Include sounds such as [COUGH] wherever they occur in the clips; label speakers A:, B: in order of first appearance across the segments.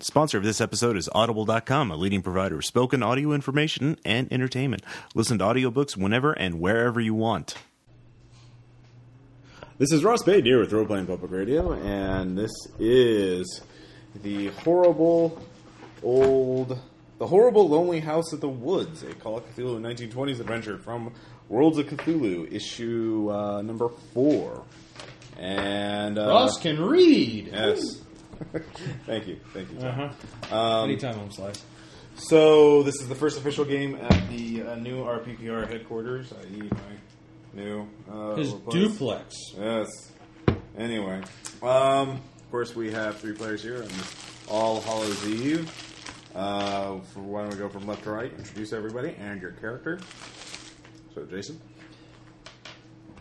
A: Sponsor of this episode is Audible.com, a leading provider of spoken audio information and entertainment. Listen to audiobooks whenever and wherever you want. This is Ross Bade here with Role Playing Public Radio, and this is the horrible old, the horrible lonely house of the woods, a Call of Cthulhu 1920s adventure from Worlds of Cthulhu, issue uh, number four. And uh,
B: Ross can read.
A: Yes. [LAUGHS] thank you, thank you. Tom.
B: Uh-huh.
A: Um,
B: Anytime I'm sliced.
A: So this is the first official game at the uh, new RPPR headquarters, i.e., my new uh,
B: His
A: place.
B: duplex.
A: Yes. Anyway, um, of course we have three players here on this All Hallows Eve. Uh, for- why don't we go from left to right? Introduce everybody and your character. So Jason,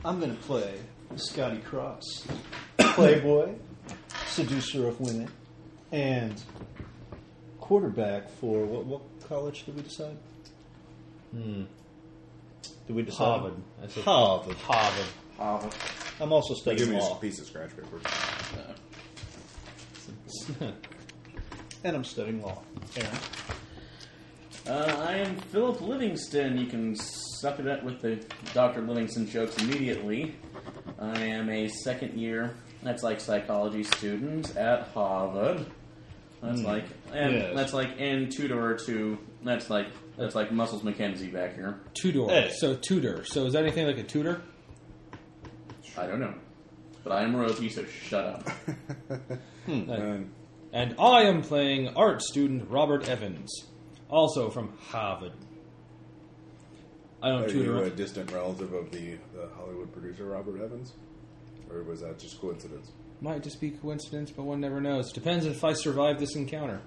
C: I'm going to play Scotty Cross, playboy, seducer of women, and quarterback for what, what college did we decide? Hmm. Did we decide?
B: Hmm. Harvard. I said-
C: Harvard.
B: Harvard.
C: I'm also
A: give
C: studying
A: me a
C: law,
A: piece of scratch paper.
C: [LAUGHS] and I'm studying law. Aaron.
D: Uh, I am Philip Livingston. You can suck it up with the Dr. Livingston jokes immediately. I am a second year, that's like psychology student at Harvard. That's
B: Hmm.
D: like, and
C: Yes.
D: that's like, and tutor to, that's like, that's like Muscles McKenzie back here.
B: Tudor.
C: Hey.
B: So Tudor. So is that anything like a Tudor?
D: I don't know. But I am royalty, so shut up.
B: Like-
A: And
B: Um, and I am playing art student Robert Evans, also from Harvard. I don't
A: are you
B: tutor.
A: a distant relative of the, the Hollywood producer Robert Evans, or was that just coincidence?
B: Might just be coincidence, but one never knows. Depends if I survive this encounter.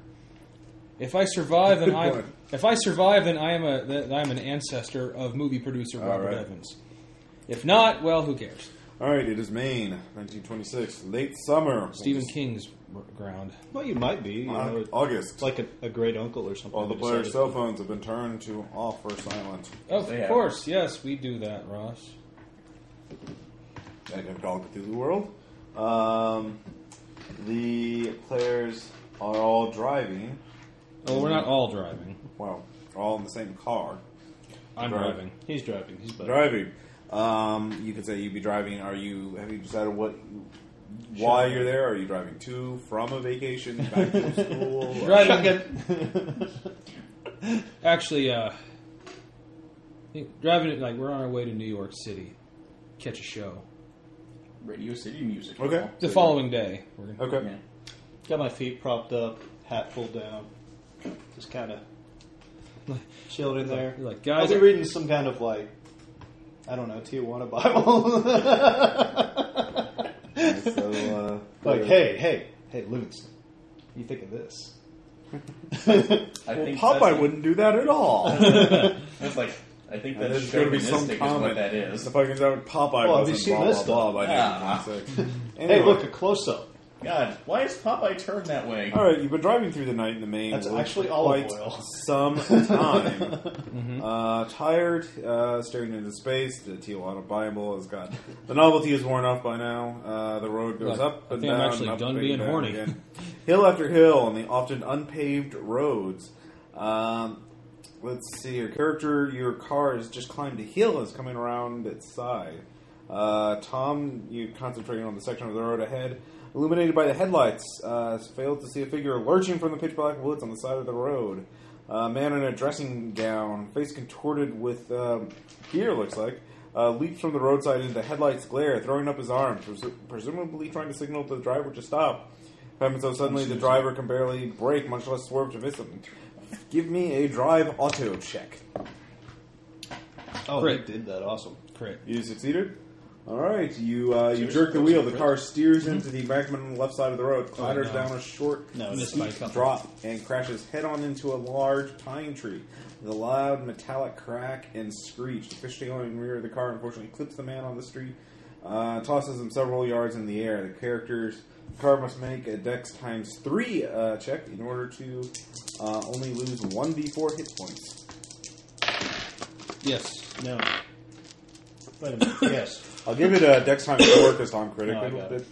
B: If I survive, then
A: Good
B: I
A: point.
B: if I survive, then I am a then I am an ancestor of movie producer
A: All
B: Robert
A: right.
B: Evans. If not, well, who cares?
A: All right, it is Maine, 1926, late summer.
B: Stephen King's r- ground.
C: Well, you might be. You know,
A: August.
C: it-
A: August.
C: it's like a, a great uncle or something.
A: All Oh, the
C: who
A: players'
C: decided-
A: cell phones have been turned to off or silent.
B: Oh, Of
D: Yeah.
B: course, yes, we do that, Ross.
A: That have gone through the world. Um, the players are all driving.
B: Oh, we're not all driving.
A: Well, they're all in the same car.
B: I'm
A: Driving.
B: driving.
C: He's driving. He's better.
A: Driving. Um, you could say you'd be driving. Are you? Have you decided what? Why you're there? Are you driving to, from a vacation, back to school?
C: [LAUGHS]
B: Driving. [LAUGHS] Actually, uh, I think driving it like we're on our way to New York City, catch a show.
D: Radio City Music.
A: Okay.
B: The following day, we're gonna,
A: Okay.
D: Yeah.
C: Got my feet propped up, hat pulled down, just kind
B: [LAUGHS]
C: of chilled in there.
B: You're like,
C: I'll
B: guys,
C: be reading some kind of like, I don't know, Tijuana Bible.
A: So, uh,
C: [LAUGHS] like, hey, hey, hey, Livingston, you think of this? That's
D: I
A: Well,
D: think that's,
A: Popeye wouldn't do that at
D: [LAUGHS]
A: all.
D: That's like, I think
A: And
D: that's
A: Uh, there's going to be some
D: chauvinistic is
A: comment
D: what that is.
A: The fucking that Popeye
C: Well, have
A: wasn't
C: you seen
A: blah,
C: this
A: blah,
C: stuff?
A: blah by
D: Ah. [LAUGHS]
A: 1926.
C: hey,
A: Anyway.
C: look, a close up.
D: God, why is Popeye turned that way?
A: All right, you've been driving through the night in the main.
C: That's
A: road
C: actually
A: for
C: olive
A: quite
C: oil.
A: [LAUGHS]
C: [LAUGHS] Mm-hmm.
A: Some time. uh, tired, uh, staring into space. The Tijuana Bible has got the novelty is worn off by now. Uh, the road goes
B: Look,
A: up
B: I
A: and
B: think I'm
A: down.
B: actually
A: up
B: done
A: and
B: being
A: down
B: horny.
A: again. hill after hill on the often unpaved roads. Um, let's see. Your character, your car has just climbed a hill. Is coming around its side. Uh, Tom, you concentrating on the section of the road ahead, illuminated by the headlights, uh, failed to see a figure lurching from the pitch black woods on the side of the road. A man in a dressing gown, face contorted with um, fear, looks like, uh, leaps from the roadside into the headlights' glare, throwing up his arms, presu- presumably trying to signal to the driver to stop. Happens so suddenly the driver can barely brake, much less swerve to miss him. Give me a drive auto check.
C: Oh,
B: Great.
C: they did that. Awesome.
B: crit.
A: You succeeded. All right, you uh, you
D: Cheers.
A: jerk the wheel. The car steers into the embankment on the left side of the road, clatters
B: no.
A: down a short
C: Mm-hmm. Oh, No,
B: missed by a
A: steep
B: couple.
A: drop, and crashes head-on into a large pine tree. The loud metallic crack and screech. The fish tail in the rear of the car unfortunately clips the man on the street, uh, tosses him several yards in the air. The characters. The car must make a dex times three uh, check in order to uh, only lose one d4 hit points.
B: Yes.
C: No. Wait a minute. [COUGHS] Yes.
A: I'll give it a dex times four because Tom
C: No, I
A: critically
C: got
A: did.
C: it.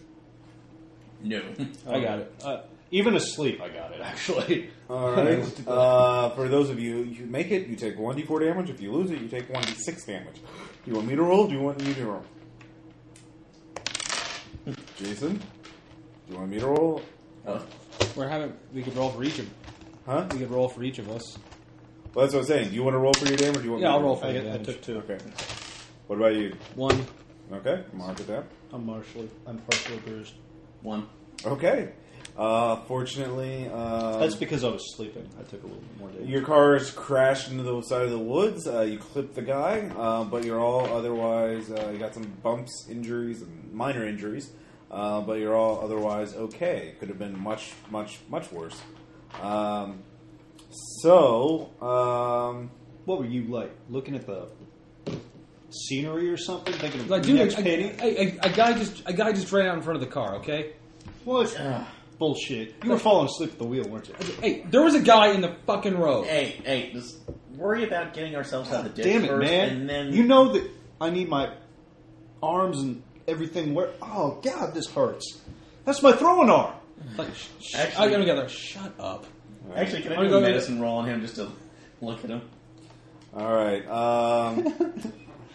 D: No. [LAUGHS]
B: I got it.
C: Uh, Even asleep, I got it, [LAUGHS] actually.
A: All
C: I
B: [LAUGHS]
A: right.
C: looked at that.
A: Uh, for those of you, you make it, you take one d4 damage. If you lose it, you take one d6 damage. Do you want me to roll? Do you want you to roll? Jason, do you want me to roll?
D: Oh.
B: We're having we could roll for each of
A: Huh?
B: we could roll for each of us.
A: Well, that's what I'm saying. Do you want to roll for your damage? Or do you want
B: Yeah,
A: me
B: I'll
A: to
B: roll for
C: I,
B: you.
C: get, I took two.
A: Okay. What about you?
B: One.
A: Okay, mark it down.
C: I'm partially, I'm partially bruised.
D: One.
A: Okay. Uh, fortunately, uh,
C: That's because I was sleeping. I took a little bit more damage.
A: Your cars crashed into the side of the woods. Uh, you clipped the guy, uh, but you're all otherwise. Uh, you got some bumps, injuries, and minor injuries, uh, but you're all otherwise okay. Could have been much, much, much worse. Um, so, um,
C: What were you like? Looking at the scenery or something? Thinking of
B: Like,
C: the
B: dude,
C: next
B: a,
C: penny?
B: a- a- a guy just a guy just ran out in front of the car. Okay.
C: What? Bullshit. You were falling asleep at the wheel, weren't you?
B: Hey, there was a guy in the fucking road.
D: Hey, hey, just worry about getting ourselves out of the ditch
C: Damn it,
D: first,
C: man!
D: and then
C: you know that I need my arms and everything. Where? Oh God, this hurts. That's my throwing arm.
B: Like, sh- sh-
D: Actually-
B: I got together. Shut up.
D: Actually, can I
B: I'm
D: do a
B: gonna go
D: medicine roll on him just to look at him?
A: all right. Um,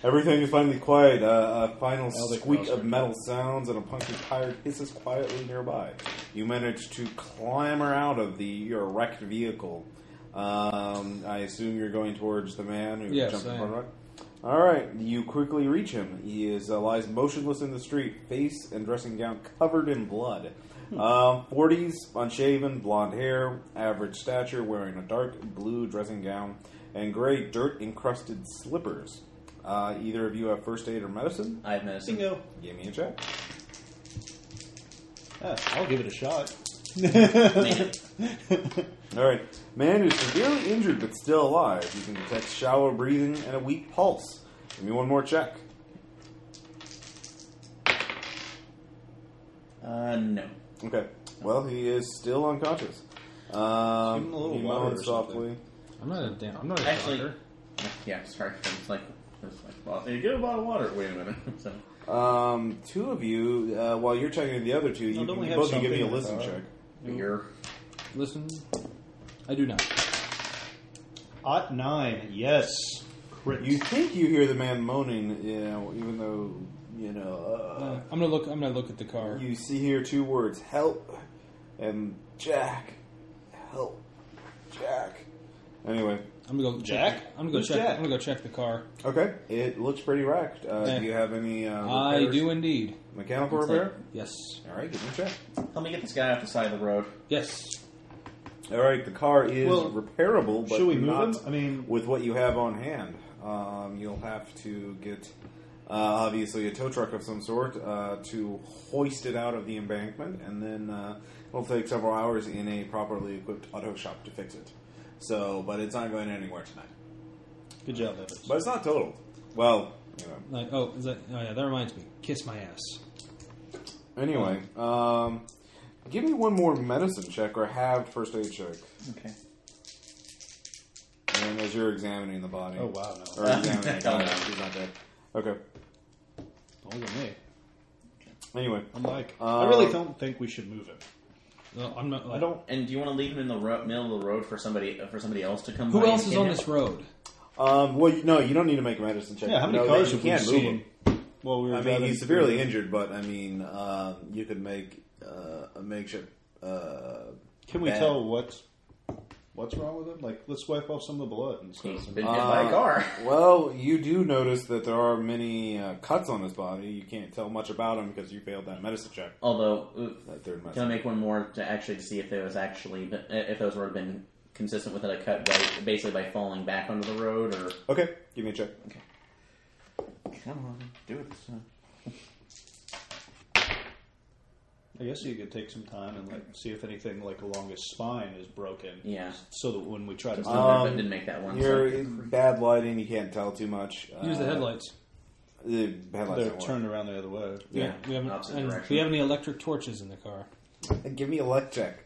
A: everything is finally quiet. Uh, a final
C: Elder
A: squeak
C: Crosser.
A: of metal sounds and a punctured tire hisses quietly nearby. You manage to clamber out of the your wrecked vehicle. Um, I assume you're going towards the man who
B: Yes,
A: jumped in
B: I
A: front
B: am.
A: of it. All right, you quickly reach him. He is uh, lies motionless in the street, face and dressing gown covered in blood.
B: Hmm.
A: Um, Forties, unshaven, blonde hair, average stature, wearing a dark blue dressing gown and gray dirt encrusted slippers. Uh, either of you have first aid or medicine?
D: I have medicine.
C: Bingo.
A: Give me a check.
C: Ah, I'll give it a shot.
A: All right. Man is severely injured but still alive. You can detect shallow breathing and a weak pulse. Give me one more check.
D: Uh, no.
A: Okay. Well, he is still unconscious. Um,
C: Give him a little
A: he
C: water
A: moans
C: or
A: softly.
C: something.
B: I'm not a damn. I'm not a
D: Actually,
B: doctor.
D: yeah, sorry. It's like, it's like, well, hey, get a bottle of water. Wait a minute. [LAUGHS] So,
A: Um, two of you, uh, while you're checking the other two, you,
C: No, don't
A: can-
C: we
A: you
C: have
A: both can give me a
C: something uh,
A: listen
C: that's
A: check.
D: beer.
B: Listen, I do not.
C: Ot nine. Yes. Crit.
A: You think you hear the man moaning, you know, even though you know.
B: I'm gonna look. I'm gonna look at the
A: Uh,
B: car.
A: you see here two words: help and Jack. Help, Jack. Anyway,
B: I'm gonna go check-
C: Jack?
B: I'm gonna go
C: Who's
B: check.
C: Jack?
B: I'm gonna go check the car.
A: okay. It looks pretty wrecked. Uh,
B: Yeah.
A: Do you have any? Uh,
B: I
A: repairs?
B: do indeed.
A: Mechanical
D: It's
A: repair.
B: Yes.
A: All right, give me a check.
D: Help me get this guy off the side of the road.
B: Yes.
A: All right, the car is
C: Well,
A: repairable, but
C: should we move
A: not
C: him? I mean-
A: with what you have on hand, um, you'll have to get uh, obviously a tow truck of some sort uh, to hoist it out of the embankment, and then uh, it'll take several hours in a properly equipped auto shop to fix it. So, but it's not going anywhere tonight.
C: Good job, Evans.
A: But it's not totaled. Well, you know.
B: Like, oh, is that, oh yeah. That reminds me. Kiss my ass.
A: Anyway, um, give me one more medicine check or have first aid check,
D: Okay.
A: and as you're examining the body.
C: Oh wow, no.
A: Or examining
C: [LAUGHS]
A: the
D: Oh,
A: body.
D: no.
A: He's not dead. Okay.
C: Don't look at me.
A: Anyway,
C: I'm like,
A: Uh,
C: I really don't think we should move him.
B: No, I'm not.
C: I don't.
D: And do you want to leave him in the ro- middle of the road for somebody for somebody else to come? by
B: Who
D: and
B: else is
D: hit
B: on
D: him?
B: this road?
A: um, well, you, no, you don't need to make a medicine check.
C: Yeah, how many
A: no,
C: cars
A: you
C: have we
A: can't move
C: seen?
A: him.
C: Well, we were
A: I mean,
C: driving-
A: he's severely injured, but I mean, um, you could make uh, a makeshift. Uh,
C: Can we
A: bed.
C: tell what's what's wrong with him? Like, let's wipe off some of the blood and stuff.
D: He's been hit by a
A: Uh,
D: car. [LAUGHS]
A: Well, you do notice that there are many uh, cuts on his body. You can't tell much about him because you failed that medicine check.
D: Although, uh,
A: That third
D: can I
A: medicine.
D: make one more to actually see if there was actually if those would have been consistent with a cut by, basically by falling back onto the road or?
A: Okay, give me a check.
D: Come on, do it. Son.
C: I guess you could take some time and like see if anything like along his spine is broken.
D: Yeah.
C: So that when we try to
D: Something
A: Um,
D: happened, didn't make that one.
A: You're
D: so-
A: in bad lighting. You can't tell too much. Uh,
B: Use the headlights.
A: The headlights.
C: they're
A: don't work.
C: turned around the other way.
A: Yeah.
B: We haven't.
D: Opposite
B: and
D: direction.
B: we have any electric torches in the car?
A: Give me a luck check.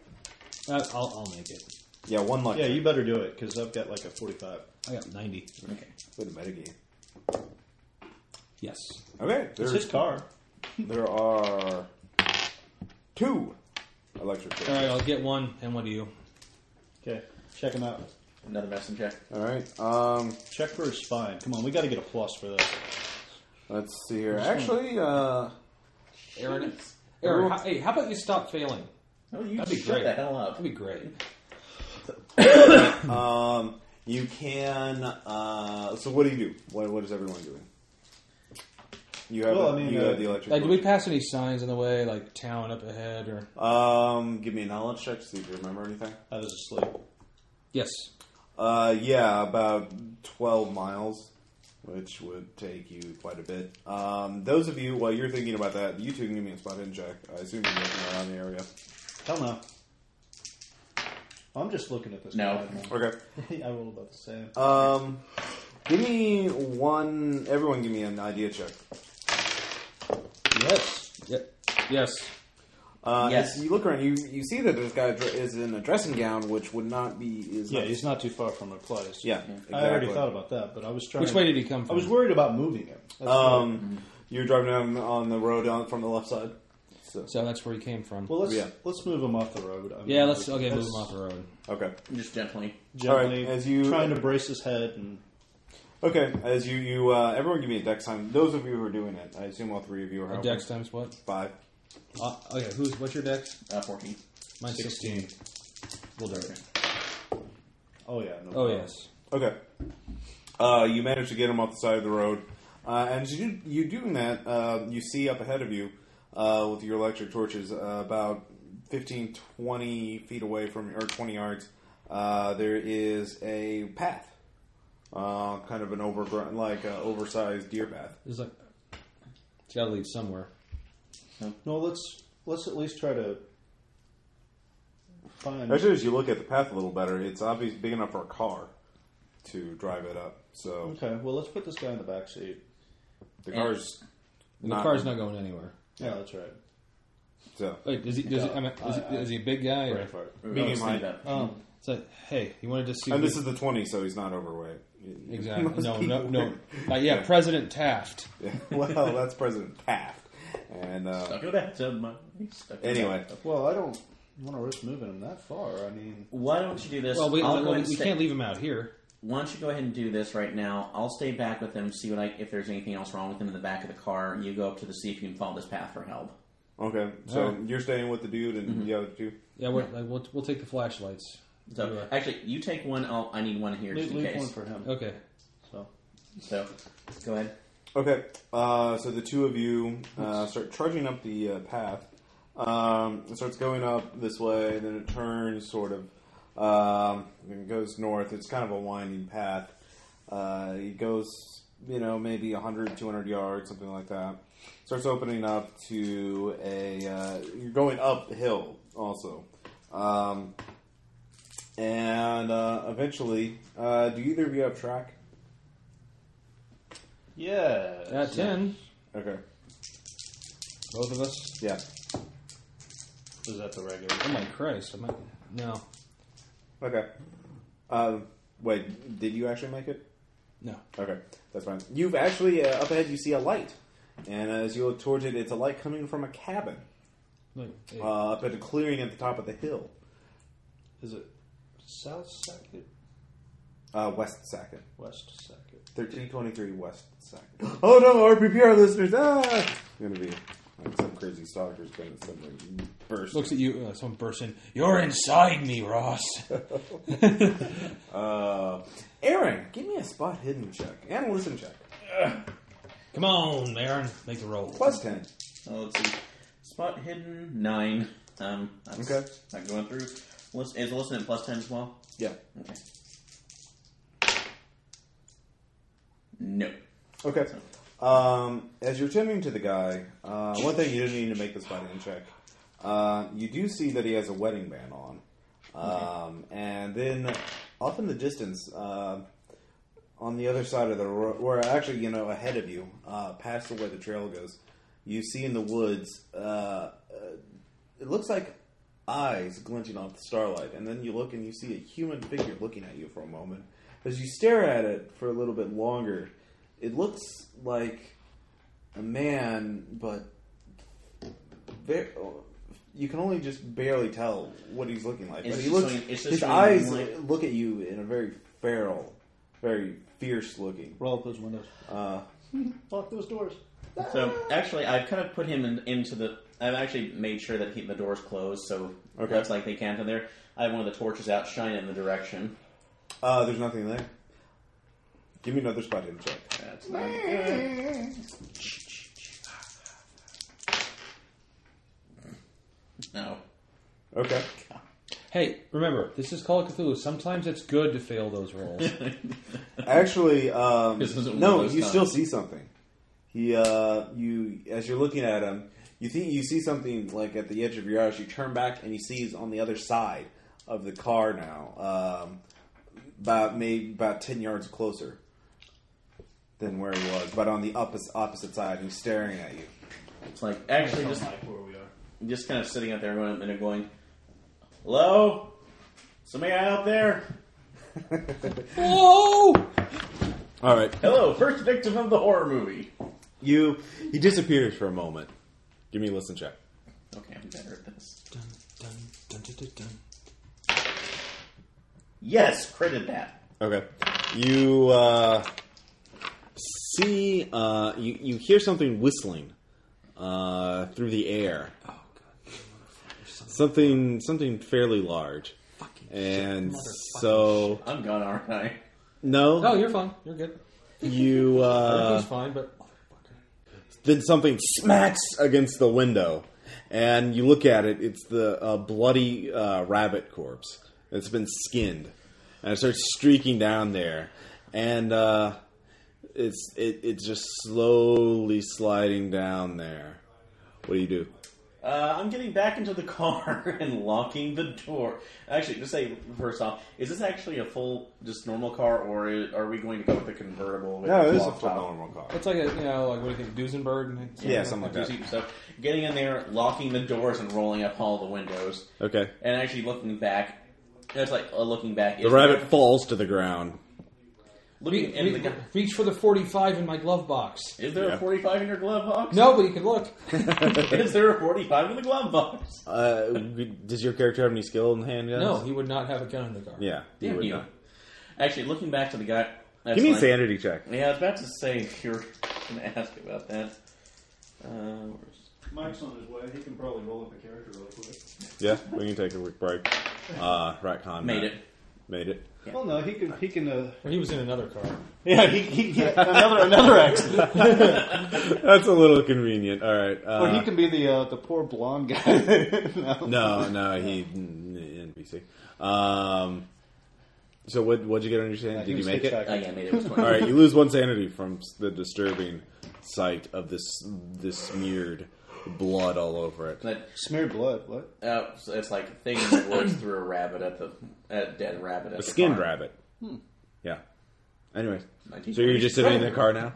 B: Uh, I'll, I'll make it.
A: Yeah, one luck.
C: Yeah,
A: check.
C: you better do it because I've got like a forty-five.
B: I got 90.
D: okay.
A: With the metagame.
B: Yes.
A: Okay,
C: It's
A: there's
C: his car.
A: There are two Electric.
B: All right, I'll get one, and what do you?
C: Okay, check him out.
D: Another medicine check.
A: All right. Um,
C: Check for his spine. Come on, we got to get a plus for that.
A: let's see here. Actually, uh,
B: Aaron, Aaron, how, hey, how about you stop failing?
D: Oh, you
B: That'd be
D: shut
B: great.
D: the hell up.
B: That'd be great.
A: um, you can. Uh, so what do you do? What, what is everyone doing? You have.
C: Well,
A: the-
C: I mean,
A: you
C: uh,
A: have the electric.
B: Like, do we pass any signs in the way, like town up ahead, or
A: um, give me a knowledge check. to See if you remember anything.
C: I was asleep.
B: yes?
A: Uh, yeah, about 12 miles, which would take you quite a bit. Um, those of you, while you're thinking about that, you two can give me a spot in check. I assume you're looking around the area.
C: Hell no. I'm just looking at this.
D: No.
C: guy,
A: Okay.
C: man. [LAUGHS] I rolled about the same.
A: Um, give me one, everyone give me an idea check.
B: Yes. Yep. Yes.
A: Uh,
D: Yes.
A: as You look around, you, you see that this guy dr- is in a dressing gown, which would not be. Is
C: Yeah,
A: not-
C: he's not too far from a place.
A: yeah, exactly.
C: I already thought about that, but I was trying.
B: Which way did he come
C: I
B: from?
C: was worried about moving him. That's why-
A: Um, you're driving down on the road on, from the left side. So,
B: so that's where he came from.
C: well, let's
A: yeah.
C: let's move him off the road. I mean,
B: yeah, let's okay move
C: let's
B: him off the road.
A: okay.
D: Just gently.
C: Gently,
A: All right, as you-
C: trying to brace his head and
A: Okay, as you, you uh, everyone give me a dex time. Those of you who are doing it, I assume all three of you are
B: A
A: helping.
B: dex times what?
A: Five.
B: Uh, okay, who's what's your dex?
D: Uh, 14.
B: Mine's 16. We'll do it.
C: oh yeah, no
B: Oh
C: problem.
B: yes.
A: Okay. Uh, you manage to get him off the side of the road. Uh, and as you, you doing that, uh, you see up ahead of you uh, with your electric torches uh, about 15, 20 feet away from, or 20 yards, uh, there is a path. Uh, kind of an overgrown, like uh, oversized deer path.
B: It's like it's got to lead somewhere.
C: No, let's let's at least try to find.
A: Actually, as you look at the path a little better, it's obviously big enough for a car to drive it up. So
C: Okay, well, let's put this guy in the back seat.
A: the car's
B: The
A: Not-
B: car's not going anywhere.
C: Yeah, that's right.
A: so
B: Wait, is he? Does he I mean, is, he, is he a big guy? Or,
C: Brain fart.
A: Medium
D: Oh, just think
A: height.
D: about it.
B: um, it's like, hey, you wanted to see?
A: And
B: who-
A: this is the 20, so he's not overweight. [LAUGHS]
B: exactly. No, no, no. Like, yeah, President Taft.
A: [LAUGHS] well, that's President Taft. And uh,
D: Stuck it back to my. stuck it
A: Anyway.
D: back.
C: Well, I don't want to risk moving him that far. I mean,
D: Why don't you do this?
B: Well, we,
D: I'll go
B: we,
D: and
B: we
D: stay-
B: can't leave him out here.
D: Why don't you go ahead and do this right now? I'll stay back with him, see what I, if there's anything else wrong with him in the back of the car. You go up to the see if you can follow this path for help.
A: okay, so
B: Alright.
A: you're staying with the dude and
B: Mm-hmm.
A: the other two.
B: Yeah, we're, like, we'll we'll take the flashlights.
D: So
B: You, uh,
D: actually, you take one. I'll, I need one here
C: leave,
D: just in
C: leave
D: case.
C: one for him.
B: okay.
C: So
D: So go ahead.
A: Okay, uh, so the two of you uh, start trudging up the uh, path. Um, it starts going up this way, and then it turns sort of, um, and it goes north. It's kind of a winding path. Uh, it goes, you know, maybe 100, 200 yards, something like that. Starts opening up to a, uh, you're going uphill also. Um, and uh, eventually, uh, do either of you have track?
C: yeah,
B: At ten,
A: Okay,
B: both of us.
A: yeah.
C: Is that the regular?
B: Oh my Christ! I might no,
A: Okay. Um, wait, did you actually make it?
B: no.
A: Okay, that's fine. You've actually, uh, up ahead, you see a light. And as you look towards it, it's a light coming from a cabin
B: Like, hey,
A: uh, up at a clearing at the top of the hill,
C: Is it South Sackett,
A: uh, West Sackett.
C: West Sackett?
A: 1323 West Sackett. Oh no, RPPR listeners! Ah! It's gonna be like some crazy stalker's gonna suddenly burst.
B: looks at you. Uh, someone bursts in. You're inside me, Ross. [LAUGHS]
A: Uh, Aaron, give me a spot hidden check and a listen check.
B: Come on, Aaron, make the roll.
A: Plus 10.
D: Oh, let's see. Spot hidden nine. Um, that's
A: Okay.
D: Not going through. Listen, is listen at plus ten as well.
A: Yeah.
D: Okay. No.
A: Okay. Um, as you're tending to the guy, uh, one thing you didn't need to make this button check. Uh, you do see that he has a wedding band on, um, and then off in the distance, uh, on the other side of the road, or actually, you know, ahead of you, uh, past the way the trail goes, you see in the woods. Uh, uh, it looks like eyes glinting off the starlight, and then you look and you see a human figure looking at you for a moment. As you stare at it for a little bit longer, it looks like a man, but very, you can only just barely tell what he's looking like.
D: It's
A: But he
D: just
A: looks
D: showing- it's just
A: his
D: showing
A: eyes
D: light.
A: look at you in a very feral, very fierce looking.
C: Roll up those windows.
A: Uh,
C: [LAUGHS] Lock those doors.
D: So actually, I've kind of put him in, into the. I've actually made sure that he, the door's closed, so
A: Okay.
D: that's like they can't in there. I have one of the torches out, shine it in the direction.
A: uh, there's nothing there. Give me another spot hidden check.
D: That's not good. No.
A: Okay.
B: Hey, remember, this is Call of Cthulhu. Sometimes it's good to fail
A: [LAUGHS]
B: those rolls.
A: Actually, um,
D: This isn't one
A: no,
D: of those
A: you still
D: times.
A: see something. He, uh, you, as you're looking at him, you think you see something like at the edge of your eyes. You turn back and you see he's on the other side of the car now, um, about maybe about ten yards closer than where he was, but on the opposite opposite side. He's staring at you.
D: It's like actually just
C: Mike where we are.
D: just kind of sitting out there going a minute going, Hello? Somebody out there?
A: [LAUGHS]
B: Whoa!
A: All right,
D: Hello, first victim of the horror movie.
A: you. He disappears for a moment. Give me a listen check.
D: Okay, I'm better at this.
B: Dun, dun, dun, dun, dun, dun.
D: Yes, credit that.
A: Okay. You uh, see, uh, you, you hear something whistling uh, through the air.
B: Oh, God.
A: Something something fairly large.
B: Fucking
A: And
B: shit, motherfucking
A: so,
D: I'm gone, aren't I?
A: no,
B: No, you're fine. You're good.
A: you uh,
B: Everything's fine, but. Motherfucker.
A: then something smacks against the window, and you look at it. It's the uh, bloody uh, rabbit corpse. It's been skinned, and it starts streaking down there, and uh, it's it, it's just slowly sliding down there. What do you do?
D: Uh, I'm getting back into the [LAUGHS] car and locking the door. Actually, just say first off, is this actually a full, just normal car, or i- are we going to go with the convertible? With the block top?
A: car.
B: It's like a, you know, like, what do you think, Duesenberg? and-
A: Yeah, something like
D: Two
A: that.
D: seat stuff. Getting in there, locking the doors, and rolling up all the windows,
A: Okay,
D: and actually looking back. That's like uh, looking back.
A: the rabbit falls to the ground. [LAUGHS]
D: Looking
B: Re-
D: in the.
B: re- reach for the 45 in my glove box.
D: Is there
A: Yeah.
D: a 45 in your glove box?
B: No, but you can look.
D: [LAUGHS] Is there a 45 in the glove box?
A: Uh, does your character have any skill in handguns?
B: No, he would not have a gun in the car.
A: Yeah, he
D: Damn
A: would
D: you.
A: not.
D: Actually, looking back to the guy. that's
A: Give me a
D: like-
A: sanity check.
D: Yeah, I was about to say if you were going to ask about that. Uh, where's-
C: Mike's on his way. He can probably roll up a character really quick.
A: Yeah, we can take a quick break. Uh, right, Con
D: made it.
A: Made it.
C: Well, no, he can. He can. Uh,
B: Well, he was in another car.
C: [LAUGHS] yeah, he, he, he another another accident.
A: That's a little convenient. All right. Uh,
C: [LAUGHS] or he can be the uh, the poor blonde guy. [LAUGHS]
A: no,
C: no.
A: no, he mm, n- n- NPC. Um, so what? What'd you get on your sanity?
C: Yeah, he
A: Did you
C: was
A: make it?
C: hitchhiking.
D: Oh, yeah, made it. It was
A: [LAUGHS] All
D: 20.
A: right, you lose one sanity from s- the disturbing sight of this this smeared blood all over it.
D: But,
C: Smeared blood. What?
D: uh, so it's like a thing that looks through a rabbit at the a dead rabbit at
A: A
D: the
A: skinned
D: car.
A: rabbit.
D: Hmm.
A: Yeah. Anyways,
D: Nineteen
A: so you're just sitting in the
D: forty-seven.
A: car now.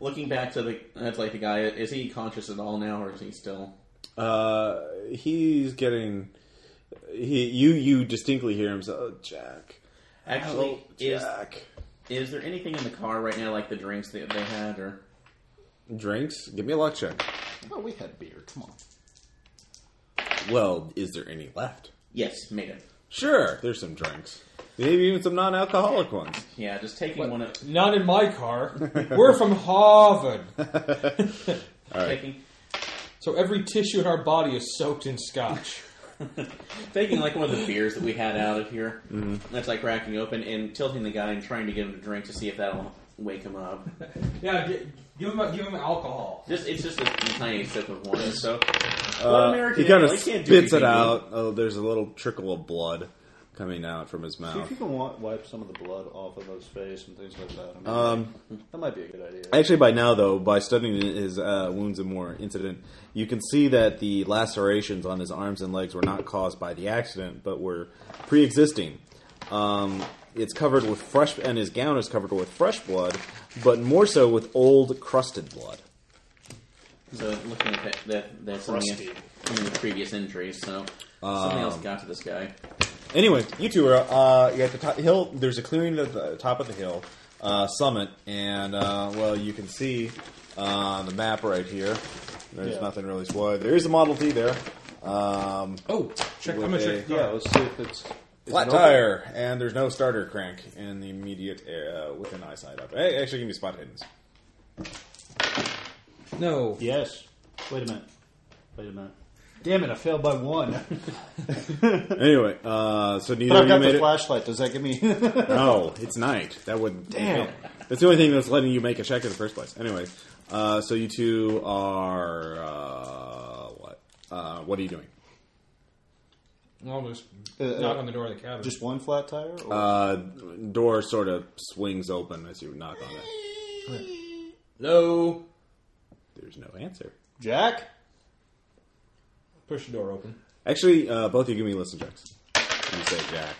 D: Looking back to the, that's like the guy. Is he conscious at all now, or is he still?
A: Uh, he's getting. He you you distinctly hear him say, "Oh, Jack."
D: Actually,
A: Oh,
D: is
A: Jack.
D: is there anything in the car right now, like the drinks that they had, or
A: Drinks? Give me a luck check.
C: Oh, we had beer. Come on.
A: Well, is there any left?
D: yes, made it.
A: Sure, there's some drinks. Maybe even some non-alcoholic ones. [LAUGHS]
D: Yeah, just taking
B: What?
D: one of
B: Not in my car. We're from Harvard.
A: Uh,
D: taking
B: So every tissue in our body is soaked in scotch.
D: taking [LAUGHS] like one of the beers that we had out of here.
A: Mm-hmm.
D: That's like cracking open and tilting the guy and trying to get him to drink to see if that'll wake him up.
B: Yeah, gi- give him, give him alcohol.
D: Just it's just a tiny sip of one. So
A: Uh,
D: American
A: he kind of
D: ale, he can't do
A: spits it
D: anything.
A: out. Oh, there's a little trickle of blood coming out from his
C: See
A: mouth.
C: if you can wa- wipe some of the blood off of his face and things like that. I mean,
A: Um,
C: that might be a good idea.
A: Actually, by now, though, by studying his uh, wounds and more incident, you can see that the lacerations on his arms and legs were not caused by the accident, but were pre-existing. Um, it's covered with fresh, and his gown is covered with fresh blood, but more so with old, crusted blood.
D: so looking at that, that that's some of the-
C: Crusty.
D: some of the previous injuries. So something else
A: Um,
D: got to this guy.
A: Anyway, you two are uh, you're at the top hill. There's a clearing at the top of the hill uh, summit, and uh, well, you can see uh, the map right here. There's
C: Yeah.
A: nothing really spoiled. There is a Model T there. Um,
B: Oh, check. I'm gonna
A: with
B: check.
A: a-
B: the
C: Yeah,
B: car.
C: let's see if it's. is
A: flat
C: it open?
A: tire, and there's no starter crank in the immediate uh, within eyesight of. Hey, actually, give me spot hidden.
B: No.
C: Yes. Wait a minute. Wait a minute. Damn it! I failed by [LAUGHS] one.
A: Anyway, uh, so neither
C: but
A: of
C: I've
A: you
C: got
A: made
C: the
A: it.
C: flashlight. Does that give me? [LAUGHS]
A: No, it's night. That would
C: Damn.
A: That's the only thing that's letting you make a check in the first place. Anyway, uh, so you two are uh, what? Uh, what are you doing?
B: I'll just
C: Uh, uh,
B: knock on the door of the cabin.
C: Just one flat tire? Or?
A: Uh, door sort of swings open as you knock on it.
B: hello.
A: There's no answer.
C: Jack?
B: Push the door open.
A: Actually, uh, both of you give me listen checks. You say Jack.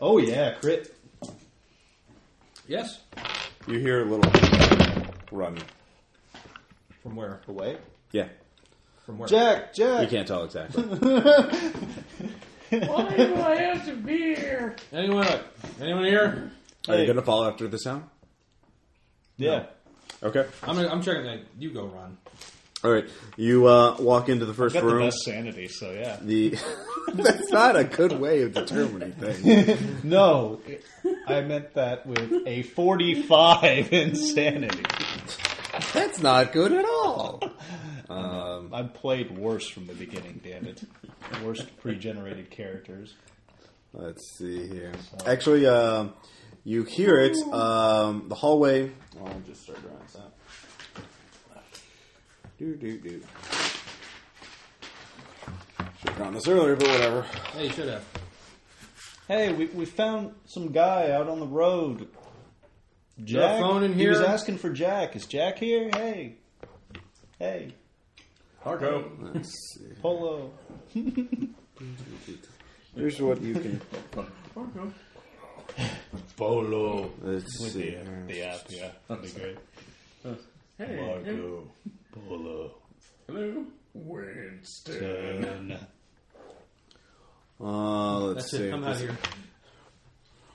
C: Oh yeah, crit.
B: Yes.
A: You hear a little run.
B: From where?
C: Away.
A: Yeah,
B: From where?
C: Jack,
A: you
C: Jack.
A: can't tell [LAUGHS] exactly.
D: Why do I have to be here?
B: Anyone? Anyone here?
A: Are you
C: Hey.
A: gonna follow after the sound?
C: Yeah.
A: Okay.
B: I'm. Gonna, I'm checking. That. You go, Ron.
A: All right. You uh, walk into the first room.
C: sanity, so yeah.
A: The [LAUGHS] that's not a good way of determining [LAUGHS] things.
C: No, I meant that with a 45 [LAUGHS] insanity.
A: That's not good at all.
C: I played worse from the beginning, damn it. Worst pre generated characters.
A: Let's see here. Actually, um, you hear it. Um, the hallway. I'll just start drawing this out. Do do do. Should have drawn this earlier, but whatever.
B: Hey, you should have.
C: Hey, we, we found some guy out on the road.
B: Got
C: Jack?
B: a phone in
C: He was
B: here?
C: asking for Jack. Is Jack here? Hey. Hey.
B: Harko.
A: Let's see.
C: Polo.
A: Here's what you can.
C: [LAUGHS] Polo.
A: Let's see. here.
C: app, yeah. That'd be great.
D: Hey, hey,
C: Marco. Polo.
D: hello, Winston.
A: Uh, let's
B: That's
A: see.
B: it. Come out here.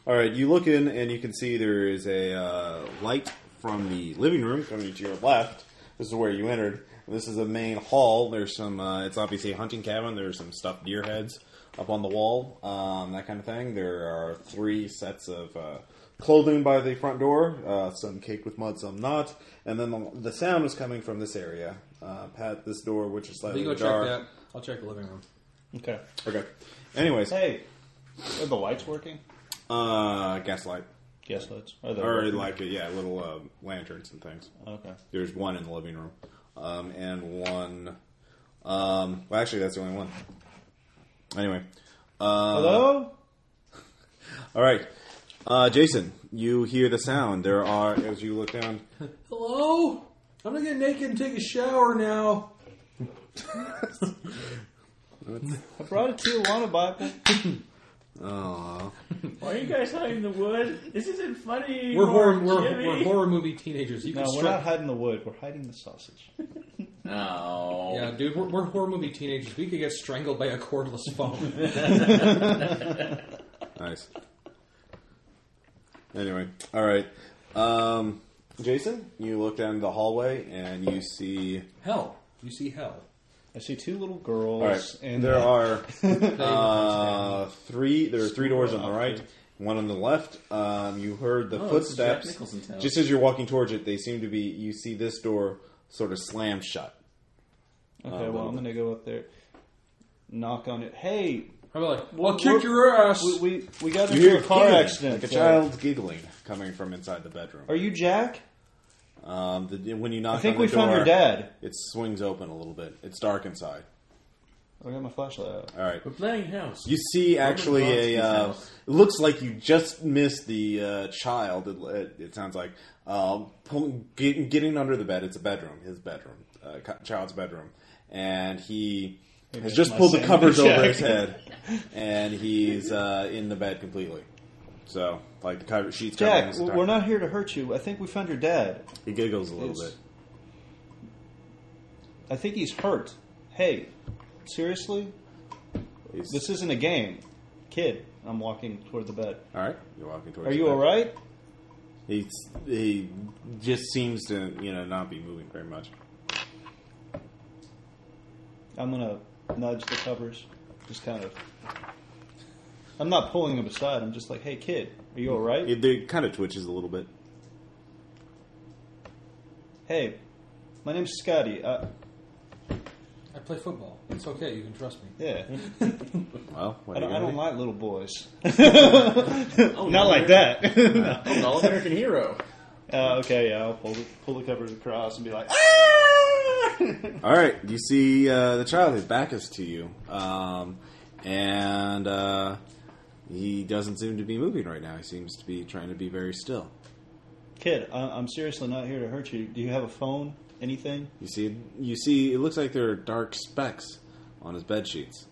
A: All right, you look in and you can see there is a uh, light from the living room coming to your left. This is where you entered. This is the main hall. There's some. Uh, it's obviously a hunting cabin. There's some stuffed deer heads up on the wall, um, that kind of thing. There are three sets of uh, clothing by the front door. Uh, some caked with mud, some not. And then the, the sound is coming from this area. Uh, pat this door, which is slightly
B: You go check
A: ajar.
B: that. I'll check the living room.
C: Okay.
A: Okay. Anyways,
C: Hey, are the lights working?
A: uh, gaslight
C: Yes, lights. Are they
A: or
C: working?
A: like yeah, little uh, lanterns and things.
C: Okay.
A: There's one in the living room, um, and one. Um, well, actually, that's the only one. Anyway, uh,
C: Hello?
A: All right, uh, Jason, you hear the sound. There are as you look down.
B: Hello. I'm gonna get naked and take a shower now.
C: I brought it to you, want a Bible?
A: Aw.
D: Why are you guys hiding in the wood? This isn't funny.
B: We're horror.
D: anymore,
B: We're,
D: Jimmy.
B: we're horror movie teenagers. You
C: No,
B: can
C: we're
B: strip-
C: not hiding the wood. We're hiding the sausage.
D: No.
B: Yeah, dude, we're, we're horror movie teenagers. We could get strangled by a cordless phone.
A: nice. Anyway, all right, um, Jason, you look down the hallway and you see.
B: hell. You see hell.
C: I see two little
A: All
C: girls,
A: right,
C: and
A: there
C: [LAUGHS]
A: are.
B: They
A: Uh, three. There are three doors on the
C: up
A: right, one on the left. Um, you heard the
D: Oh, this is Jack
A: footsteps.
D: Nicholson's house.
A: Just as you're walking towards it, they seem to be. You see this door sort of slam shut. Uh,
C: Okay, well, I'm gonna go up there, knock on it. Hey,
B: I'm like, I'll
C: we're-
B: kick your ass.
C: we we, we got
A: You
C: into
A: hear
C: a car
A: giggling,
C: accident.
A: like a
C: uh,
A: child giggling coming from inside the bedroom.
C: Are you Jack?
A: Um, the, when you knock,
C: I think
A: on
C: we
A: the
C: found
A: door,
C: your dad.
A: It swings open a little bit. It's dark inside.
C: I got my flashlight out.
A: All right.
D: We're playing house.
A: You see, actually, a
D: Polanski's
A: uh,
D: house.
A: it looks like you just missed the uh, child. It, it, it sounds like uh, pull, get, getting under the bed. It's a bedroom, his bedroom, uh, co- child's bedroom, and he has
C: that's
A: just
C: my
A: pulled the
C: sanity
A: covers over
C: check.
A: his head, and he's uh, in the bed completely. So, like the cover sheets. covering
C: Jack,
A: his
C: w-
A: entire-
C: we're not here to hurt you. I think we found your dad.
A: He giggles a little
C: Yes.
A: bit.
C: I think he's hurt. Hey, seriously?
A: He's-
C: This isn't a game. Kid, I'm walking toward the bed.
A: all right. You're walking towards.
C: Are
A: the
C: you
A: bed.
C: alright?
A: He's, he just seems to you know not be moving very much.
C: I'm gonna nudge the covers, just kind of. I'm not pulling him aside. I'm just like, "Hey, kid, are you all right?
A: It, it kind of twitches a little bit.
C: Hey, my name's Scotty. Uh,
E: I play football. It's okay. You can trust me.
A: [LAUGHS]
C: yeah,
A: Well, what are you
C: I don't, I
A: gonna
C: don't
A: do?
C: like little boys. [LAUGHS]
D: Oh,
C: Not
A: [LAUGHS]
C: like that. No.
D: Oh, an all-American hero.
C: Uh, okay, yeah, I'll pull the, pull the covers across and be like, "Ah!"
A: All right, you see uh, the child. His back is to you, um, and uh, he doesn't seem to be moving right now. He seems to be trying to be very still.
C: "Kid, I- I'm seriously not here to hurt you. Do you have a phone? Anything?
A: You see, you see, it looks like there are dark specks on his bed sheets.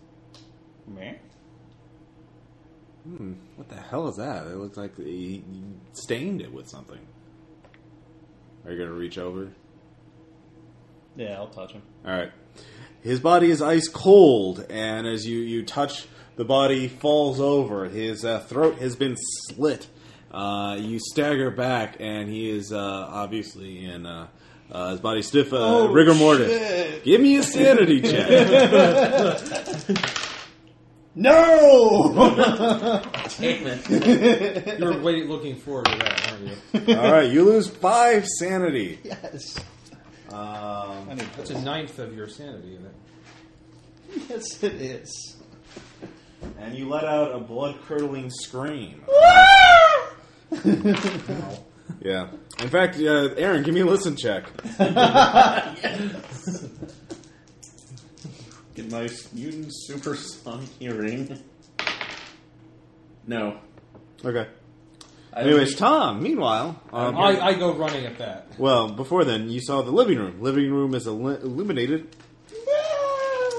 C: Meh.
A: Hmm, what the hell is that? It looks like he stained it with something. Are you gonna reach over?
C: Yeah, I'll touch him.
A: All right. His body is ice cold, and as you, you touch, the body falls over. His uh, throat has been slit. Uh, you stagger back, and he is uh, obviously in uh, uh, his body stiff. Uh,
C: Oh,
A: rigor mortis.
C: shit.
A: Give me a
C: [LAUGHS]
A: sanity check.
C: No!
A: [LAUGHS]
E: [LAUGHS] You were waiting, looking forward to that, weren't you?
A: All right, you lose five sanity.
C: yes.
A: Um,
C: I need
E: That's
A: [LAUGHS]
E: a ninth of your sanity. Isn't it?
C: Yes, it is.
A: and you let out a blood curdling scream.
C: [LAUGHS]
A: yeah. In fact, uh, Aaron, give me a listen check.
D: Get my mutant supersonic hearing. No.
A: Okay.
D: I
A: Anyways, Tom, meanwhile, um,
E: I, I go running at that.
A: well, before then, you saw the living room. Living room is illu- illuminated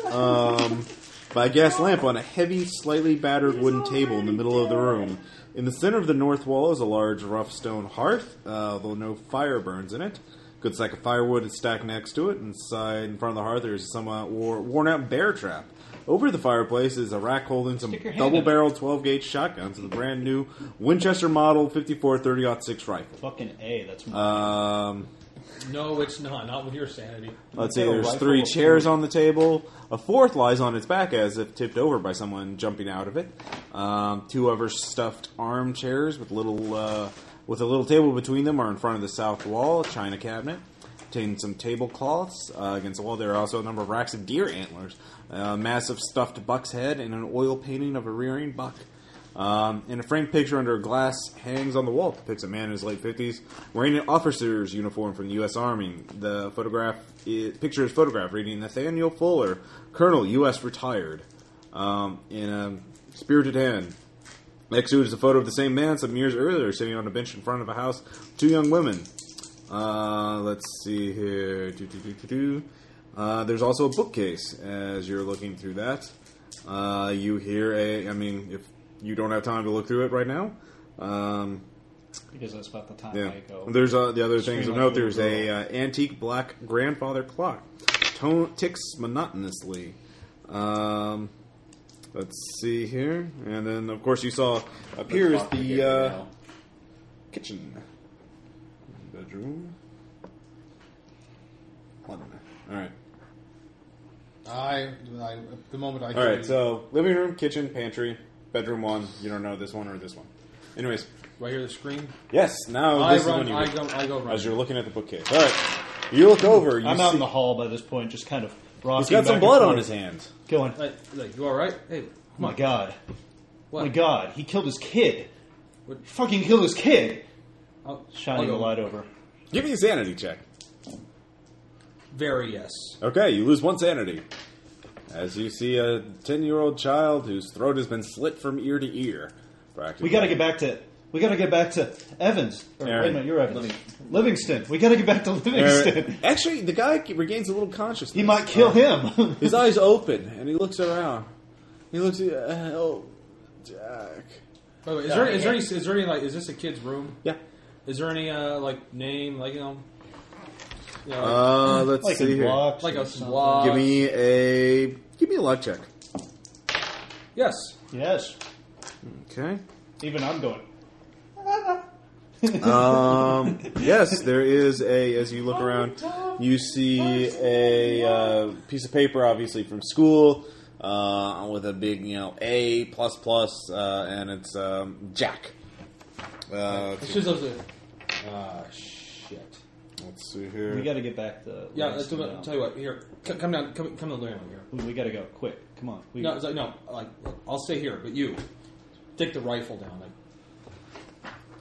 A: um, by a gas lamp on a heavy, slightly battered wooden table in the middle of the room. In the center of the north wall is a large, rough stone hearth, uh, although no fire burns in it. Good sack of firewood is stacked next to it. Inside, in front of the hearth, there is a somewhat wore, worn-out bear trap. Over the fireplace is a rack holding some
C: Stick your hand in.
A: double-barreled 12-gauge shotguns and a brand-new Winchester Model 54 30-06 rifle.
C: Fucking A, that's my.
A: Um,
E: No, it's not. Not with your sanity.
A: Let's see,
C: Got a
A: there's
C: rifle
A: three
C: up
A: chairs on the table. A fourth lies on its back as if tipped over by someone jumping out of it. Um, two other stuffed armchairs with little uh, with a little table between them are in front of the south wall. A china cabinet containing some tablecloths uh, against the wall. There are also a number of racks of deer antlers, a massive stuffed buck's head, and an oil painting of a rearing buck. Um, and a framed picture under a glass hangs on the wall. Depicts a man in his late fifties wearing an officer's uniform from the U.S. Army. The photograph, i picture is photographed reading Nathaniel Fuller, Colonel, U.S. retired, um, in a spirited hand. Next to it is a photo of the same man some years earlier sitting on a bench in front of a house. with Two young women. Uh, let's see here. Do, do, do, do, do. Uh, there's also a bookcase as you're looking through that. Uh, you hear a. I mean, if you don't have time to look through it right now, um,
C: because that's about the time
A: yeah.
C: I go.
A: There's uh, the other things of
C: like
A: note.
C: little
A: There's a
C: girl.
A: uh, antique black grandfather clock. Tone ticks monotonously. Um, let's see here, and then of course you saw up here is the uh, kitchen, bedroom, one. All right.
E: I, I the moment I.
A: All right, so living room, kitchen, pantry, bedroom one. You don't know this one or this one. Anyways,
E: do I hear the scream?
A: yes. Now
E: I
A: Oh, this is
E: run.
A: when you
E: I go. I go running.
A: as you're looking at the bookcase. All right, you look over. You
C: I'm out
A: see,
C: in the hall by this point, just kind of rocking.
A: He's got
C: back
A: some
C: and
A: blood
C: forth,
A: on his hands.
C: Going, oh
E: Like, like, you all right? Hey, come
C: my
E: on.
C: god,
E: What?
C: my god, he killed his kid.
E: What?
C: Fucking killed his kid.
E: I'll- I'll
C: Shining
E: go.
C: the light over.
A: Give me a sanity check.
E: Very yes.
A: Okay, you lose one sanity. As you see a 10 year old child whose throat has been slit from ear to ear. Practically.
C: We got to get back to. We got to get back to Evans. Or,
A: Aaron.
C: wait a minute, you're Evans. Livingston. We got to get back to Livingston.
A: Aaron- Actually, the guy regains a little consciousness.
C: He might kill
A: Uh,
C: him.
A: [LAUGHS] His eyes open and he looks around. He looks. Uh, oh, Jack.
E: By the way, is there is there any is there any like is this a kid's room?
A: Yeah.
E: Is there any uh like name like you know, you know,
A: Uh, let's
C: like
A: see
C: in
A: here.
C: blocks.
E: like
C: or
E: a
C: something.
E: blog?
A: Give me a give me a luck check.
E: yes.
C: Yes.
A: Okay.
C: Even I'm going.
A: Um, yes, there is a. As you look around, you see a uh, piece of paper, obviously from school, uh, with a big, you know, A plus plus, uh, and it's um, Jack. Uh,
E: It's just up there. Ah,
C: uh,
E: shit.
A: let's see here.
C: We got to get back to.
E: Yeah, let's
C: Lance
E: do it.
C: now.
E: Tell you what, here, c- come down, come, come to the living room here.
C: We got to go quick. Come on. We,
E: No, it's like, no, like I'll stay here, but you take the rifle down. Like,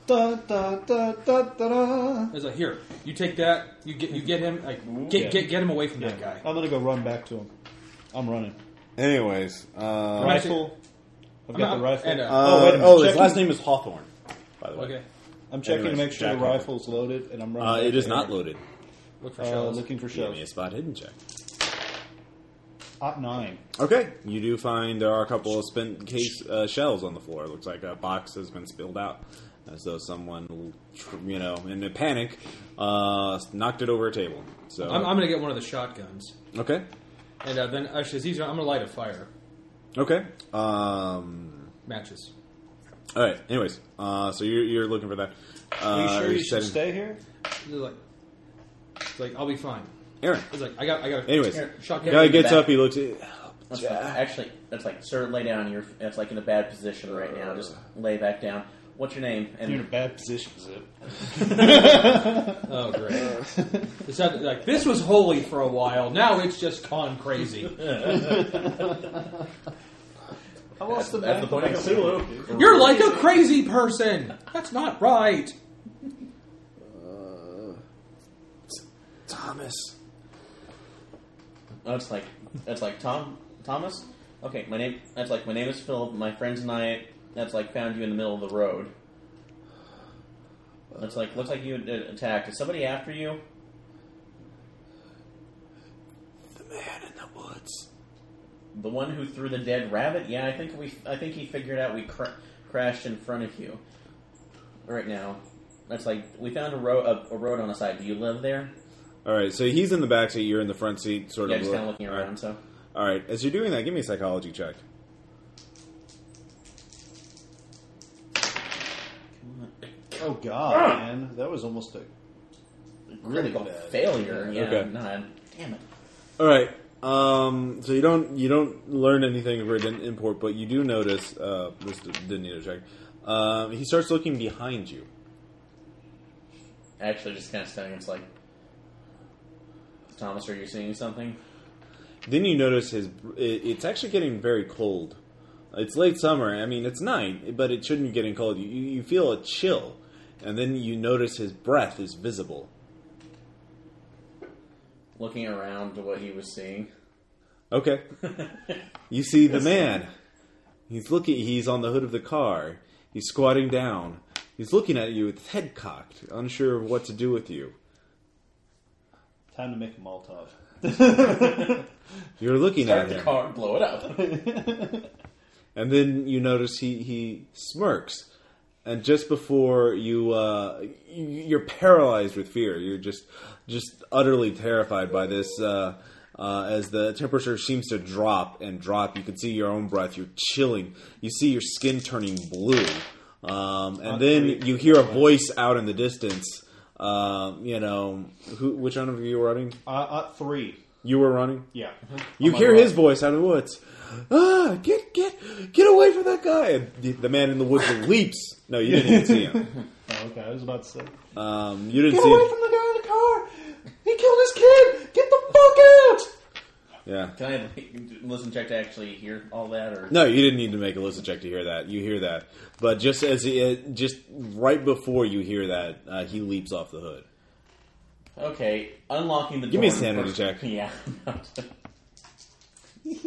C: Da, da, da, da, da, da.
E: it's like here, you take that, you get, you get him, like get,
C: Mm-hmm. Yeah.
E: get, get him away from
C: Yeah,
E: that guy.
C: I'm gonna go run back to him. I'm running.
A: Anyways, uh,
E: Right.
C: Rifle. I've got
E: I'm
C: the
E: out.
C: rifle.
E: And, uh,
A: uh,
C: oh, wait a minute.
A: oh, his
C: Checking-
A: last name is Hawthorne, by the way.
E: Okay,
C: I'm checking
A: anyways,
C: to make sure the
A: jackhammer.
C: rifle's loaded, and I'm running.
A: Uh,
C: back
A: it is
C: to
A: not
C: Eric.
A: loaded.
E: look for
C: Uh,
E: shells.
C: looking for
A: Give me a
C: shells.
A: spot hidden check.
C: Op nine.
A: Okay, you do find there are a couple of spent case uh, shells on the floor. It looks like a box has been spilled out, as though someone, you know, in a panic, uh, knocked it over a table. So
E: I'm, I'm gonna get one of the shotguns,
A: okay,
E: and uh, then actually, it's easier. I'm gonna light a fire,
A: okay. Um,
E: matches.
A: all right. Anyways, uh, so you're, you're looking for that. Uh,
C: Are you sure you should
A: setting-
C: stay here?
E: It's like, it's like I'll be fine.
A: Aaron.
E: It's like I got, I got.
A: Anyways,
E: here, shotgun.
A: guy
D: in the
A: gets
D: back.
A: up. He looks. At,
D: That's fine. Actually, that's like, sir, lay down. You're that's like in a bad position right now. Just lay back down. What's your name? And
C: You're in a bad position, Zip.
E: Oh great! It's not- like this was holy for a while. Now it's just con
B: [LAUGHS]
E: crazy.
C: I lost the
D: that's the point. of Cthulhu.
E: You're like a crazy person. That's not right.
A: Thomas.
D: Oh, it's like that's like Tom Thomas. Okay, my name. That's like my name is Philip. My friends and I. That's like found you in the middle of the road. That's like looks like you had uh, attacked. Is somebody after you?
A: The man in the woods.
D: The one who threw the dead rabbit? Yeah, I think we. I think he figured out we cra- crashed in front of you. Right now, that's like we found a road a, a road on the side. Do you live there?
A: All right, so he's in the back seat. You're in the front seat, sort
D: Yeah,
A: of.
D: just kind of
A: look-
D: looking
A: all right.
D: around. So
A: All right, as you're doing that, give me a psychology check.
C: [LAUGHS] Oh god, man, that was almost a.
D: critical
C: bad.
D: failure. Yeah,
A: Okay.
D: nah, damn it.
A: All right. Um, so you don't you don't learn anything of written import, but you do notice. Uh, this d- didn't need a check. Um, he starts looking behind you.
D: Actually, just kind of standing. It's like Thomas, are you seeing something?
A: Then you notice his. It, it's actually getting very cold. It's late summer. I mean, it's night, but it shouldn't be getting cold. You, you you feel a chill, and then you notice his breath is visible.
D: Looking around to what he was seeing.
A: Okay. you see the man. He's looking. He's on the hood of the car. He's squatting down. He's looking at you with his head cocked, unsure of what to do with you.
C: Time to make a Molotov.
A: You're looking
D: Start
A: at
D: [LAUGHS] the
A: him,
D: car, blow it up. [LAUGHS]
A: and then you notice he he smirks, and just before you, uh, you you're paralyzed with fear. You're just just utterly terrified by this. Uh, uh, as the temperature seems to drop and drop, you can see your own breath. You're chilling. You see your skin turning blue, um, and then you hear a voice out in the distance. Um, you know, who, which one of you were running?
C: Uh, uh, three.
A: You were running.
C: Yeah.
A: You
C: Oh my
A: hear
C: God.
A: his voice out of the woods. Ah, get get get away from that guy! And the, the man in the woods leaps. No, you didn't even see him.
C: Oh, okay, I was about to say.
A: Um, you didn't see him.
C: the guy in the car! He killed his kid! Get the fuck out!
A: Yeah.
D: Can I listen check to actually hear all that? Or
A: No, you didn't need to make a listen check to hear that. You hear that, but just as it, just right before you hear that, uh, he leaps off the hood.
D: okay, unlocking the
A: Give
D: door.
A: me a sanity check.
D: [LAUGHS] Yeah.
C: [LAUGHS]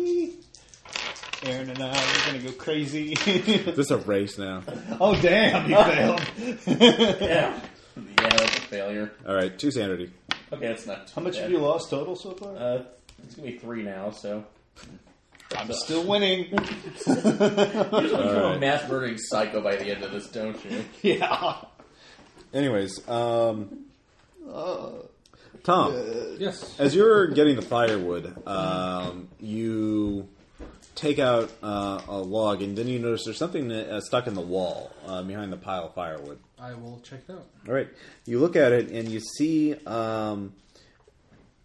C: Aaron and I are gonna go crazy. [LAUGHS]
A: Is this a race now?
C: oh damn, he failed.
D: yeah. Yeah, that's a failure.
A: All right, two sanity.
D: Okay, that's not. Too
C: [LAUGHS] How much
D: bad.
C: have you lost total so far?
D: Uh, it's gonna be three now. So
C: I'm still winning.
D: you're a
A: right.
D: mass murdering psycho by the end of this, don't you?
C: [LAUGHS] yeah.
A: Anyways, um, Tom.
E: Yes.
A: As you're getting the firewood, um, you take out uh, a log, and then you notice there's something that, uh, stuck in the wall uh, behind the pile of firewood.
B: I will check that out.
A: All right, you look at it and you see um,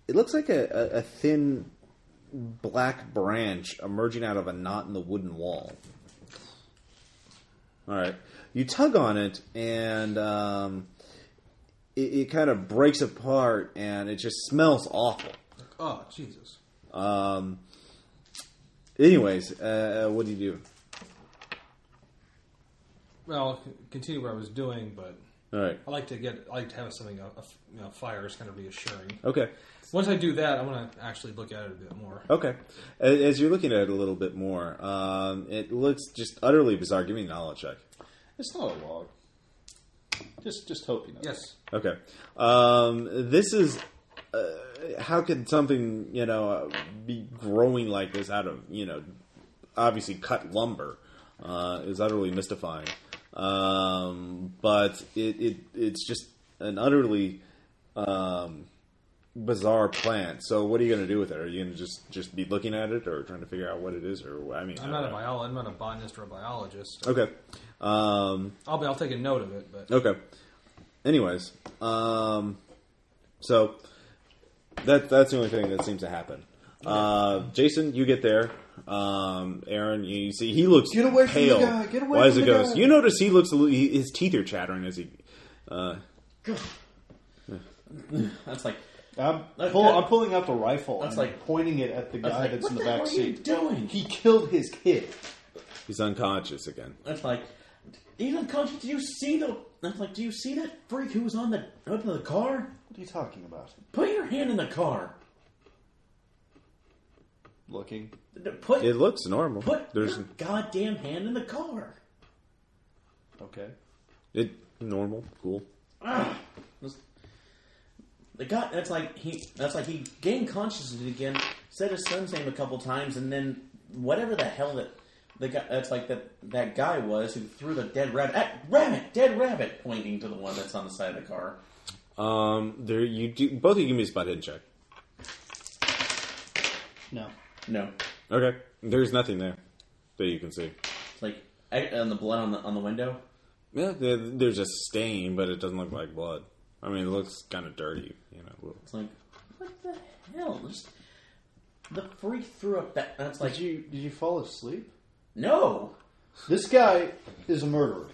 A: it looks like a, a, a thin black branch emerging out of a knot in the wooden wall. All right, you tug on it and um, it, it kind of breaks apart, and it just smells awful.
B: Oh, Jesus.
A: Um. Anyways, uh, what do you do?
B: Well, I'll c- continue what I was doing, but
A: All right.
B: I like to get, I like to have something, a, a f- you know, fire is kind of reassuring.
A: Okay.
B: Once I do that, I want to actually look at it a bit more.
A: Okay. A- As you're looking at it a little bit more, um, it looks just utterly bizarre. Give me a knowledge check.
C: It's not a log. Just, just hope you know.
B: Yes.
A: Okay. Um, this is. Uh, how could something you know uh, be growing like this out of you know obviously cut lumber uh, is utterly mystifying. Um, but it, it it's just an utterly um, bizarre plant. So what are you going to do with it? Are you going to just just be looking at it or trying to figure out what it is? Or I mean,
B: I'm
A: I
B: not a
A: don't know.
B: biologist. I'm not a botanist or a biologist.
A: Okay. Um,
B: I'll, be, I'll take a note of it, but
A: Okay. Anyways, um, so that that's the only thing that seems to happen. Uh, Jason, you get there. Um, Aaron, you see he looks
C: Get away from the
A: pale.
C: guy, get away
A: Wise
C: from
A: it
C: the
A: goes.
C: guy.
A: You notice he looks a little, he- his teeth are chattering as he. Uh,
D: [LAUGHS] That's like,
C: I'm,
D: Look,
C: Um, pull,
D: uh,
C: I'm pulling out the rifle.
D: that's
C: and
D: like-
C: pointing it at the
D: that's
C: guy
D: like
C: that's
D: what
C: in
D: the,
C: the, back
D: hell are you
C: seat.
D: doing?
C: He killed his kid.
A: he's unconscious again.
D: That's like, he's unconscious. Do you see the? That's like, do you see that freak who was on the up in the car?
C: What are you talking about?
D: Put your hand in the car.
C: Looking.
D: Put
A: It looks normal.
D: put
A: There's
D: your goddamn hand in the car.
C: Okay.
A: it normal, cool.
D: The guy that's like he that's like he gained consciousness again, said his son's name a couple times, and then whatever the hell that the guy that's like that that guy was who threw the dead rabbit at rabbit, dead rabbit, pointing to the one that's on the side of the car.
A: Um, there you do. Both of you give me a spot hidden check.
C: No.
D: No,
A: Okay, there's nothing there that you can see.
D: it's like I- and the blood on the on the window.
A: Yeah, there, there's a stain, but it doesn't look like blood. I mean, it looks kind of dirty, you know. a little.
D: It's like what the hell? Just, the freak threw up that. That's like
C: Did you did you fall asleep?
D: no.
C: This guy is a murderer.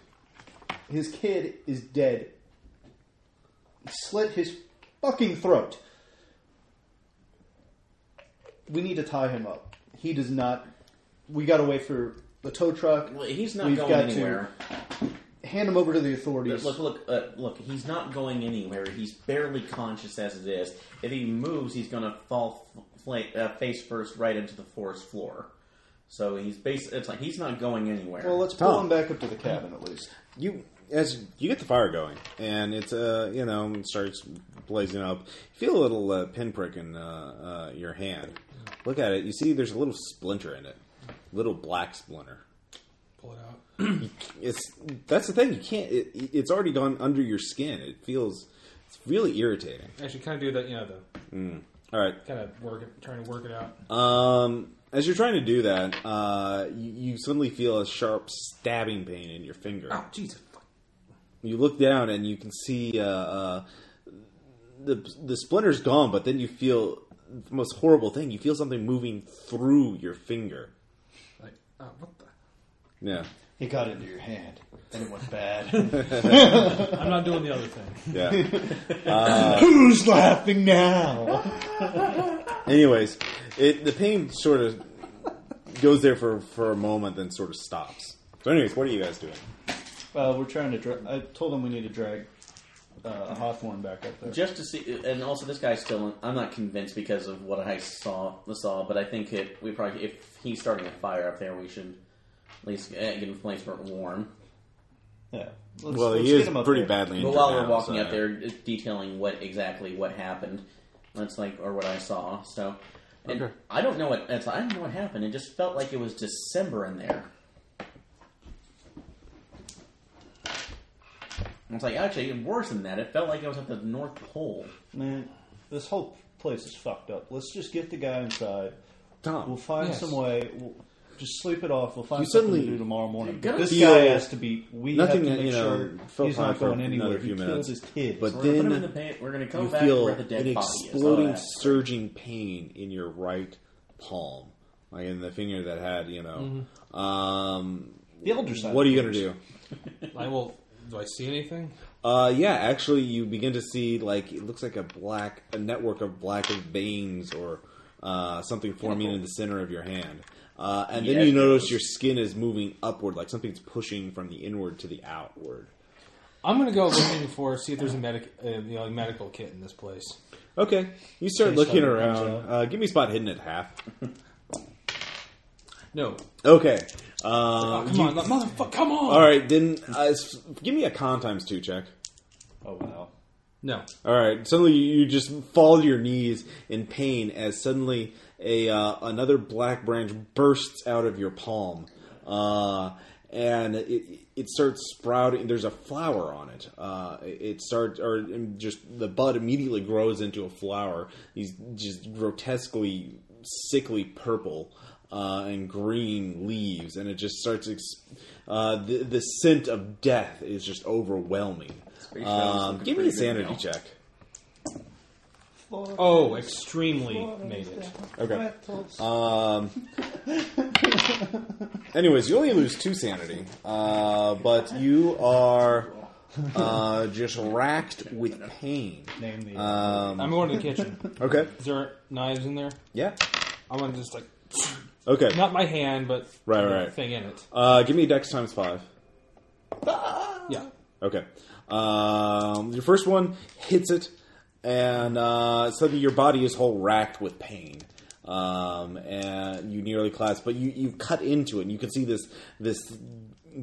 C: His kid is dead. He slit his fucking throat. We need to tie him up. He does not. We got to wait for the tow truck.
D: Well, He's not
C: We've
D: going
C: got to-
D: anywhere.
C: Hand him over to the authorities.
D: Look, look, uh, look! He's not going anywhere. He's barely conscious as it is. If he moves, he's going to fall f- fla- uh, face first right into the forest floor. So he's basically it's like he's not going anywhere.
C: Well, let's pull
A: Tom.
C: him back up to the cabin at least.
A: You as you get the fire going, and it's uh you know it starts blazing up. You feel a little uh, pinprick in uh, uh, your hand. Look at it. You see, there's a little splinter in it, little black splinter.
B: pull it out.
A: It's that's the thing. You can't. It, it's already gone under your skin. It feels it's really irritating.
B: Actually, kind of do that, you know, the
A: All right.
B: kind of work it, trying to work it out.
A: Um, as you're trying to do that, uh, you, you suddenly feel a sharp stabbing pain in your finger.
B: Oh, Jesus. fuck.
A: You look down and you can see uh, uh, the the splinter's gone, but then you feel the most horrible thing. You feel something moving through your finger.
B: Like,
A: uh,
B: oh, what the?
A: Yeah,
C: It got into your hand, and it went bad. [LAUGHS]
B: I'm not doing the other thing.
A: yeah.
C: Who's laughing now?
A: Anyways, it the pain sort of goes there for for a moment, then sort of stops. So, anyways, what are you guys doing?
C: Uh, we're trying to. Dra- I told him we need to drag uh, Hawthorne back up there.
D: Just to see, and also this guy's still. in- I'm not convinced because of what I saw. Saw, but I think if we probably if he's starting a fire up there, we should at least uh, get him a place where it's warm.
C: yeah. Let's,
A: well,
C: let's
A: he
C: get
A: is
C: him up
A: pretty
C: there.
A: badly injured.
D: But while we're
A: now,
D: walking
A: so-
D: up there, just detailing what exactly what happened, that's like or what I saw. So, and
A: Okay.
D: I don't know what it's, I don't know what happened. It just felt like it was December in there. It's like actually even worse than that. It felt like I was at the North Pole.
C: Man, this whole place is fucked up. Let's just get the guy inside.
A: Tom,
C: We'll find
B: Yes.
C: some way. We'll, Just sleep it off. We'll find
A: You
C: something
A: suddenly-
C: to do tomorrow morning.
D: gotta
C: But this
A: feel
C: guy has to be. We
A: nothing
C: have
A: that,
C: to
A: you
C: make
A: know,
C: sure
A: felt
C: he's
A: fine
C: not
A: for
C: going anywhere.
A: another
C: He
A: few
C: killed
A: minutes.
C: his kids.
A: But
D: We're gonna put him in
A: then
D: the paint. We're gonna come
A: you
D: back.
A: feel
D: we're at the dead
A: an
D: body. Oh, It's all
A: exploding,
D: that.
A: surging pain in your right palm, like in the finger that had, you know. Um,
C: the elder side.
A: what are you gonna do?
B: I will. Do I see anything?
A: Uh, yeah, actually, you begin to see like it looks like a black, a network of black veins or uh, something forming in the center of your hand, uh, and then
D: Yes,
A: you notice
D: those.
A: your skin is moving upward, like something's pushing from the inward to the outward.
B: I'm gonna go looking for see if there's a medic, uh, you know, a medical kit in this place.
A: Okay, you start
C: Okay,
A: looking
C: so it comes
A: around.
C: out.
A: Uh, give me spot hidden at half.
B: No.
A: Okay. Uh,
B: Oh, come on, motherfucker! Come on.
A: all right, then uh, s- give me a con times two check.
C: Oh wow.
B: No.
A: All right. Suddenly, you you just fall to your knees in pain as suddenly a uh, another black branch bursts out of your palm, uh, and it it starts sprouting. There's a flower on it. Uh, it starts, or it just the bud immediately grows into a flower. These just grotesquely sickly purple. Uh, and green leaves, and it just starts. Ex- uh, the, the scent of death is just overwhelming.
D: Space Shuttle is
A: Um,
D: looking
A: give me
D: pretty
A: a
D: good
A: sanity
D: now.
A: check.
B: Oh, extremely made it.
A: Okay.
C: Uh,
A: Um, anyways, you only lose two sanity, uh, but you are uh, just racked with pain.
C: Name the.
A: Um,
B: I'm going to the kitchen.
A: okay.
B: Is there knives in there?
A: Yeah.
B: I want to just like
A: Okay.
B: not my hand, but
A: Right,
B: the
A: right.
B: thing in it.
A: Uh, give me dex times five.
B: Yeah.
A: Okay. Um, your first one hits it, and uh, suddenly your body is whole racked with pain. Um, and you nearly collapse, but you, you cut into it, and you can see this this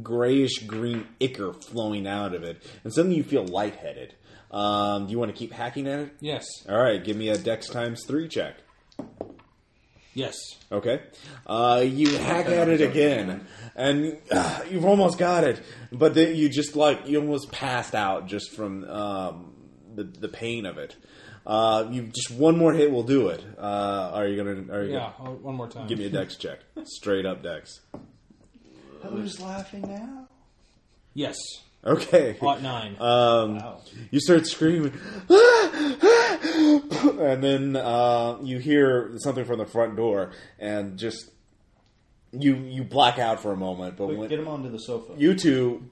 A: grayish green ichor flowing out of it, and suddenly you feel lightheaded. Um, do you want to keep hacking at it?
B: Yes.
A: All right, give me a dex times three check.
B: Yes.
A: Okay. Uh, you hack at it again, and uh, you've almost got it, but then you just like you almost passed out just from um, the the pain of it. Uh, you just one more hit will do it. Uh, are you gonna? Are you
B: Yeah.
A: gonna
B: oh, One more time.
A: give me a dex check? Straight up dex.
C: Who's laughing now?
B: Yes.
A: Okay.
B: Lot nine.
A: Uh,
C: Wow.
A: You start screaming, [LAUGHS] and then uh, you hear something from the front door, and just you you black out for a moment. But
C: Quick,
A: when,
C: get him onto the sofa.
A: you two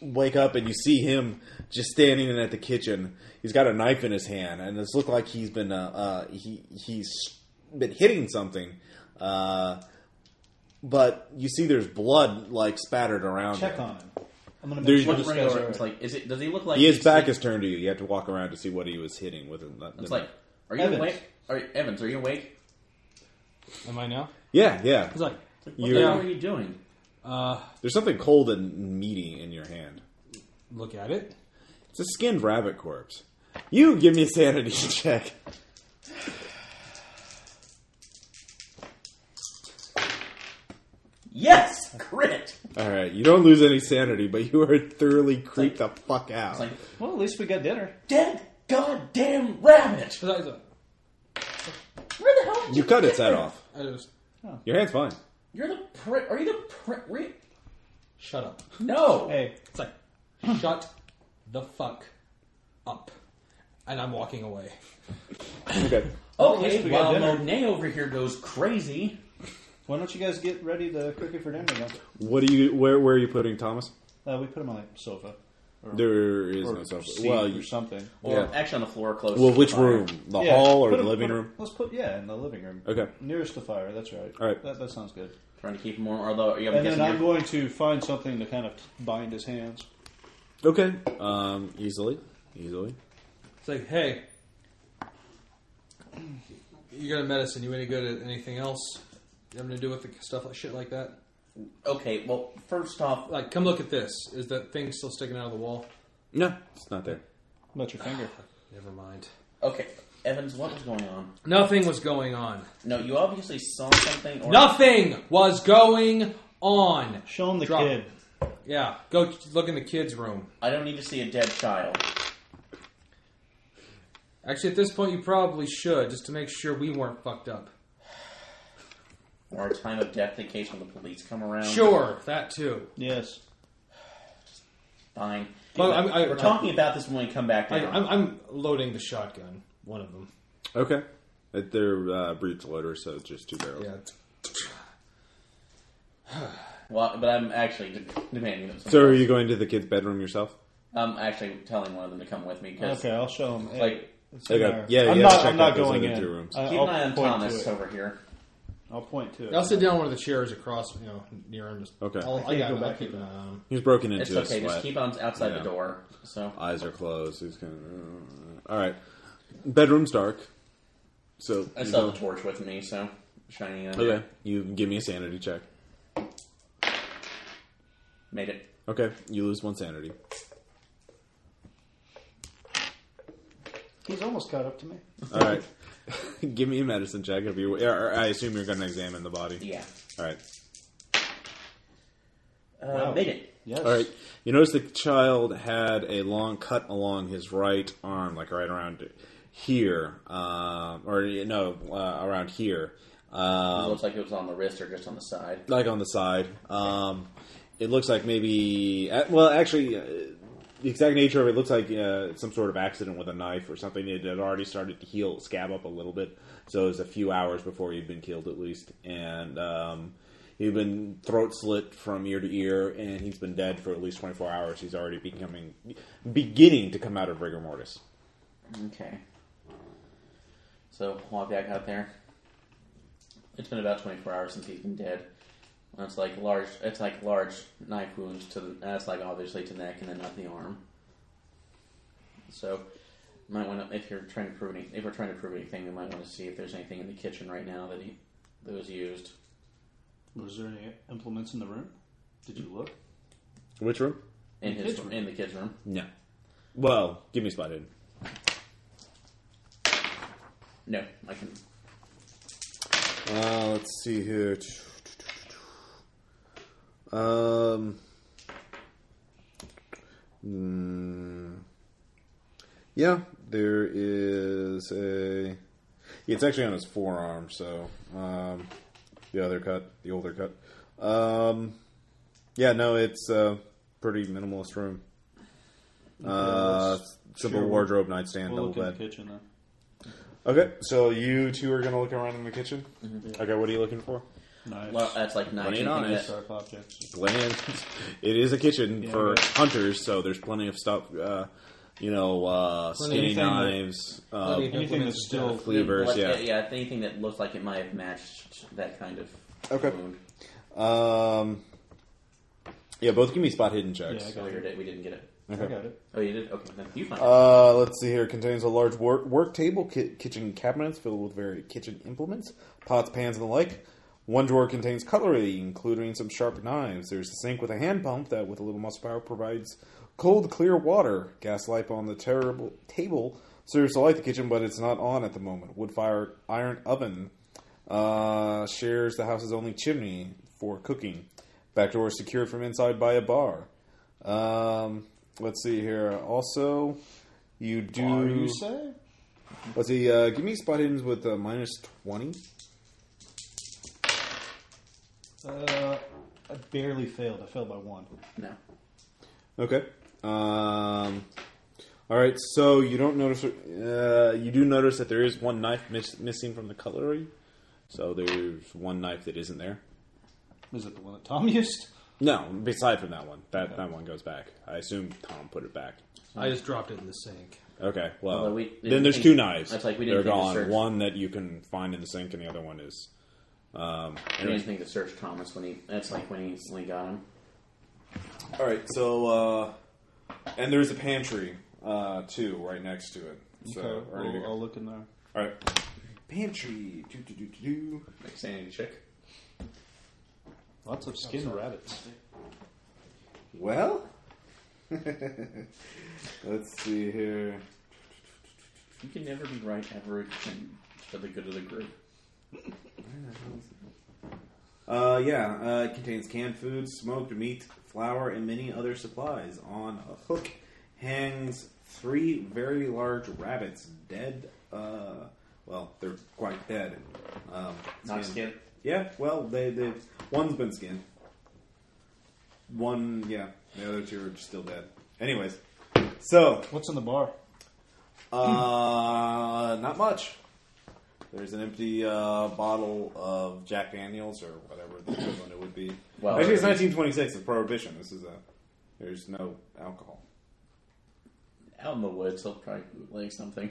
A: wake up and you see him just standing in at the kitchen. He's got a knife in his hand, and it's looked like he's been uh, uh, he he's been hitting something. Uh, but you see, there's blood like spattered around.
C: Check
A: him.
C: on him. I'm gonna
A: There's
C: make sure this
D: Look
A: just
D: right
C: guy's
D: over.
C: all
D: It's
C: right.
D: like, is it? Does he look like
A: His
D: he's
A: back
D: Like,
A: is turned to you. You have to walk around to see what he was hitting with. him.
D: it's like, are you
C: Evans.
D: awake? Are, Evans, are you awake?
B: Am I now?
A: yeah, yeah.
B: It's like
D: What
A: You're-
D: the hell are you doing?
B: uh,
A: There's something cold and meaty in your hand.
B: look at it.
A: It's a skinned rabbit corpse. You give me a sanity [LAUGHS] check.
D: Yes, [LAUGHS] crit.
A: All right, you don't lose any sanity, but you are thoroughly creeped the fuck out.
D: It's like
C: Well, at least we got dinner.
D: dead goddamn rabbit.
B: It's like- it's like-
D: Where the hell? Did
A: You cut its head off.
B: I just
A: Your hand's fine.
D: You're the pri Are you the pri Re-
B: shut [LAUGHS] up.
D: no.
C: Hey,
B: It's like shut the fuck up, and I'm walking away.
A: Okay.
C: At
D: Okay,
C: least we
D: while
C: got dinner.
D: Monet over here goes crazy,
C: why don't you guys get ready to cook it for dinner? Then?
A: What are you? Where, where are you putting Thomas?
C: Uh, we put him on the sofa. Or,
A: There is
C: or
A: no sofa.
C: seat
A: Well,
C: or
A: you,
C: something.
D: or
A: Yeah.
D: actually on the floor close.
A: well,
D: to
A: which
D: the fire.
A: room? The
C: Yeah,
A: hall or
C: put
A: the
C: him-
A: living
C: put him-
A: room?
C: Let's put yeah in the living room.
A: Okay.
C: nearest the fire. That's right.
A: All right.
C: that, that sounds good.
D: Trying to keep him warm, although yeah, I'm
C: And then
D: guessing
C: I'm
D: you're-
C: going to find something to kind of bind his hands.
A: Okay. Um, easily, easily.
B: It's like, hey, you got a medicine. You any good at anything else? Having to do with the stuff like shit like that.
D: okay. Well, first off,
B: Like, come look at this. Is that thing still sticking out of the wall?
A: No, it's not there.
C: What About your
A: [SIGHS]
C: finger.
B: Never mind.
D: okay, Evans, what was going on?
B: Nothing was going on.
D: No, you obviously saw something. Or
B: Nothing was going on.
C: Show him the
B: Drop.
C: kid.
B: Yeah, go look in the kids' room.
D: I don't need to see a dead child.
B: Actually, at this point, you probably should, just to make sure we weren't fucked up.
D: or a time of death in case when the police come around.
B: Sure, that too.
C: Yes.
D: Fine.
B: Well, I'm- I-
D: We're
B: I-
D: talking about this when we come back
B: I,
D: down.
B: I'm, I'm loading the shotgun. One of them.
A: Okay. Uh, They're uh, breech loaders, so it's just two barrels.
B: Yeah.
D: Well, but I'm actually de- demanding that.
A: So are you going to the kid's bedroom yourself?
D: I'm actually telling one of them to come with me because,
C: Okay, I'll show him.
D: like,
A: Okay. Yeah,
C: I'm
A: yeah,
C: Not,
A: check
C: I'm not
A: out those
C: going
A: other
C: in.
A: two rooms.
C: I,
D: keep
C: I'll
D: an eye on
C: point
D: Thomas
C: to it.
D: over here.
C: I'll point to it.
B: I'll sit down on one of the chairs across, you know, near him. Just,
A: Okay.
B: I'll,
C: I
B: I
C: can't
B: got
C: go
B: him. I'll
C: back
B: keep
C: in.
B: an eye on him.
A: He's broken into
D: It's
A: a
D: okay. Just
A: sweat.
D: keep on outside
A: Yeah.
D: the door. So
A: Eyes are closed. He's kind of. All right. Bedroom's dark. So
D: I still have the torch with me, so uh, shining on
A: okay.
D: it.
A: You give me a sanity check.
D: Made it.
A: Okay. You lose one sanity.
C: He's almost caught up to me.
A: All right. [LAUGHS] give me a medicine check if you. Or, or I assume you're going to examine the body.
D: Yeah.
A: All right.
D: Uh, Made it.
C: Yes.
A: All right. You notice the child had a long cut along his right arm, like right around here, um, or no, uh, around here,
D: It
A: um,
D: looks like it was on the wrist or just on the side.
A: like on the side. Um, it looks like maybe. uh, Well, actually, uh, the exact nature of it looks like uh, some sort of accident with a knife or something. It had already started to heal, scab up a little bit, so it was a few hours before he'd been killed, at least, and. Um, He'd been throat slit from ear to ear, and he's been dead for at least 24 hours. He's already becoming, beginning to come out of rigor mortis.
D: Okay. So walk back out there. It's been about 24 hours since he's been dead. And It's like large. It's like large knife wounds to the. That's like obviously to neck and then up the arm. So, might want to if you're trying to prove any, if we're trying to prove anything, we might want to see if there's anything in the kitchen right now that he that was used.
C: Was there any implements in the room? Did you look?
A: Which room?
D: In
C: The
D: his
C: kids' room.
D: in the kids' room.
A: No. Well, give me a spot hidden.
D: No, I can.
A: Uh, let's see here. Um. mm, yeah, there is a. It's actually on his forearm, so um, the other cut, the older cut. Um, yeah, no, it's a pretty minimalist room. Uh,
C: let's-
A: simple
C: sure,
A: wardrobe, nightstand,
C: We'll look
A: double
C: in the
A: bed.
C: kitchen then.
A: Okay, so you two are gonna look around in the kitchen. Okay, what are you looking for?
C: Knives.
D: Well, that's like knife.
A: Running on it.
C: sharp objects.
A: Plenty. Of, [LAUGHS] it is a kitchen
C: Yeah,
A: for
C: okay.
A: hunters, so there's plenty of stuff. Uh, you know, uh, skinny
C: Anything that-
A: knives. Uh,
B: Plenty of
C: Anything
B: implements
C: that's
B: and
C: still
B: stuff.
A: Cleavers, yeah.
D: yeah. Anything that looked like it might have matched that kind of
A: Okay.
D: wound.
A: um, yeah, both give me spot hidden
C: Yeah, I
A: checks.
C: got
D: Earlier
C: it.
D: did we didn't get it.
C: I got it.
D: Oh, you did? Okay, then you find it.
A: Uh, let's see here. Contains a large work, work table, ki- kitchen cabinets filled with various kitchen implements, pots, pans, and the like. One drawer contains cutlery, including some sharp knives. There's a sink with a hand pump that, with a little muscle power, provides cold, clear water. Gas lamp on the terrible table serves to light the kitchen, but it's not on at the moment. Wood fire iron oven uh, shares the house's only chimney for cooking. Back door is secured from inside by a bar. Um, let's see here. Also, you do.
C: Are you say?
A: Let's see. Uh, give me spot hiddens with uh, minus twenty.
C: Uh, I barely failed. I failed by one.
D: No.
A: Okay. Um, all right. So you don't notice. Uh, you do notice that there is one knife miss- missing from the cutlery. So there's one knife that isn't there.
C: Is it the one that Tom [LAUGHS] used?
A: No, beside from that one. That that one goes back. I assume Tom put it back.
B: I just dropped it in the sink.
A: Okay. Well,
D: Although we
A: then
D: didn't
A: there's
D: think-
A: two knives.
D: that's like we
A: They're
D: didn't think
A: gone.
D: to search.
A: One that you can find in the sink, and the other one is.
D: I didn't think to search Thomas when he. That's like when he, when he got him.
F: All right, so uh, and there's a pantry uh, too, right next to it. So
C: Okay,
F: ready to
C: I'll,
F: go.
C: I'll look in there.
F: all right, pantry. Do, do, do, do, do.
D: Like sanity check.
C: Lots of skinned rabbits.
F: Well, [LAUGHS] let's see here.
D: You can never be right ever again for the good of the group.
F: Uh, yeah, uh, it contains canned food, smoked meat, flour, and many other supplies. On a hook hangs three very large rabbits, dead. Uh, well, they're quite dead. Um,
D: Not
F: skin-
D: skin.
A: Yeah, well, they they one's been skinned. One, yeah, the other two are still dead. Anyways, so
G: What's in the bar?
A: uh, not much. There's an empty uh, bottle of Jack Daniels or whatever the equivalent it would be.
D: Well,
A: Actually, it's
D: there is-
A: 1926. It's prohibition. This is a there's no alcohol.
D: Out in the woods, he'll probably bootleg something.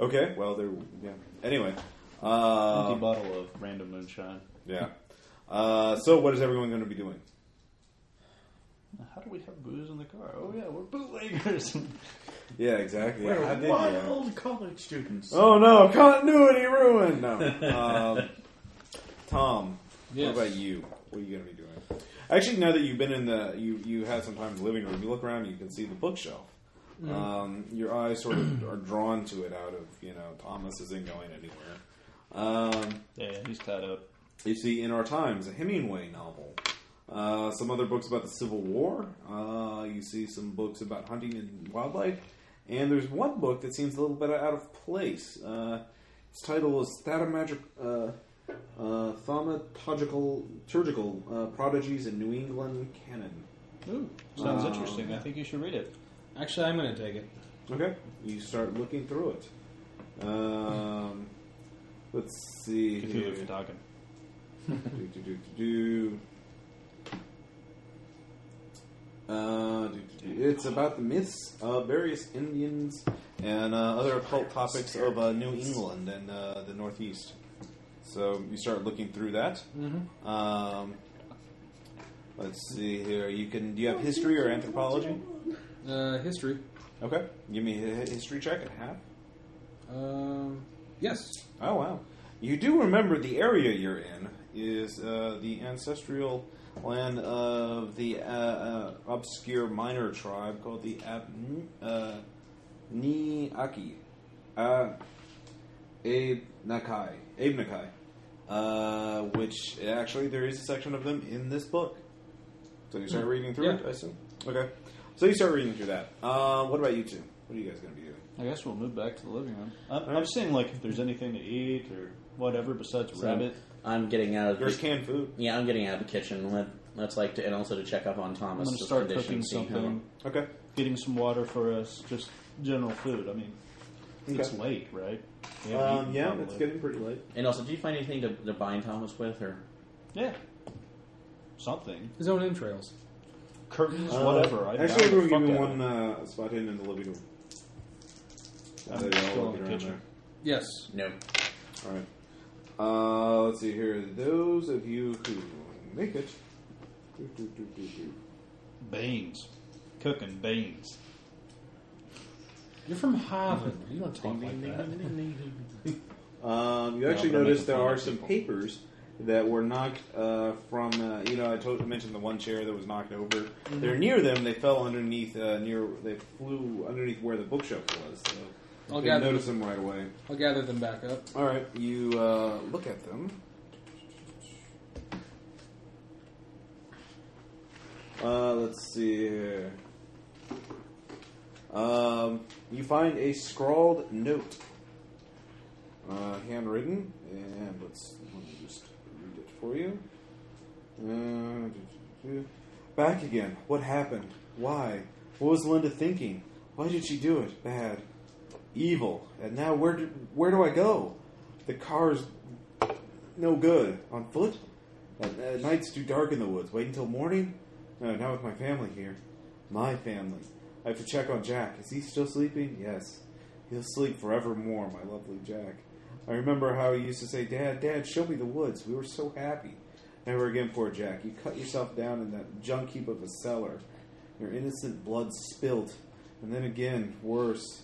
A: Okay, well there. Yeah. Anyway, uh,
C: Empty bottle of random moonshine.
A: yeah. Uh, so what is everyone going to be doing?
C: How do we have booze in the car? Oh yeah, we're bootleggers.
A: Yeah, exactly.
C: [LAUGHS]
D: We're
A: I did, yeah.
D: wild college students.
A: Oh no, continuity ruined. No, um, Tom.
H: Yes.
A: What about you? What are you going to be doing? Actually, now that you've been in the you you had some time in the living room, you look around, and you can see the bookshelf. Um, your eyes sort of are drawn to it out of you know Thomas isn't going anywhere. Um,
C: yeah, he's tied up.
A: you see in our times a Hemingway novel, uh, some other books about the Civil War. Uh, you see some books about hunting and wildlife, and there's one book that seems a little bit out of place. Uh, its title is Thaumaturg- uh, uh, Thaumaturgical Turgical uh, Prodigies in New England Canon.
G: Ooh, sounds
A: Uh,
G: interesting. I think you should read it.
B: Actually, I'm going to take it.
A: Okay, you start looking through it. Um, let's see.
C: Cthulhu
A: here.
C: for talking.
A: do, do, do, do, do. Uh, do, do, do. It's about the myths of various Indians and uh, other occult topics of uh, New England and uh, the Northeast. So you start looking through that. Mm-hmm. Um, let's see here. You can. Do you have history or anthropology?
B: Uh, history.
A: Okay, give me a hi- history check and half.
B: Um, yes.
A: Oh wow! You do remember the area you're in is uh, the ancestral land of the uh, uh, obscure minor tribe called the Ab- uh, Niaki, uh, Abnakai, Abnakai, uh, which actually there is a section of them in this book. So you start reading through
B: Yeah.
A: it, I assume. Okay, so you start reading through that. Uh, what about you two? What are you guys going to be doing?
C: I guess we'll move back to the living room. I'm,
A: Alright.
C: I'm seeing like if there's anything to eat or whatever besides
D: So,
C: rabbit.
D: I'm getting out of
A: There's
D: the,
A: canned food.
D: yeah, I'm getting out of the kitchen. Let, let's like to, and also to check up on
C: I'm
D: Thomas.
C: gonna start cooking something,
A: Okay.
C: getting some water for us, just general food. I mean, it's
A: Okay.
C: late, right? We haven't
A: Um,
C: eaten
A: yeah,
C: probably.
A: it's getting pretty late.
D: And also, do you find anything to, to bind Thomas with, or
C: Yeah, something,
B: His own entrails.
C: curtains, whatever. I
A: Uh, Actually,
C: we're
A: everyone give me one uh, spot hidden in the living room.
C: I'm
A: There you go,
C: still
A: look
C: in the
A: around
C: kitchen.
B: Yes.
D: no?
A: there. All right. Uh, let's see here. Those of you who make it. Do, do, do, do, do.
C: Beans, cooking beans.
B: You're from Harvard. You don't talk like that.
A: Um, you actually
D: but I'm
A: noticed
D: making
A: there
D: fun
A: are
D: of
A: some
D: people.
A: papers that were knocked uh, from. Uh, you know, I told, mentioned the one chair that was knocked over.
C: Mm-hmm.
A: They're near them. They fell underneath. Uh, near they flew underneath where the bookshelf was. So
B: I'll
A: they
B: gather-
A: noticed them right away.
B: I'll gather them back up.
A: All right, you uh, look at them. Uh, let's see here. Um, you find a scrawled note, uh, handwritten, and let's let me just read it for you. Uh, back again. What happened? Why? What was Linda thinking? Why did she do it? Bad evil. And now where do, where do I go? The car's no good. On foot? At, at night's too dark in the woods. Wait until morning? No, not with my family here. My family. I have to check on Jack. Is he still sleeping? Yes. He'll sleep forevermore, my lovely Jack. I remember how he used to say, Dad, Dad, show me the woods. We were so happy. Never again, poor Jack. You cut yourself down in that junk heap of a cellar. Your innocent blood spilt. And then again, worse.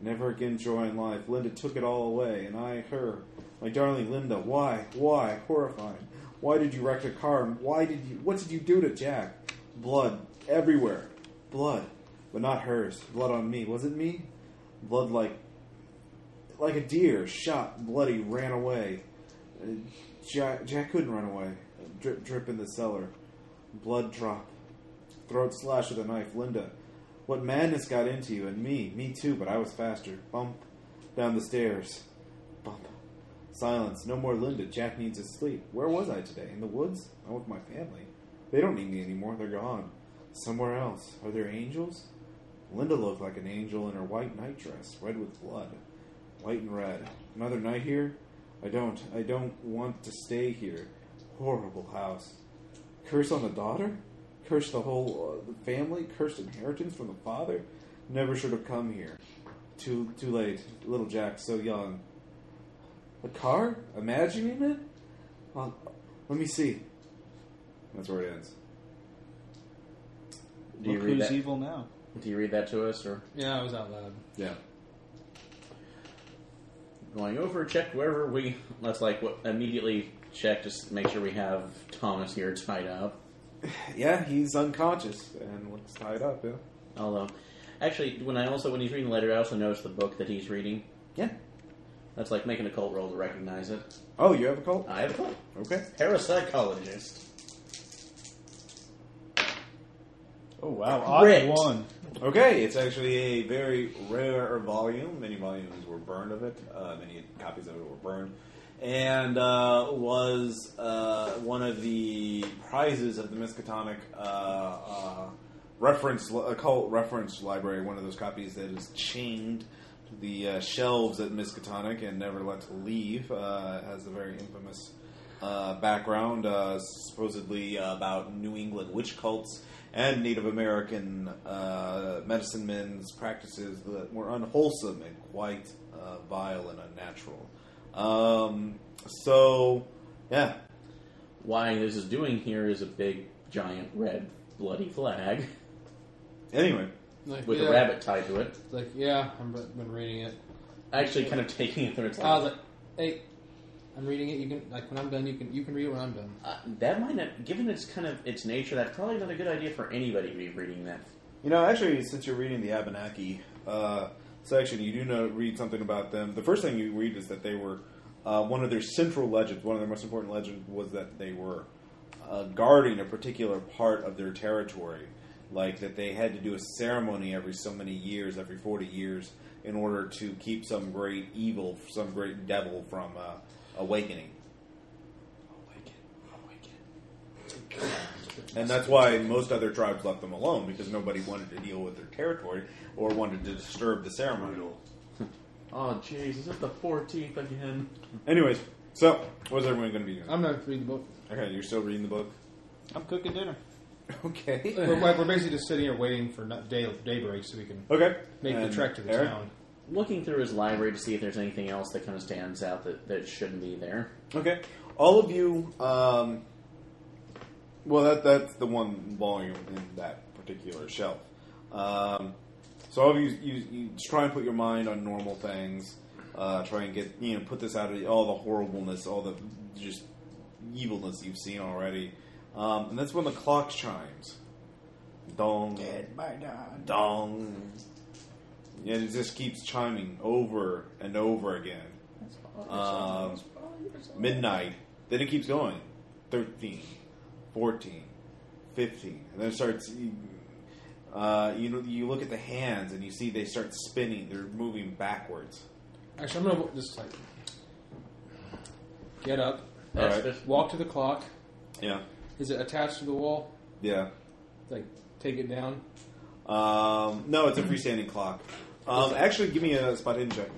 A: Never again joy in life. Linda took it all away, and I her. My darling Linda, why, why, horrifying? Why did you wreck the car? And Why did you? What did you do to Jack? Blood everywhere, blood, but not hers. Blood on me. Was it me? Blood like, like a deer shot, bloody, ran away. Uh, Jack, Jack couldn't run away. Uh, Drip, drip in the cellar. Blood drop. Throat slash with a knife. Linda, what madness got into you and me? Me too, but I was faster. Bump down the stairs. Bump. Silence. No more Linda. Jack needs his sleep. Where was I today? In the woods? I'm with my family. They don't need me anymore. They're gone. Somewhere else. Are there angels? Linda looked like an angel in her white nightdress, red with blood. White and red. Another night here? I don't. I don't want to stay here. Horrible house. Curse on the daughter? Curse the whole uh, family? Curse inheritance from the father? Never should have come here. Too too late. Little Jack, so young. A car? Imagining it? Uh, let me see. That's where it ends.
D: Do you
C: Look
D: read
C: who's
D: that?
C: evil now.
D: Do you read that to us or
B: Yeah, it was out loud.
A: Yeah.
D: going over? Check wherever we. Let's like what, immediately check. Just make sure we have Thomas here tied up.
A: Yeah, he's unconscious and looks tied up, yeah.
D: Although, actually, when I also when he's reading the letter, I also noticed the book that he's reading.
A: Yeah.
D: That's like making a cult roll to recognize it.
A: Oh, you have a cult?
D: I have a cult.
A: Okay.
D: Parapsychologist.
C: Oh wow, odd
D: Crit.
C: one.
A: Okay, it's actually a very rare volume. Many volumes were burned of it. Uh, many copies of it were burned, and uh, was uh, one of the prizes of the Miskatonic uh, uh, reference occult reference library. One of those copies that is chained to the uh, shelves at Miskatonic and never let to leave. Uh, has a very infamous uh, background, uh, supposedly about New England witch cults and Native American uh, medicine men's practices that were unwholesome and quite uh, vile and unnatural. Um, so, yeah,
D: Why this is doing here is a big, giant red bloody flag
A: anyway.
B: Like,
D: with
B: yeah.
D: a rabbit tied to it.
B: It's like, yeah, I've been reading it.
D: Actually, kind of [LAUGHS] taking it through its
B: I was like, hey, I'm reading it. You can like when I'm done. You can you can read it when I'm done.
D: Uh, that might not, given its kind of its nature, that's probably not a good idea for anybody to be reading that.
A: You know, actually, since you're reading the Abenaki uh, section, you do know read something about them. The first thing you read is that they were uh, one of their central legends. One of their most important legends was that they were uh, guarding a particular part of their territory, like that they had to do a ceremony every so many years, every forty years, in order to keep some great evil, some great devil from uh, awakening. And that's why most other tribes left them alone because nobody wanted to deal with their territory or wanted to disturb the ceremony.
D: Oh, jeez, is it the 14th again?
B: Mm-hmm.
A: Anyways, so what's everyone going to be doing?
B: I'm not reading the book.
A: Okay, you're still reading the book. [LAUGHS]
C: I'm cooking dinner.
A: Okay.
B: [LAUGHS] We're, like, we're basically just sitting here waiting for not- day daybreak so we can
A: Okay.
B: make
A: And
B: the trek to the
A: Eric?
B: town.
D: Looking through his library to see if there's anything else that kind of stands out that, that shouldn't be there.
A: Okay. All of you. Um, well, that that's the one volume in that particular shelf. Um, so all of you, you, you just try and put your mind on normal things. Uh, try and get you know put this out of all the horribleness, all the just evilness you've seen already. Um, and that's when the clock chimes. Dong. Dong. And it just keeps chiming over and over again. Um, midnight. Then it keeps going. 13, 14, 15. And then it starts. Uh, you, you look at the hands and you see they start spinning. They're moving backwards.
B: Actually, I'm gonna just like get up,
D: That's
A: Alright.
D: just-
B: walk to the clock.
A: Yeah.
B: Is it attached to the wall?
A: Yeah.
B: Like take it down.
A: Um, no, it's a freestanding clock. Um, actually, give me a spot hidden check.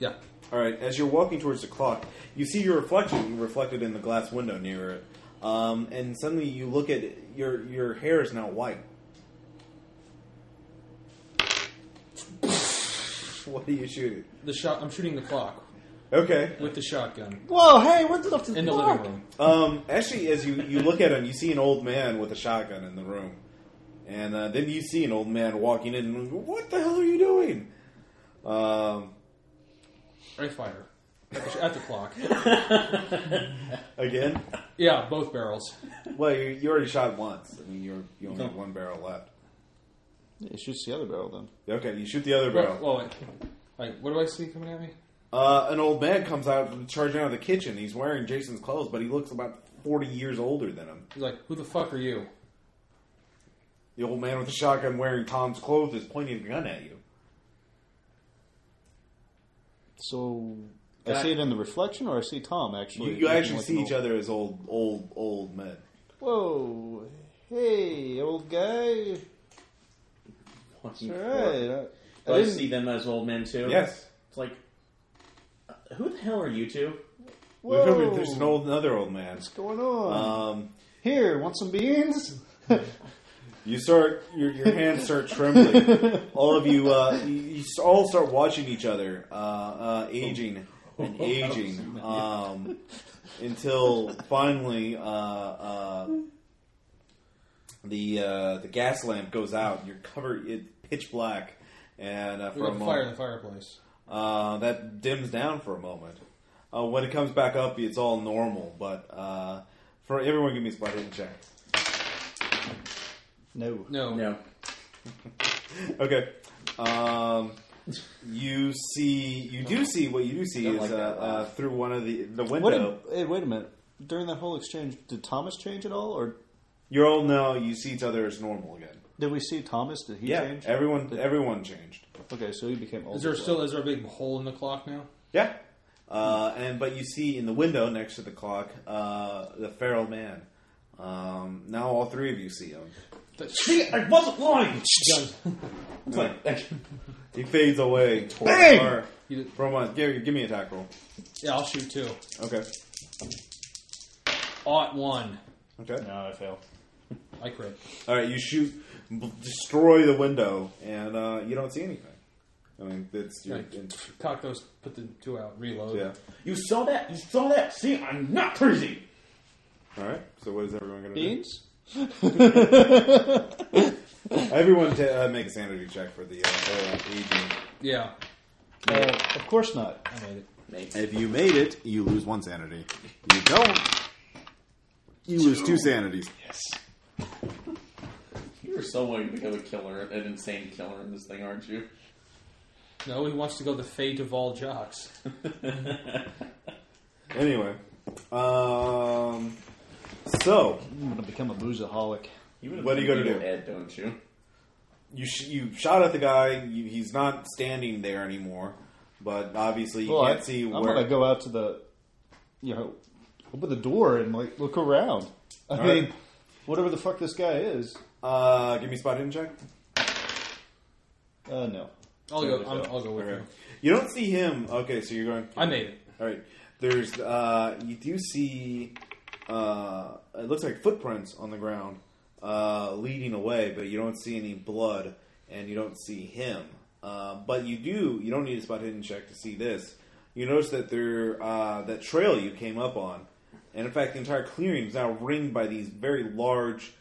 B: Yeah.
A: All right. As you're walking towards the clock, you see your reflection reflected in the glass window near it, um, and suddenly you look at your your hair is now white. [LAUGHS] What are you shooting?
B: The shot. I'm shooting the clock
A: Okay.
B: with the shotgun
C: Whoa, hey, what's left of
B: in the living room.
A: Um, actually, as you, you look at him, you see an old man with a shotgun in the room, and uh, then you see an old man walking in. And, what the hell are you doing? Um,
B: I fire at the, at
A: [LAUGHS]
B: the clock.
A: again.
B: Yeah, both barrels.
A: Well, you, you already shot once. I mean, you're, you only have one barrel left.
C: It shoots the other barrel then.
A: Okay, you shoot the other
B: Well,
A: barrel.
B: well, wait. Like, what do I see coming at me?
A: Uh, an old man comes out charging out of the kitchen. He's wearing Jason's clothes, but he looks about 40 years older than him.
B: He's like, "Who the fuck are you?"
A: The old man with the shotgun wearing Tom's clothes is pointing a gun at you.
C: So,
A: A
C: I
D: That-
C: see it in the reflection, or I see Tom actually.
A: You, you
C: looking
A: actually
C: like
A: see
C: an
A: each other as old, old, old men.
C: old- Whoa, hey, old guy. It's all right. I,
D: Do
C: I
D: I
C: didn't-
D: see them as old men too.
A: Yes.
D: It's like, uh, who the hell are you two?
A: Look over,
C: Whoa.
A: There's an old, another old man.
C: What's going on?
A: Um,
C: Here, want some beans?
A: You start your, your hands start trembling. all of you, uh, you, you s- all start watching each other, uh, uh, aging and aging, um, until finally uh, uh, the uh, the gas lamp goes out. You're covered, it pitch black, and uh,
B: We
A: for a
B: got the fire in
A: moment
B: the fireplace.
A: uh, that dims down for a moment. Uh, when it comes back up, it's all normal. But uh, for everyone, give me a spot hidden check.
C: No.
B: No.
D: No.
A: Okay. Um, you see, you do see what you do see
D: Don't
A: is
D: like
A: uh,
D: that
A: uh, through one of the the
C: What?
A: window.
C: did- hey, wait a minute. During that whole exchange, did Thomas change at all, or
A: You're all now. You see each other as normal again.
C: did we see Thomas? Did he
A: yeah,
C: change?
A: everyone, everyone changed.
C: Okay, so he became old.
B: Is there
C: as well.
B: still is there a big hole in the clock now?
A: Yeah. Uh, and but you see in the window next to the clock, uh, the feral man. Um, now all three of you see him.
D: I wasn't lying.
B: Guns.
D: It's like,
A: [LAUGHS] He fades away.
B: Bang!
A: Or-
B: [LAUGHS] You did-
A: From one, give, give me a attack roll.
B: yeah, I'll shoot two.
A: Okay.
B: Ought one.
A: Okay.
C: No, I fail.
B: I crit.
A: All right, you shoot, b- destroy the window, and uh, you don't see anything. I mean, it's your,
B: Right. Cock those. Put the two out. Reload.
A: yeah.
D: you saw that. You saw that. See, I'm not crazy.
A: All right. So what is everyone going to do?
C: Beans?
A: Everyone ta uh, make a sanity check for the uh, uh, aging.
B: Yeah.
C: Uh, of course not.
B: I made it.
D: Mate.
I: If you made it, you lose one sanity. You don't. You lose two sanities.
D: You're so willing to go a killer, an insane killer in this thing, aren't you? [LAUGHS]
B: No, he wants to go the fate of all jocks.
A: Anyway, um, so
C: I'm going to become a boozeaholic.
D: you would've
A: What are you
D: been
A: gonna
D: evil
A: do?
D: Ed, don't you?
A: you sh- you shot at the guy. You, he's not standing there anymore, but obviously you
C: Well, I,
A: can't see
C: I'm
A: where.
C: going to go out to the, you know, open the door and like look around. I
A: All
C: mean,
A: right.
C: whatever the fuck this guy is.
A: Uh, give me spot hidden check.
C: Uh, no.
B: I'll go.
C: Yeah,
B: I'm,
C: so-
B: I'll go with
A: Okay.
B: you.
A: You don't see him. Okay, so you're going.
B: I made it.
A: All right. There's uh, you do see uh, it looks like footprints on the ground uh, leading away, but you don't see any blood and you don't see him. Uh, but you do you don't need a spot hidden check to see this. You notice that there uh, that trail you came up on, and in fact the entire clearing is now ringed by these very large,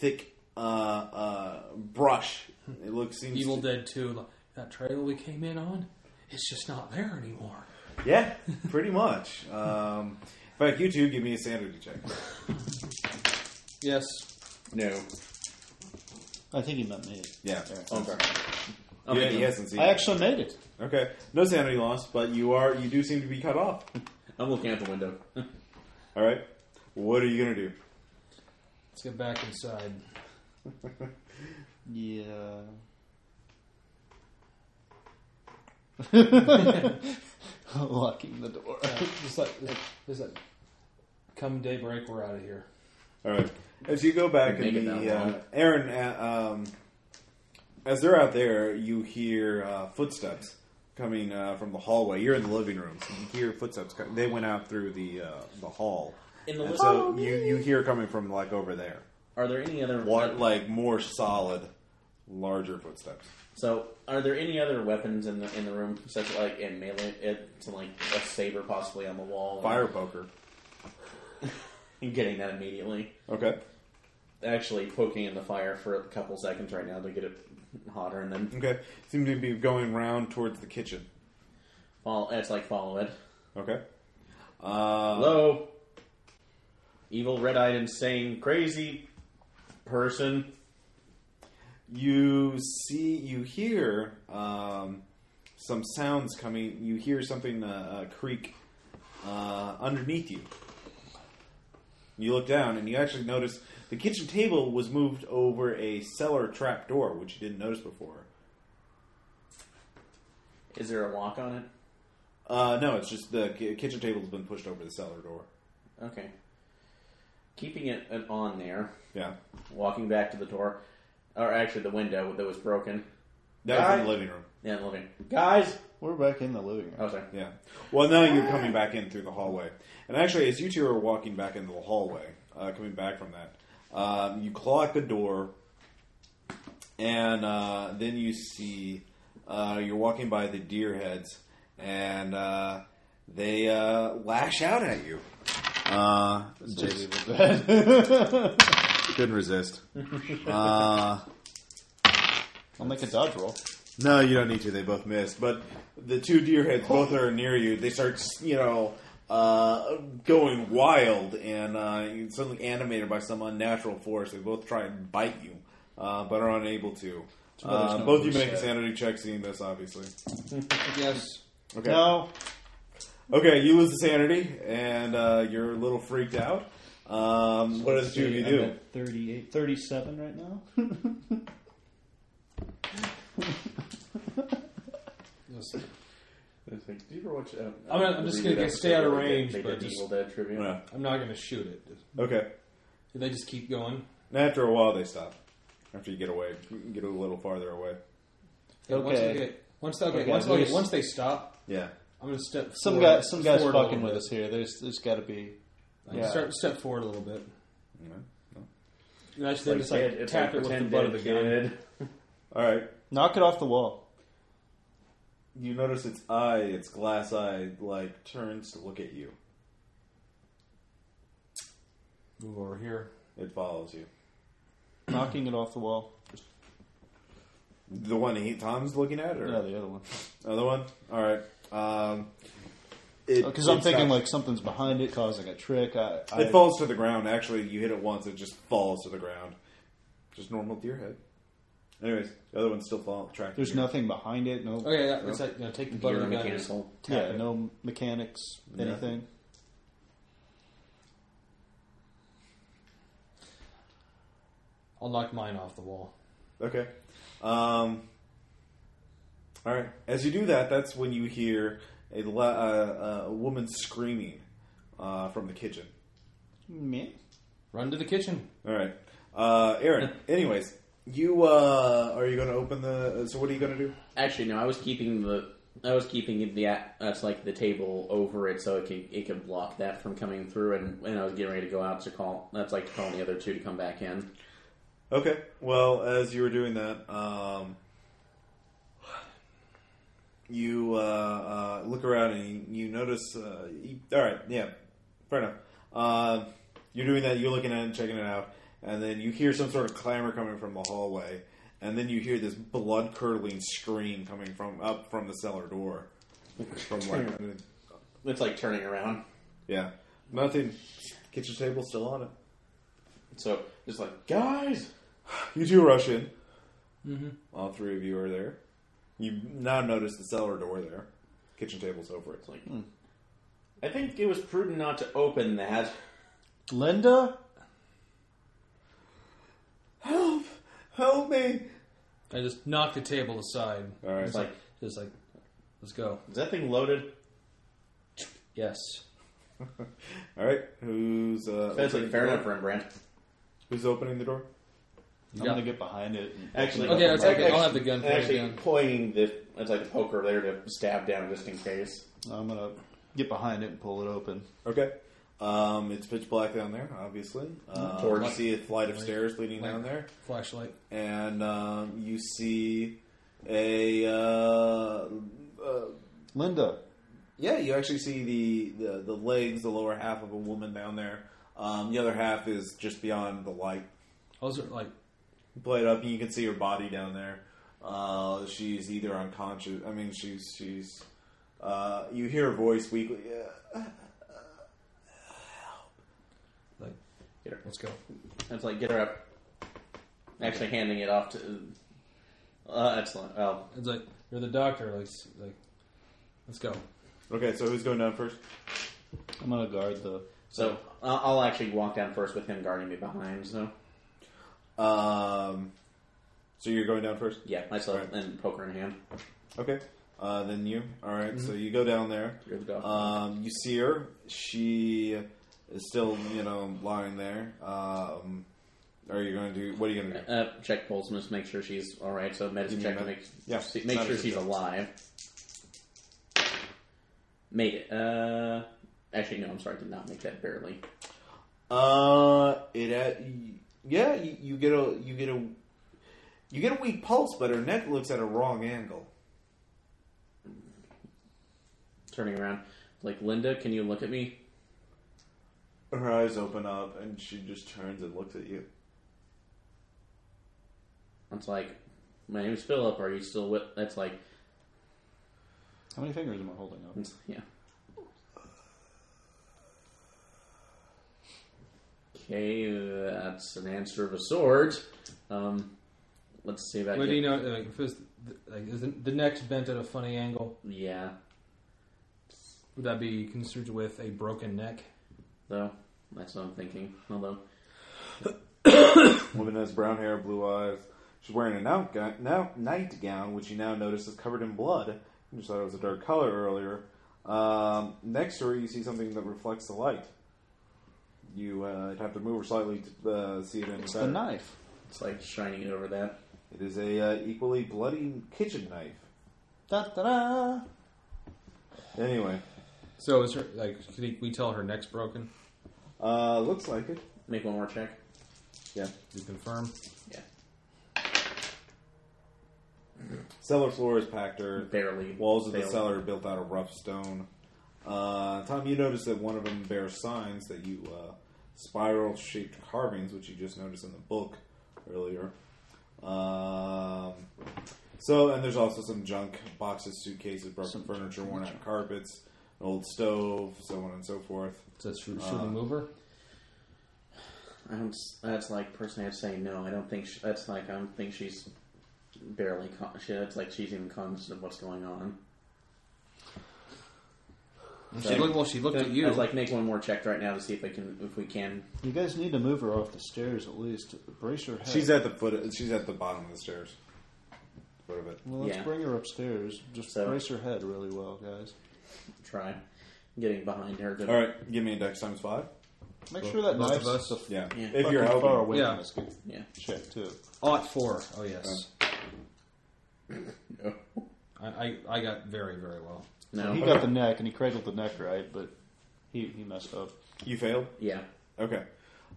A: thick uh, uh, brush. It looks seems
B: Evil
A: to-
B: Dead Two. like, That trail we came in on, it's just not there anymore.
A: Yeah, pretty much. Um, in fact, you two give me a sanity check.
B: Yes.
D: No.
C: I think he meant me.
A: Yeah.
D: Oh, sorry.
A: Yeah,
D: I'll make
A: he
D: them-
A: hasn't seen
C: I
A: it.
C: actually made it.
A: Okay, no sanity loss, but you are you do seem to be cut off.
D: I'm looking out the window. [LAUGHS]
A: All right, what are you gonna do?
B: Let's get back inside.
C: Yeah. [LAUGHS] Locking the door.
B: Yeah, just like, just like, come daybreak, we're out of here.
A: All right, as you go back
D: Make
A: and
D: it
A: the
D: that long.
A: uh, Aaron, uh, um, as they're out there, you hear uh, footsteps coming uh, from the hallway. You're in the living room, so you hear footsteps. co- They went out through the uh, the hall,
D: In the
A: and
D: living
A: so you you hear coming from like over there,
D: Are there any other
A: what like more solid, larger footsteps.
D: So, are there any other weapons in the in the room, such like in melee, it, to like a saber possibly on the wall?
A: Fire poker.
D: I'm getting that immediately.
A: Okay.
D: Actually, poking in the fire for a couple seconds right now to get it hotter, and then
A: Okay. Seem to be going round towards the kitchen.
D: follow. It's like follow it.
A: Okay. Uh,
D: Hello, evil, red-eyed, insane, crazy person.
A: you see, you hear um, some sounds coming. You hear something uh, uh, creak uh, underneath you. You look down and you actually notice the kitchen table was moved over a cellar trap door, which you didn't notice before.
D: Is there a lock on it?
A: Uh, no, it's just the ki- kitchen table's been pushed over the cellar door.
D: Okay. Keeping it it on there,
A: Yeah,
D: walking back to the door, or actually the window that was broken.
A: that was in
D: Guy-
A: the living room.
D: Yeah, I'm looking. Guys!
C: We're back in the living room.
D: Oh, sorry.
A: Yeah. Well, now you're coming back in through the hallway, and actually, as you two are walking back into the hallway, uh, coming back from that, um, you claw at the door, and uh, then you see uh, you're walking by the deer heads, and uh, they uh, lash out at you. Uh, just couldn't resist. Uh,
C: I'll make a dodge roll.
A: No, you don't need to. They both missed. But the two deer heads both are near you. They start, you know, uh, going wild and uh, you're suddenly animated by some unnatural force. They both try and bite you, uh, but are unable to.
C: why there's
A: Uh,
C: no
A: both you make
C: reset.
A: sanity checks seeing this, obviously.
C: Mm-hmm.
B: Yes.
A: Okay.
C: No.
A: Okay, you lose the sanity, and uh, you're a little freaked out. Um, what do the two of you
C: I'm
A: do?
C: at 38, 37 right now.
B: Yes.
D: It's like, do you ever watch, um,
B: I'm gonna- I'm just
D: redo
B: gonna
D: that
B: stay out of
D: episode where they-
B: range,
D: They did
B: but just-
D: Evil Dead tribute.
A: Yeah.
B: I'm not going to shoot it.
A: Okay.
B: Did they just keep going?
A: And after a while, they stop. After you get away, get a little farther away.
B: And Once they
C: Okay.
B: get, once, they, okay,
C: Okay,
B: once,
C: we
B: okay,
C: just-
B: once they stop,
A: Yeah.
B: I'm going to step
C: Some
B: forward-
C: guy, some guy's
B: forward a
C: fucking
B: little
C: with
B: bit.
C: us here. There's, there's got to be.
B: Like,
C: Yeah.
B: start, step forward a little bit. And I just,
D: Like,
B: just like,
D: dead- it's
B: tap
D: like
B: it with the
D: pretend
B: butt of the
D: dead
B: gun.
D: kid.
A: All right.
C: Knock it off the wall.
A: You notice its eye, its glass eye, like turns to look at you.
B: Move over here.
A: It follows you.
C: Knocking it off the wall.
A: The one he Tom's looking at, or
C: Yeah, the other one.
A: other one? All right. Um, it-
C: Because
A: it
C: Uh, Oh, I'm thinking
A: stops-
C: like something's behind it, causing a trick. I, I,
A: it falls to the ground. Actually, you hit it once, it just falls to the ground. Just normal deer head. Anyways, the other one's still fall, tracking.
C: There's
A: you.
C: nothing behind it. No.
B: Okay, that, that's like, you know, take the butt
D: You're
B: of
D: a
B: the gun. and
D: mechanical.
B: tap
C: Yeah.
B: it.
C: No mechanics. Anything.
B: I'll knock mine off the wall.
A: Okay. Um, all right. As you do that, that's when you hear a, la- uh, uh, a woman screaming uh, from the kitchen.
C: Me.
B: Run to the kitchen.
A: All right, uh, Aaron. anyways, you uh, are you going to open the? uh, So what are you going to do?
D: Actually, no. I was keeping the. I was keeping the that's like the table over it so it could it could block that from coming through and, and I was getting ready to go out to call that's like to call the other two to come back in.
A: Okay. Well, as you were doing that, um, you uh, uh, look around and you, you notice. Uh, you, all right. Yeah. Fair enough. Uh, you're doing that. You're looking at it, checking it out, and then you hear some sort of clamor coming from the hallway, and then you hear this blood curdling scream coming from up from the cellar door. From like,
D: It's like turning around.
A: yeah, nothing. Kitchen table still on it.
D: So just like guys,
A: You two rush in. All three of you are there. You now notice the cellar door there. Kitchen table's over it.
D: it's like I think it was prudent not to open that.
C: Linda.
A: Help! Help me!
B: I just knock the table aside.
A: All right.
D: It's like
B: Just like, let's go.
D: is that thing loaded?
B: Yes.
A: All right. Who's uh,
D: That's
A: opening
D: like fair
A: the door?
D: enough, Rembrandt.
A: Who's opening the door?
C: I'm
B: Yeah.
C: gonna get behind it. and
D: Actually,
B: Okay, it's okay.
D: actually-
B: I'll have the gun pointed
D: Actually,
B: down.
D: pointing the it's like the poker there to stab down just in case.
C: I'm gonna get behind it and pull it open.
A: Okay. Um, it's pitch black down there, obviously. Um,
D: Torch.
A: You see a flight of stairs leading down there,
B: Flashlight.
A: and um, you see a. Uh, uh,
C: Linda.
A: Yeah, you actually see the, the, the legs, the lower half of a woman down there. Um, the other half is just beyond the light.
B: Also, like,
A: Played up, and you can see her body down there. Uh, she's either unconscious. I mean, she's she's. Uh, you hear her voice weakly. Yeah.
B: like,
D: Get her.
B: let's go.
D: It's like get her up. Actually, handing it off to. Uh, excellent. Well,
B: It's like you're the doctor. Like, s- like, let's go.
A: Okay, so who's going down first?
C: I'm gonna guard the.
D: so I'll I'll actually walk down first with him guarding me behind. So
A: Um, so you're going down first.
D: yeah, I still
A: Right.
D: and poker in hand.
A: Okay. uh, than you. All right, so you go down there.
D: You're the doctor.
A: Um, you see her. She is still, you know, lying there. Um, are you going to do? What are you going to do?
D: Uh, check pulse and just make sure she's all right. So medicine
A: You
D: check
A: mean
D: to
A: med-
D: make
A: Yeah,
D: see- make sure
A: medicine
D: she's
A: check.
D: alive. Made it. Uh, actually, no. I'm sorry. Did not make that. Barely.
A: Uh, it at yeah, you, you get a you get a you get a weak pulse, but her neck looks at a wrong angle.
D: Turning around, like Linda, can you look at me?
A: Her eyes open up, and she just turns and looks at [CLEARS THROAT] you.
D: It's like, my name's Philip. Are you still with? That's like,
J: How many fingers am I holding up?
D: it's- yeah. Okay, that's an answer of a sword. Um, let's see that.
B: Well, do you
D: get-
B: know, like, if it's, like, is the the neck's bent at a funny angle?
D: Yeah,
B: Would that be construed with a broken neck?
D: though that's what I'm thinking. Although
A: Woman has brown hair, blue eyes. She's wearing a nightgown, now, nightgown, which you now notice is covered in blood. You just thought it was a dark color earlier. Um, next to her, you see something that reflects the light. You uh, would have to move her slightly to uh, see it in
J: It's
A: better.
J: the knife.
D: It's like shining it over that.
A: It is a uh, equally bloody kitchen knife.
J: Da da da.
A: Anyway,
B: So is her like? Could we tell her neck's broken?
A: uh, looks like it.
D: Make one more check.
A: Yeah.
B: To confirm?
D: Yeah.
A: Cellar floor is packed. Or
D: Barely.
A: walls of the
D: failed.
A: cellar are built out of rough stone. Uh, Tom, you notice that one of them bears signs that you uh, spiral-shaped carvings, which you just noticed in the book earlier. Um, so, and there's also some junk boxes, suitcases, broken furniture, worn-out carpets, an old stove, so on and so forth.
B: So should,
D: Uh,
B: should we move her?
D: I don't. s- That's like personally, I'd say no. I don't think sh that's like I don't think she's barely. Con- she, that's like she's even conscious of what's going on.
B: She looked. Well, she looked at you.
D: I'd like make one more check right now to see if I can if we can.
C: You guys need to move her off the stairs at least. Brace her head.
A: She's at the foot. She's at the bottom of the stairs. Foot of it.
C: Well, let's
D: Yeah.
C: bring her upstairs. Just
D: So-
C: brace her head really well, guys.
D: Try getting behind her.
A: All right, give me a dex times five.
C: Make sure that
B: Most of
C: knife's
B: us.
C: the
A: Yeah,
D: Yeah.
A: if you're
C: fucking
A: helping.
C: far away
B: Yeah.
C: from us. Good
D: Yeah.
C: check too.
B: Ought four. Oh yes.
D: No.
B: I, I I got very very well.
D: No.
C: He got the neck and he cradled the neck right, but he he messed up.
A: You failed.
D: yeah.
A: Okay.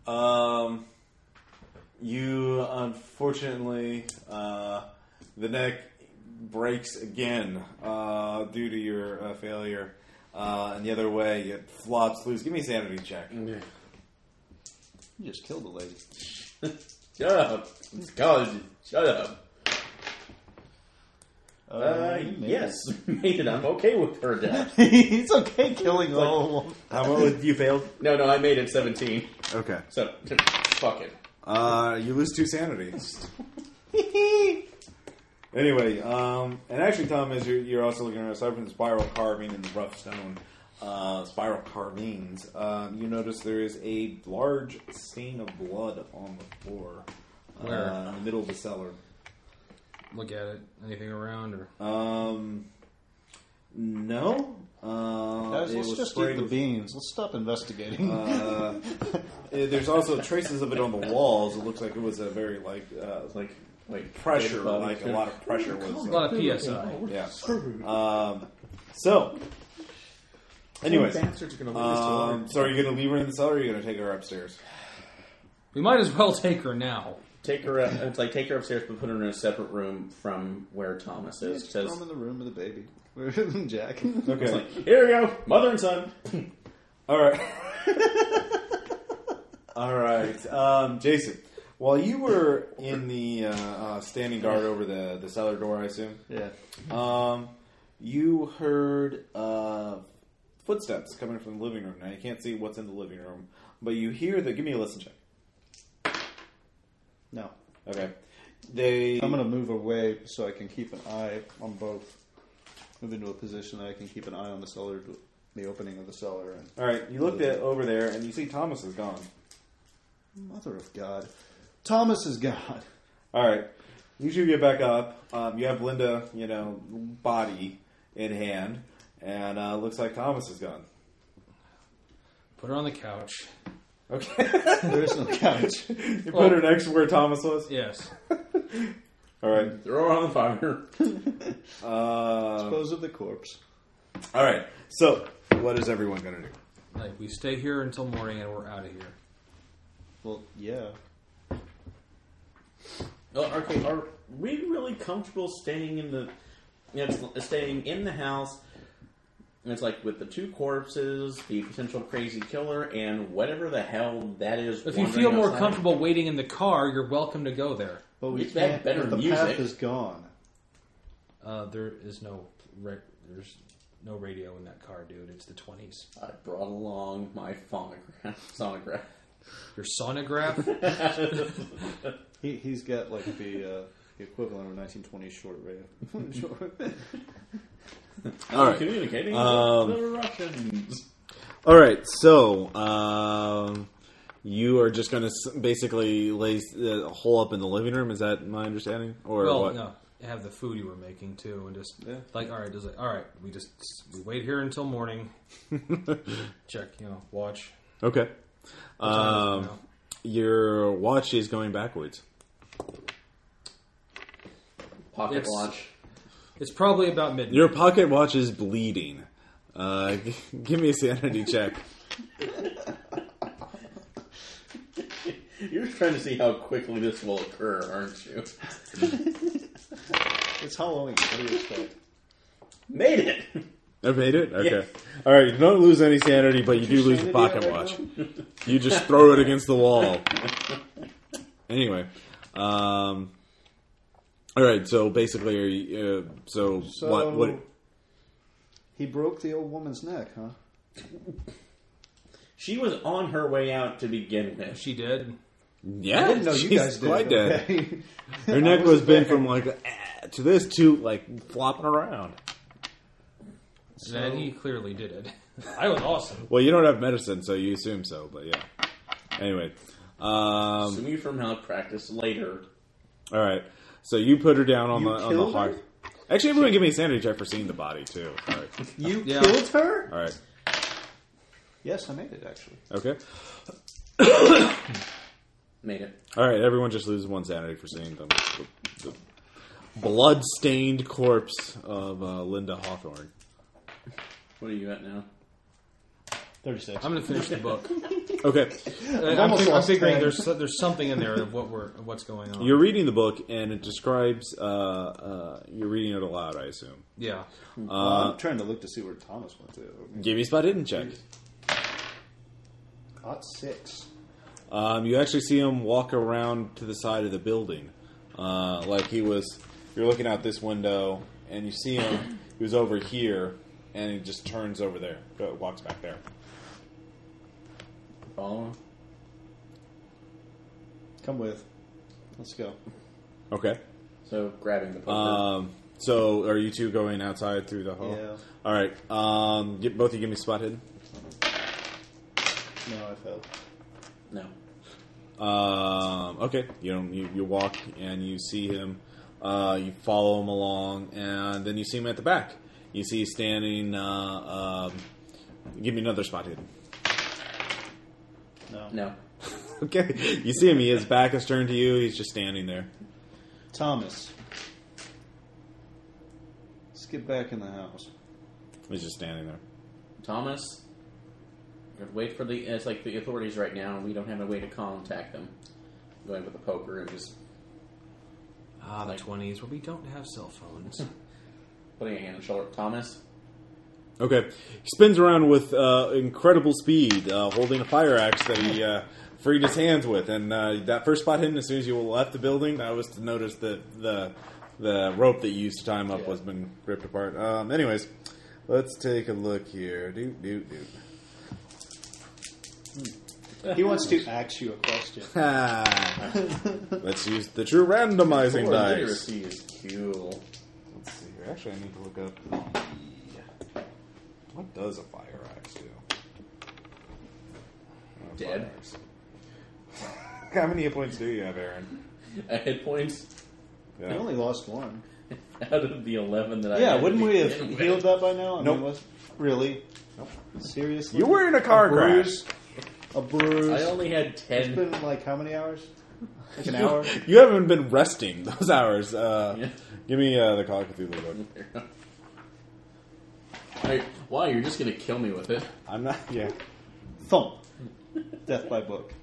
A: Um, you unfortunately, uh, the neck breaks again uh, due to your uh, failure. Uh, and the other way, it flops loose. Give me a sanity check.
C: You just killed the lady.
D: Shut up. It's college. Shut up.
C: Uh,
D: Uh,
C: he made
D: yes, [LAUGHS] made it. I'm okay with her death.
C: it. [LAUGHS] He's okay killing all of them.
A: How about with you failed?
D: no, no, I made it 17.
A: Okay.
D: So fuck it.
A: Uh, you lose two
C: [LAUGHS]
A: sanity. anyway, um, and actually, Tom, is you're, you're also looking at aside from the spiral carving and the rough stone, uh, spiral carvings. Um, you notice there is a large stain of blood on the floor,
B: Where?
A: Uh, in the middle of the cellar.
B: Look at it. Anything around or
A: Um, no, uh,
C: Guys,
A: it
C: let's
A: was
C: just
A: sprayed
C: eat the
A: with-
C: beans. Let's stop investigating.
A: uh, eh, there's also traces of it on the walls. It looks like it was a very like uh,
D: Like like
A: pressure,
D: dead body.
A: like a lot of pressure was.
B: a
A: uh,
B: lot of psi.
A: yeah. Um, so, anyways,
D: bastards are gonna leave
A: um, so are you going to leave her in the cellar? or Are you going to take her upstairs?
B: We might as well take her now.
D: Take her up. It's like take her upstairs, but put her in a separate room from where Thomas
C: [LAUGHS]
D: is.
C: Just throw
D: Because
C: him in the room with the baby. [LAUGHS] Jack.
A: Okay.
D: like here we go, mother and son.
A: All right. [LAUGHS] All right, um, Jason. While you were in the uh, uh, standing guard over the the cellar door, I assume.
C: Yeah.
A: Um, you heard uh, footsteps coming from the living room. Now you can't see what's in the living room, but you hear the. Give me a listen check.
C: No.
A: Okay. They.
C: I'm going to move away so I can keep an eye on both. Move into a position that I can keep an eye on the cellar, the opening of the cellar. And
A: All right, you looked at over there, and you see Thomas is gone.
C: Mother of God. Thomas is God. [LAUGHS]
A: All right, you two get back up. Um, you have Linda, you know, body
F: in hand, and uh, looks like Thomas is gone.
E: Put her on the couch.
F: Okay, [LAUGHS]
C: There [LAUGHS] is no couch.
F: you put her next to where Thomas was.
E: Yes.
F: All right.
D: Throw her on the fire.
F: Uh,
C: Dispose of the corpse.
F: all right. So, what is everyone gonna do?
E: Like, we stay here until morning and we're out of here.
C: Well, yeah.
D: Oh, okay, are we really comfortable staying in the? You know, it's- staying in the house. And it's like with the two corpses, the potential crazy killer, and whatever the hell that is.
E: If you
D: wandering
E: feel more
D: outside.
E: comfortable waiting in the car, you're welcome to go there.
C: But we
D: Make that
C: can't.
D: better
C: the
D: music.
C: path is gone.
E: Uh, there is no ra- there's no radio in that car, dude. It's the 20s.
D: I brought along my phonograph. [LAUGHS] Sonograph.
E: Your sonograph?
C: He, he's got like the, uh, the equivalent of a 1920s short radio. [LAUGHS] Short-
A: All right.
D: [LAUGHS] Communicating
A: Um,
D: with the Russians.
A: All right, so um, you are just going to basically lay a hole up in the living room. Is that my understanding, or
E: well,
A: what?
E: no. Have the food you were making too, and just
C: Yeah.
E: like all right, just like all right, we just we wait here until morning. Check, you know, watch.
A: Okay.
E: time is it
A: Um,
E: now?
A: your watch is going backwards.
D: Pocket
E: it's-
D: watch.
E: It's probably about midnight.
A: Your pocket watch is bleeding. Uh, g- give me a sanity check.
D: You're trying to see how quickly this will occur, aren't you?
C: it's Halloween. What do you expect?
D: Made it.
A: I made it. Okay.
D: Yeah.
A: All right. You don't lose any sanity, but you do lose the
C: Sanity
A: pocket
C: right
A: watch.
C: now?
A: You just throw it against the wall. Anyway, um, all right. So basically, are you, uh, so,
C: So
A: what? What?
C: He broke the old woman's neck, huh?
D: She was on her way out to begin with.
E: She did.
A: Yeah,
C: I didn't know you
A: she's
C: guys did.
A: quite dead.
C: [LAUGHS] okay?
A: Her neck
C: I
A: was
C: was
A: bent
C: there.
A: from like ah, to this to like flopping around.
E: Then he clearly did it. [LAUGHS] I was awesome.
A: Well, you don't have medicine, so you assume so. But yeah. Anyway, um,
D: Sue me for malpractice later.
A: all right. So you put her down on
C: You
A: the on the
C: killed
A: hearth.
C: her?
A: Actually, everyone, give me a sanity check for seeing the body too. All right.
C: You
E: Yeah.
C: killed her?
A: All right.
C: Yes, I made it actually.
A: Okay.
D: Made it.
A: All right, everyone just loses one sanity for seeing them. The, the blood-stained corpse of uh, Linda Hawthorne.
D: What are you at now?
C: 36.
E: I'm gonna finish the book.
A: Okay,
E: I'm,
C: almost
E: fig- I'm
C: lost
E: figuring
C: track.
E: there's so- there's something in there of what we're of what's going on.
A: you're reading the book, and it describes. Uh, uh, you're reading it aloud, I assume.
E: yeah.
A: Uh,
C: I'm trying to look to see where Thomas went to.
A: Give me a spot hidden check.
C: Got six.
A: Um, you actually see him walk around to the side of the building, uh, like he was. You're looking out this window, and you see him. he was over here, and he just turns over there, go, walks back there.
D: Follow.
C: Come with. Let's go.
A: Okay.
D: So grabbing the poker.
A: Um, so are you two going outside through the hall?
C: Yeah.
A: All right. Um, get, both of you give me spot hidden.
C: No, I failed.
D: no.
A: Um, okay. You know, you, you walk and you see him. Uh, you follow him along, and then you see him at the back. You see he's standing. Uh, um, give me another spot hidden.
C: No.
D: No.
A: Okay. You see him. He, his back is turned to you. He's just standing there.
C: Thomas. Let's get back in the house.
A: He's just standing there.
D: Thomas. You have to wait for the. uh, It's like the authorities right now, and we don't have a way to contact them. Going with the poker and just
E: Ah, the
D: Like-
E: 20s where we don't have cell phones.
D: putting a hand on the shoulder. Thomas.
A: Okay. He spins around with uh, incredible speed, uh, holding a fire axe that he uh, freed his hands with. And uh, that first spot hidden, as soon as you left the building, that was to notice that the the rope that you used to tie him up was been ripped apart. Um, anyways, let's take a look here. Doot, doot, doot.
C: He wants to ask you a question.
A: Ah. let's use the true randomizing
D: Or
A: dice.
D: literacy is cool. [LAUGHS]
F: Let's see here. Actually, I need to look up. the- What does a fire axe do? Oh, A
D: Dead.
F: fire [LAUGHS] axe. How many hit points do you have, Aaron?
D: Uh, hit points. [LAUGHS]
C: You only lost one.
D: out of the eleven that I
C: Yeah,
D: had
C: wouldn't
D: to
C: we have
D: begin with.
C: healed that by now? I
F: Nope.
C: mean, was, really? Seriously?
F: You were in a car crash.
C: bruise? A bruise?
D: I only had
C: It's
D: ten. [LAUGHS]
C: been like how many hours? Like [LAUGHS] an hour?
A: [LAUGHS] You haven't been resting those hours. Uh,
D: Yeah.
A: Give me uh, the Call of Cthulhu book.
D: Like, wow, you're just gonna kill me with it.
A: I'm not. Yeah.
C: Thump. Death by book.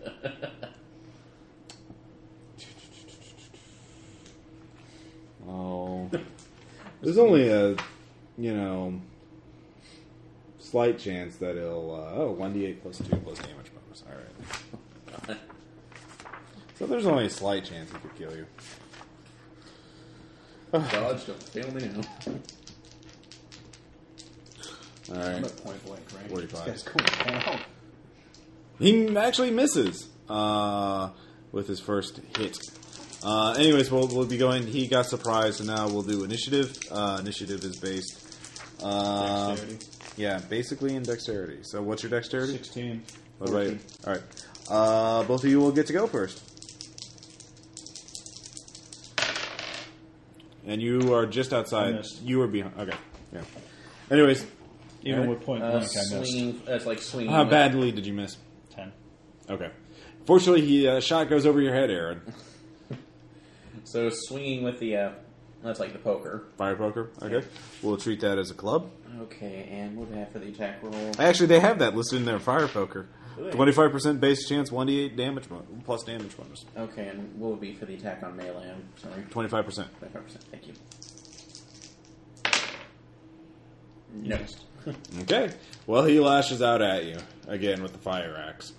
A: Oh. There's only a, you know, slight chance that it'll. Uh, oh, 1d8 plus 2 plus damage bonus. Alright. So there's only a slight chance it could kill you.
D: Dodge, don't fail me now.
C: I'm
A: Alright.
C: at point blank, right?
A: 45.
C: This guy's going down.
A: He actually misses uh, with his first hit. Uh, anyways, we'll, we'll be going. He got surprised, and now we'll do initiative. Uh, initiative is based. Uh,
C: Dexterity.
A: yeah, basically in dexterity. So, what's your dexterity?
C: 16.
A: What about you? All right. Uh, both of you will get to go first. And you are just
C: I
A: outside.
C: missed.
A: You were behind. Okay. Yeah. Anyways,
C: Even
A: Alright.
C: with point
D: Uh,
C: blank, I missed.
D: swinging, that's like swinging.
A: how badly did you miss?
C: 10.
A: Okay. Fortunately, he uh, shot goes over your head, Aaron.
D: So swinging with the, uh, that's like the poker.
A: Fire poker. Okay. We'll treat that as a club.
D: Okay, and what do I have for the attack roll?
A: Actually, they have that listed in their fire poker.
D: Do they?
A: Twenty-five percent base chance, one d eight damage mo- plus damage bonus.
D: Okay, and what would be for the attack on melee? I'm sorry.
A: Twenty-five percent.
D: 25%. Thank you. No.
A: Okay. Well, he lashes out at you again with the fire axe.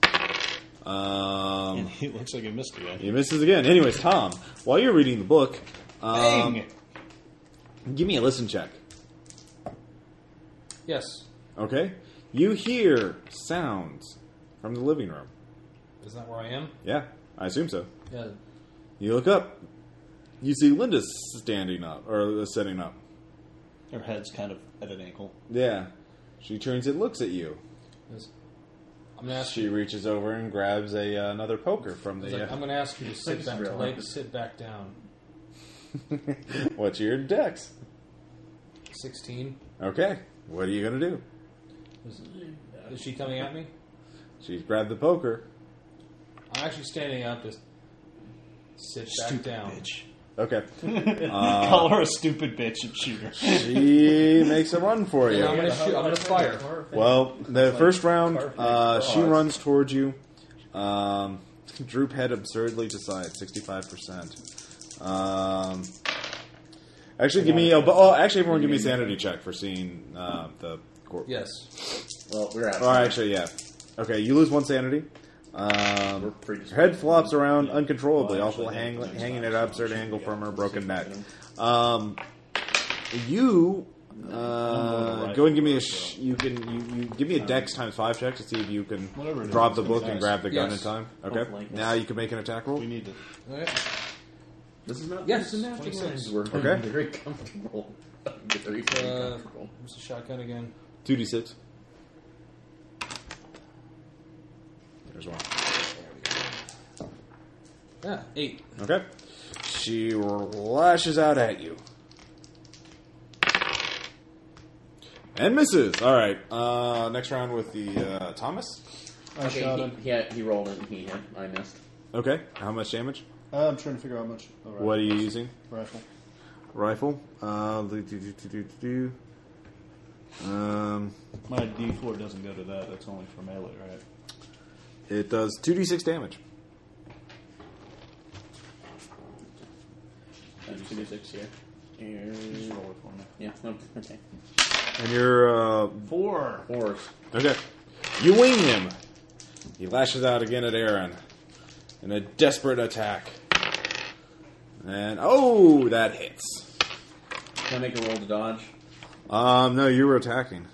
A: Um,
C: [LAUGHS] He looks like he missed again.
A: He misses again. Anyways, Tom, while you're reading the book, um,
C: Dang!
A: give me a listen check.
B: Yes.
A: Okay? You hear sounds from the living room.
B: Isn't that where I am?
A: Yeah, I assume so.
B: Yeah.
A: You look up. You see Linda's standing up, or uh, sitting up.
C: Her head's kind of at an ankle.
A: Yeah. She turns and looks at you.
B: Yes. I'm gonna ask you.
A: She reaches over and grabs a uh, another poker from
B: I
A: the.
B: was like,
A: uh,
B: I'm gonna ask you to sit
D: just
B: back. To
D: realized.
B: like, sit back down.
A: What's your dex?
B: Sixteen.
A: Okay. What are you gonna do?
B: Is, is she coming at me?
A: She's grabbed the poker.
B: I'm actually standing up. Just sit back down.
A: Okay.
C: [LAUGHS] Call her a stupid bitch and shoot her.
A: she [LAUGHS] makes a run for you.
B: And I'm gonna shoot. I'm gonna fire.
A: Well, the first round,
D: perfect Oh,
A: uh, she
D: cause.
A: runs towards you. Um, droop head absurdly to side, sixty-five percent. Um, actually, give me. A, oh, actually, everyone, give me a sanity check for seeing uh, the. Cor-
B: Yes.
D: Well, we're out.
A: Or actually, yeah. Okay, you lose one sanity.
D: We're
A: Um,
D: pretty
A: her head flops around uncontrollably, awful hang, hanging at an absurd angle from her broken neck. Um, you uh, go and give me a sh- you can you, you give me a dex times five check to see if you can
C: Whatever it
A: drop
C: is,
A: the
C: it's gonna
A: book
C: be
A: and
C: nice.
A: grab the gun
B: Yes.
A: in time. Okay,
D: Hopefully, yes.
A: now you can make an attack roll.
C: We need to.
B: Okay.
D: This is not.
B: Yes,
D: this is not
B: 26.
D: lines. [LAUGHS] We're
A: Okay.
D: very comfortable. [LAUGHS] very, very
B: Uh,
D: comfortable.
B: It's a shotgun again.
A: Two d six. There's one.
B: Yeah. Eight.
A: Okay, she lashes out at you and misses. All right, uh, next round with the uh, Thomas.
C: I
D: okay,
C: shot
D: he,
C: him.
D: He, had, he rolled it and he hit. I missed.
A: Okay, how much damage?
C: Uh, I'm trying to figure out how much. a rifle
A: What are you
C: is.
A: using?
C: Rifle.
A: rifle. Uh, do, do, do, do, do, do. Um,
C: My D4 doesn't go to that. That's only for melee, right?
A: it does two d six damage.
D: That's two d six here.
C: Just
D: And-
C: roll it for me.
D: Yeah. no, Okay.
A: And you're uh,
K: Four.
D: Horse.
A: okay. You wing him. He lashes out again at Aaron in a desperate attack. And oh, that hits.
D: Can I make a roll to dodge?
A: Um, no, you were attacking.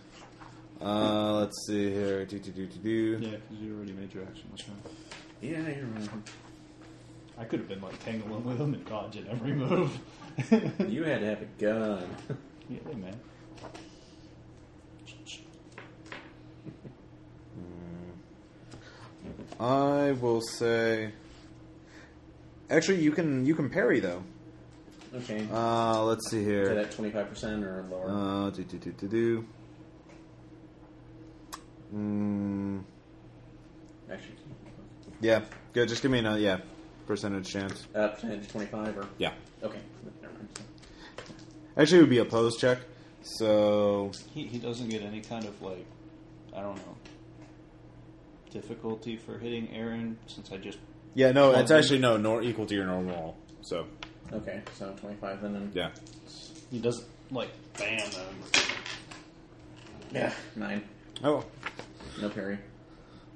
A: Uh, let's see here. Do, do, do, do, do.
C: Yeah, because you already made your action. That's fine.
D: Yeah, you're right.
C: I could have been like tangling with him and dodging every move. [LAUGHS]
D: You had to have a gun.
C: yeah, man.
A: I will say. Actually, you can you can parry though.
D: [LAUGHS] Okay.
A: Uh, let's see
D: Is
A: here.
D: that twenty five percent or lower?
A: Uh, do do do do do. Mm,
D: Actually,
A: yeah, good. Just give me a yeah percentage chance.
D: uh, percentage twenty five or
A: Yeah,
D: okay. Never mind.
A: actually, it would be a pose check. So
C: He, he doesn't get any kind of like, I don't know, difficulty for hitting Aaron since I just
A: yeah, no, it's
C: Okay.
A: actually Oh, no, nor equal to your normal. roll. So
D: Okay, so twenty five then. And
A: yeah,
C: he doesn't like bam them.
D: yeah, nine.
A: oh, [SIGHS]
D: No [LAUGHS] parry.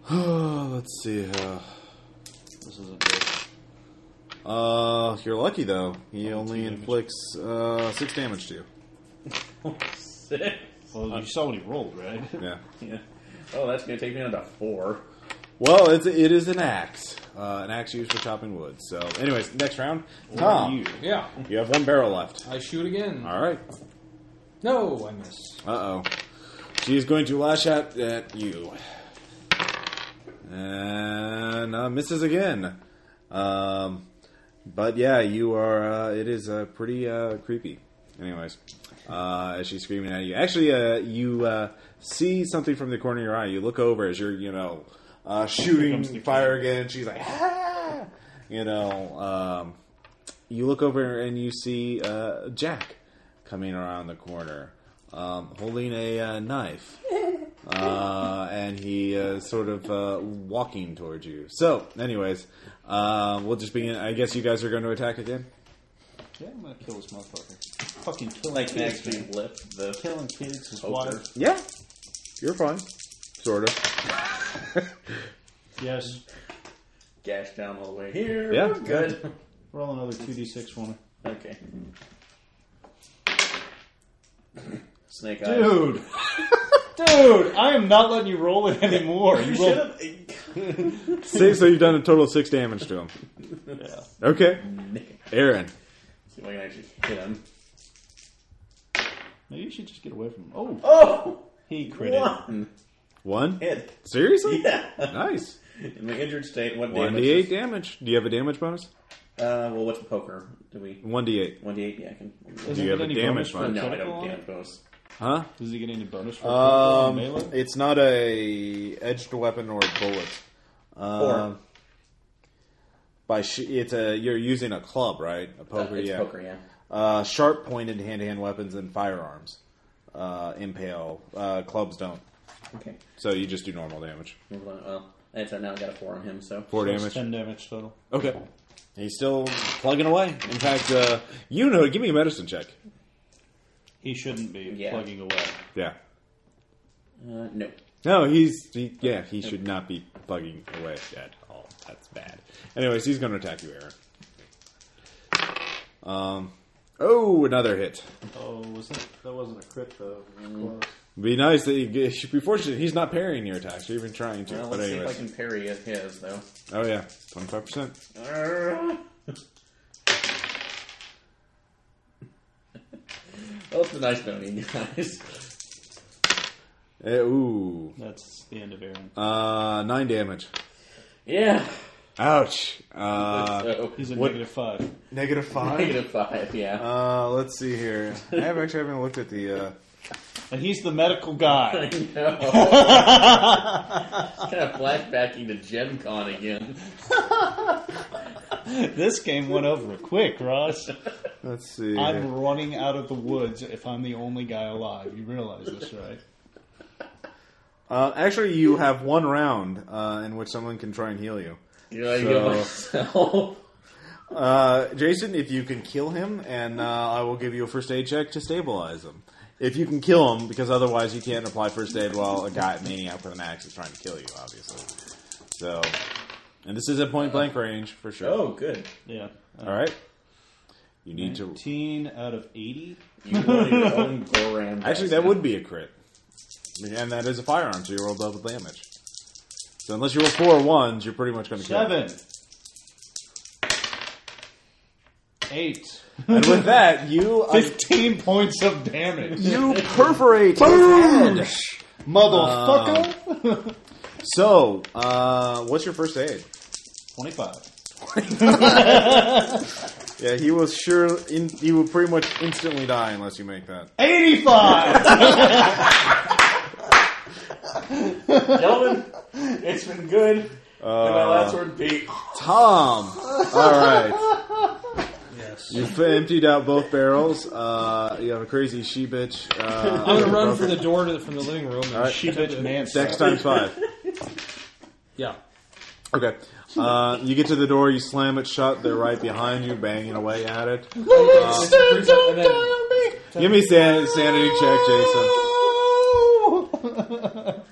A: let's see. Uh,
C: This isn't good.
A: uh, you're lucky though. He only inflicts uh, six damage to you.
D: Six.
C: Well, you saw what he rolled, right? [LAUGHS]
A: Yeah.
D: Yeah. Oh, that's gonna take me down to four.
A: Well, it's it is an axe, uh, an axe used for chopping wood. So, anyways, next round, Tom, you?
B: Yeah,
A: have one barrel left.
B: I shoot again.
A: All right.
B: No, I miss.
A: Uh oh, she's going to lash out at you, and uh, misses again. Um, but yeah, you are. Uh, it is uh, pretty uh, creepy. Anyways, uh, as she's screaming at you, actually, uh, you uh, see something from the corner of your eye. You look over as you're, you know, uh, shooting fire again. She's like, ah! you know, um, you look over and you see uh, Jack coming around the corner, um, holding a uh,
D: [LAUGHS]
A: knife, uh, and he uh, sort of uh, walking towards you. So, anyways, uh, we'll just begin. I guess you guys are going to attack again.
C: Yeah, I'm gonna kill this motherfucker. Fucking killing
D: Like can
C: kids,
D: actually
C: man.
D: lift the
C: killing kids is
D: poker.
C: water.
A: Yeah, you're fine, sort of.
C: Yes,
D: gash down all the way here.
A: Yeah. [LAUGHS]
D: We're good.
C: roll another two d six one.
D: okay. Snake eyes.
C: Dude, dude, I am not letting you roll it anymore. You rolled
D: [LAUGHS]
A: Six, so you've done a total of six damage to him.
C: yeah.
A: Okay,
D: Nick.
A: Aaron.
D: See if I can actually hit him.
C: Maybe you should just get away from him. Oh,
D: Oh,
C: he critted.
D: one
A: One.
D: hit.
A: Seriously?
D: Yeah.
A: Nice.
D: [LAUGHS] In the injured state, what
A: One
D: damage?
A: d eight
D: is-
A: damage. Do you have a damage bonus?
D: Uh, well, what's the poker? Do we
A: One d eight.
D: one d eight? Yeah, I can.
A: Do you have a damage
D: Oh,
A: bonus?
D: no, I
C: critical?
D: don't damage bonus.
A: Huh?
C: Does he get any bonus for
A: Um,
C: melee?
A: it's not a edged weapon or a bullet. Um, by sh- it's a you're using a club, right? A
D: Uh,
A: poker,
D: it's
A: yeah.
D: poker, yeah.
A: Uh, sharp pointed hand to hand weapons and firearms uh, impale. Uh, clubs don't,
D: Okay.
A: so you just do normal damage.
D: Move on. Well, that's now I got a four on him. So
A: Four damage.
C: Ten damage total.
A: Okay. He's still plugging away. In fact, uh, you know, give me a medicine check.
C: He shouldn't be
D: Yeah.
C: plugging away.
A: Yeah.
D: uh, no.
A: No, he's he, yeah. He should not be plugging away at all. That's bad. Anyways, he's going to attack you, Aaron. Um. Oh, another hit.
C: Oh, was that that wasn't a crit though?
A: Be nice that you get, should be fortunate he's not parrying your attacks or even trying to.
D: Well,
A: but
D: let's see if I
A: anyways,
D: can parry at his though.
A: oh yeah, twenty five percent.
D: [LAUGHS] well, it's a nice knowing you guys.
A: Eh, Ooh,
C: That's the end of Aaron.
A: uh, nine damage.
D: Yeah.
A: Ouch.
D: [LAUGHS]
A: Uh,
D: so,
C: He's a
A: what-
C: negative five.
A: negative five.
D: negative five, yeah.
A: Uh, let's see here. I have actually haven't looked at the. Uh,
C: And he's the medical
A: [LAUGHS]
D: [LAUGHS]
C: guy.
D: [LAUGHS] I know. kind of flashbacking to Gen Con again.
C: this game went over quick, Ross.
A: let's see.
C: I'm running out of the woods if I'm the only guy alive. You realize this, right?
A: Uh, actually, you have one round uh, in which someone can try and heal you.
D: You know, I heal
A: [LAUGHS]
D: myself.
A: Uh, Jason, if you can kill him, and uh, I will give you a first aid check to stabilize him. If you can kill him, because otherwise you can't apply first aid while a guy maniac with an axe is trying to kill you, obviously. So, and this is at point blank range for sure.
D: Oh, good.
C: Yeah.
A: All right, you need to.
C: Teen out of eighty.
D: You want your own Goran.
A: Actually, that would be a crit, and that is a firearm, so you roll double damage. So unless you roll four ones, you're pretty much going to kill. him.
C: Seven. Eight.
K: [LAUGHS]
A: And with that, you I-
C: Fifteen points of damage.
A: You perforate his head.
C: Motherfucker.
A: Um, So, uh, what's your first aid?
C: 25.
A: Yeah, he will sure. In, he will pretty much instantly die unless you make that. [LAUGHS]
D: 85! Gentlemen, it's been good. and my last word be
A: Tom. All right.
B: Yes.
A: You've emptied out both barrels. Uh, you have a crazy she bitch. Uh,
B: I'm gonna run for the door to the, from the living room. And
A: right.
B: she bitch man.
A: Dex [LAUGHS] times five.
B: Yeah.
A: Okay. Uh, you get to the door, you slam it shut. They're right behind you, banging away at it.
B: Don't die on me.
A: Give me sanity, sanity check, Jason.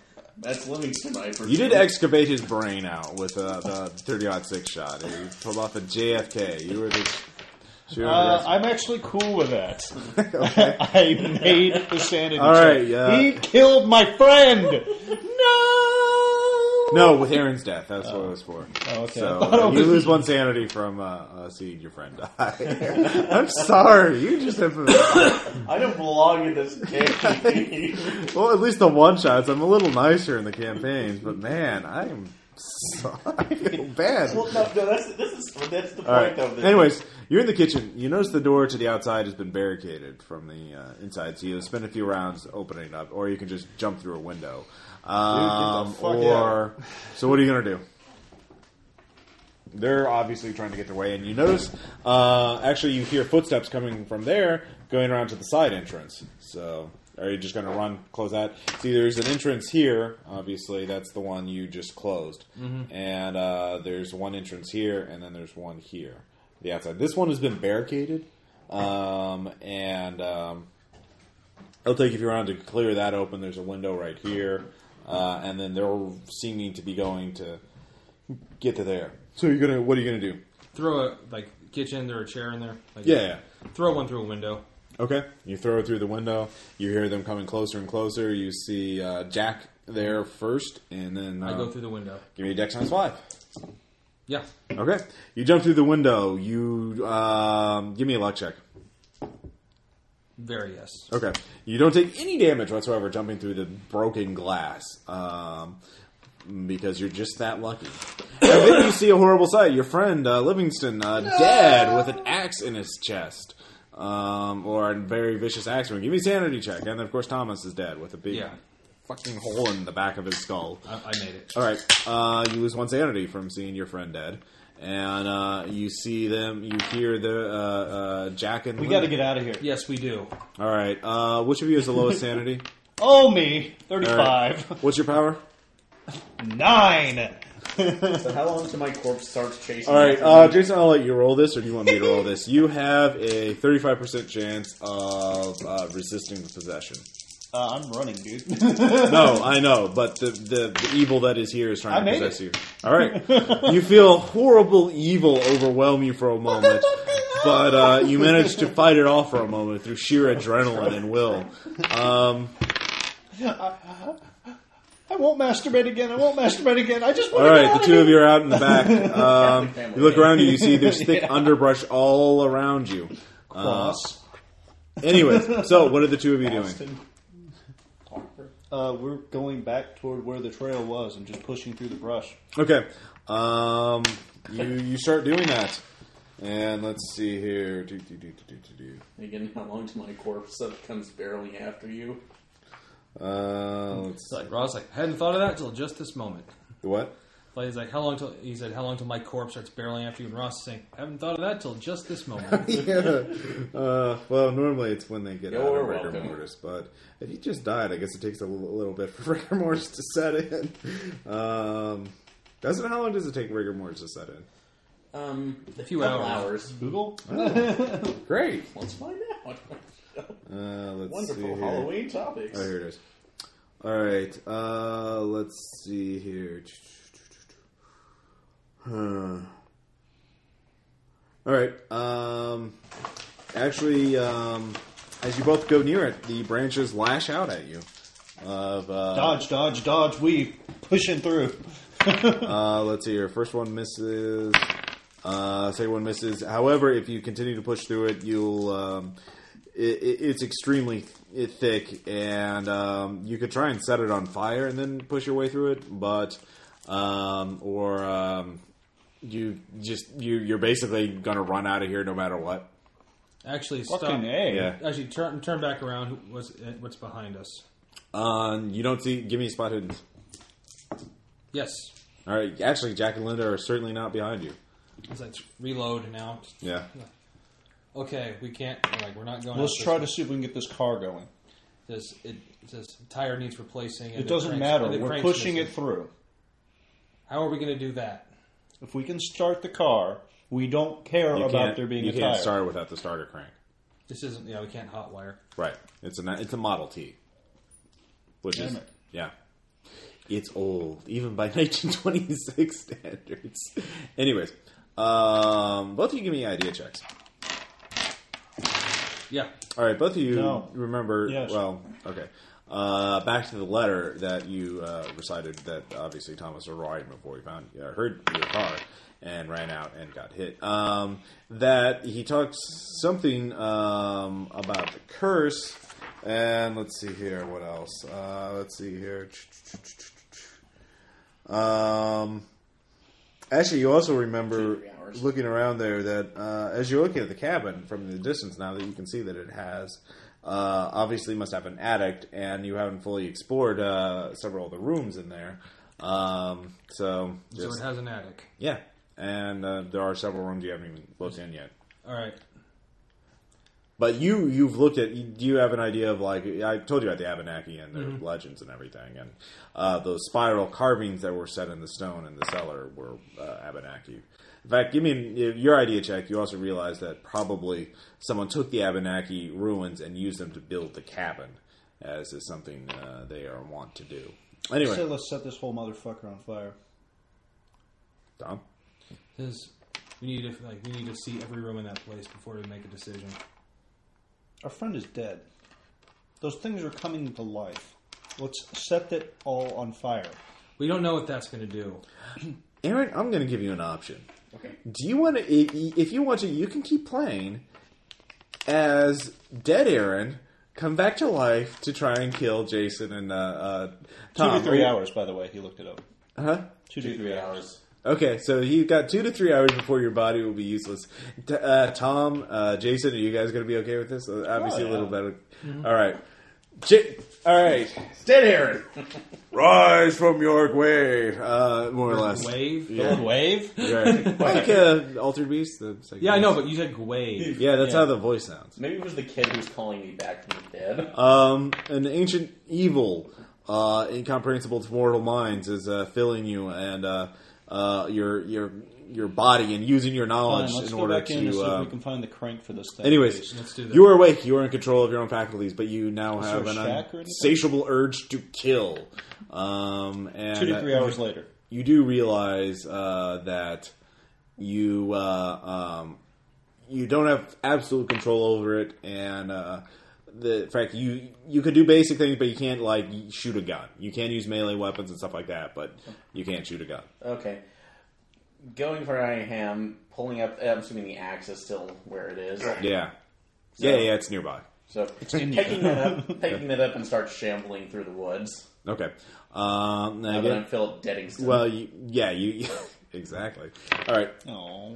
D: That's Livingston Viper.
A: You did excavate his brain out with uh, the 30 six shot. You pulled off a JFK. You were the. you were the
K: Uh,
A: guy-
K: I'm actually cool with
A: [LAUGHS]
K: that.
A: okay.
K: I made the sanity
A: All
K: check.
A: right, yeah.
K: He killed my
A: [LAUGHS]
K: friend.
A: No, with Aaron's death. That's what it was for.
K: [LAUGHS] Oh, okay.
A: So
K: I thought it
A: uh, you
K: was-
A: lose one sanity from uh, uh, seeing your friend die. [LAUGHS] I'm sorry. You just have.
D: I don't belong in
A: [LAUGHS]
D: this game.
A: Well, at least the one shots. I'm a little nicer in the campaigns, but man, I'm. So, I feel bad.
D: well, no, no, that's, this is, that's the point,
A: All right.
D: though. that-
A: Anyways, you're in the kitchen. You notice the door to the outside has been barricaded from the uh, inside, so you spend a few rounds opening it up, or you can just jump through a window. Um,
K: fuck
A: or so, what are you gonna do? They're obviously trying to get their way, and you notice uh, actually you hear footsteps coming from there, going around to the side entrance. So, are you just gonna run, close that? See, there's an entrance here. Obviously, that's the one you just closed, and uh, there's one entrance here, and then there's one here. The outside. This one has been barricaded, um, and um, It'll take you a few rounds to clear that open. There's a window right here, uh, and then they're seeming to be going to get to there. So you're gonna, what are you gonna do?
B: Throw a like kitchen or a chair in there. Like,
A: Yeah.
B: Throw one through a window.
A: Okay. You throw it through the window. You hear them coming closer and closer. You see uh, Jack there first, and then uh,
B: I go through the window.
A: Give me a dex times five.
B: Yeah.
A: Okay. You jump through the window. You um, give me a luck check.
B: Very yes.
A: Okay. You don't take any damage whatsoever jumping through the broken glass um, because you're just that lucky. and then you see a horrible sight. Your friend uh, Livingston uh, dead with an axe in his chest. Um, or a very vicious axe wound. Give me a sanity check. And then, of course, Thomas is dead with a big
B: Yeah.
A: fucking hole in the back of his skull.
B: I, I made it.
A: All right, uh, you lose one sanity from seeing your friend dead, and uh, you see them. You hear the uh, uh, Jack and
K: We got to get out of here.
B: Yes, we do.
A: All right, uh, which of you has the lowest sanity?
K: Oh me,
A: All right.
K: thirty-five,
A: What's your power?
K: nine.
D: So how long till my corpse starts chasing?
A: All right,
D: after me?
A: uh, Jason, I'll let you roll this, or do you want me to roll this? You have a thirty-five percent chance of uh, resisting the possession.
K: Uh, I'm running, [LAUGHS] dude.
A: No, I know, but the, the, the evil that is here is trying
K: I
A: to
K: made
A: possess you. All right, you feel horrible evil overwhelm you for a moment, but uh, you manage to fight it off for a moment through sheer adrenaline and will. Um,
K: I won't masturbate again. I won't masturbate again. I just
A: All
K: want to
A: right, the two of you are out in
K: [LAUGHS]
A: the back. Um, you look around you, you see there's thick underbrush all around you. Uh, anyway, so what are the two of you doing?
K: Uh, we're going back toward where the trail was and just pushing through the brush.
A: Okay, um, you you start doing that, and let's see here. Do, do, do, do, do,
D: Again, how long till my corpse up comes barreling after you?
A: do. Uh, let's
B: It's like Ross like hadn't thought of that till just this moment.
A: what?
B: Like he's like, how long till he said, how long till my corpse starts barreling after you? And Ross is saying, haven't thought of that till just
A: [LAUGHS]
B: this moment.
A: yeah. Uh, well, normally it's when they get out
D: You're
A: of rigor
D: welcome.
A: mortis, but if you just died, I guess it takes a little, little bit for [LAUGHS] rigor mortis to set in. Um, doesn't how long does it take rigor mortis to set in?
D: Um, a
B: few
D: couple
B: hours.
K: Google?
A: Great.
D: Let's find out. [LAUGHS]
A: Uh, let's see
D: Wonderful
A: here.
D: Halloween topics.
A: Oh, here it is. All right. Uh, let's see here. Huh. All right. Um, actually, um, as you both go near it, the branches lash out at you. Of uh,
K: Dodge, dodge, dodge. We pushing through.
A: uh, let's see here. First one misses. Uh, second one misses. However, if you continue to push through it, you'll. Um, it, it, it's extremely th- thick, and um, you could try and set it on fire and then push your way through it, but um, or um, You just you you're basically gonna run out of here no matter what.
B: Actually, stop.
C: Fucking A.
A: Yeah.
B: Actually, turn turn back around. Who- What's what's behind us?
A: Um, you don't see. Give me spot hidden.
B: Yes,
A: All right. Actually, Jack and Linda are certainly not behind you.
B: as I reload now.
A: Yeah.
B: Okay, we can't. Like, we're not going.
C: Let's
B: out
C: try to
B: this
C: see if we can get this car going.
B: way. This it says tire needs replacing. And
C: It
B: the
C: doesn't
B: cranks-
C: matter.
B: and the
C: We're
B: crank's
C: pushing it
B: missing.
C: through.
B: How are we going to do that?
C: If we can start the car, we don't care
A: You
C: about there being
A: you
C: a
A: can't
C: tire.
A: start without the starter crank.
B: This isn't. Yeah, we can't hotwire.
A: Right. It's a ni- it's a Model T, which is yeah. It's old, even by [LAUGHS] 1926 standards. Anyways, um, both of you give me idea checks.
B: Yeah,
A: All right, both of you
C: No.
A: remember.
C: Yes.
A: Well, okay. Uh, back to the letter that you uh, recited that obviously Thomas arrived before he found uh, heard your car and ran out and got hit. Um, that he talks something um, about the curse. And let's see here, what else? Uh, let's see here. Um, Actually, you also remember
D: Three hours.
A: looking around there that uh, as you're looking at the cabin from the distance now that you can see that it has uh, obviously must have an attic and you haven't fully explored uh, several of the rooms in there. Um, so,
B: so
A: just-
B: it has an attic.
A: yeah, and uh, there are several rooms you haven't even looked in yet.
B: All right.
A: But you you've looked at you- do you have an idea of like I told you about the Abenaki and their legends and everything and uh, those spiral carvings that were set in the stone in the cellar were uh, Abenaki. In fact, give me an- your idea check. You also realize that probably someone took the Abenaki ruins and used them to build the cabin, as is something uh, they are wont to do. Anyway,
L: Say let's set this whole motherfucker on fire.
A: Tom.
B: Says we need to like we need to see every room in that place before we make a decision.
L: Our friend is dead. Those things are coming to life. Let's set that all on fire.
B: We don't know what that's going to do.
A: Aaron, I'm going to give you an option.
D: Okay.
A: Do you want to? If you want to, you can keep playing as dead Aaron come back to life to try and kill Jason and uh, uh,
C: Two
A: Tom.
C: to three hours, by the way. He looked it up.
A: Huh?
C: Two to three hours.
A: Okay, so you've got two to three hours before your body will be useless. T- uh, Tom, uh, Jason, are you guys going to be okay with this? Uh, Obviously, a
C: Oh,
A: little better. All right. J- all right, dead Aaron, rise from your grave, uh, more or less.
B: Wave.
A: Yeah.
C: Wave?
A: [LAUGHS]
B: [LAUGHS]
A: Right. like uh, Altered Beast. The second
B: Yeah, I know,
A: one.
B: but you said wave.
A: Yeah, that's how the voice sounds.
D: [LAUGHS] Maybe it was the kid who's calling me back from the dead.
A: Um, an ancient evil, uh, incomprehensible to mortal minds, is uh, filling you and uh, uh, your your your body and using your knowledge
C: Fine, let's
A: in
C: go
A: order
C: back in and
A: to.
C: see if
A: Uh,
C: we can find the crank for this thing.
A: anyways,
B: Let's do that.
A: you are awake. You are in control of your own faculties, but you now
C: Is there
A: have
C: a
A: an
C: shack or anything?
A: insatiable urge to kill. Um, and
C: Two to
A: that-
C: three hours later.
A: you do realize uh, that you uh, um, you don't have absolute control over it, and uh, the in fact you you could do basic things, but you can't like shoot a gun. You can use melee weapons and stuff like that, but you can't shoot a gun.
D: Okay. Going where I am, pulling up. I'm assuming the axe is still where it is.
A: Yeah,
D: So-
A: yeah, yeah. It's nearby.
D: So picking that
A: [LAUGHS]
D: up, picking that up, and start shambling through the woods.
A: Okay. Um, now
D: Now that
A: again-
D: I'm Philip Deddington.
A: well, you, yeah, you [LAUGHS] exactly. All right.
C: Oh.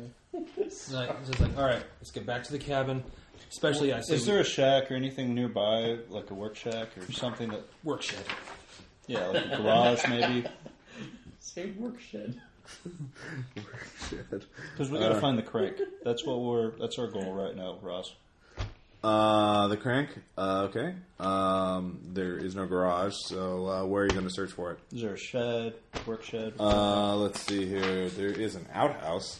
B: It's like, it's just like, all right, let's get back to the cabin. Especially, I say
C: Is there a shack or anything nearby, like a work shack or something that,
B: work shed.
C: yeah, like
A: [LAUGHS]
C: a garage maybe?
D: say work shed.
C: Because we got to find the crank. That's what we're. That's our goal right now, Ross.
A: Uh, the crank. Uh, okay. Um, there is no garage, so uh, where are you going to search for it?
C: Is there a shed, work shed?
A: Uh, let's see here. There is an outhouse.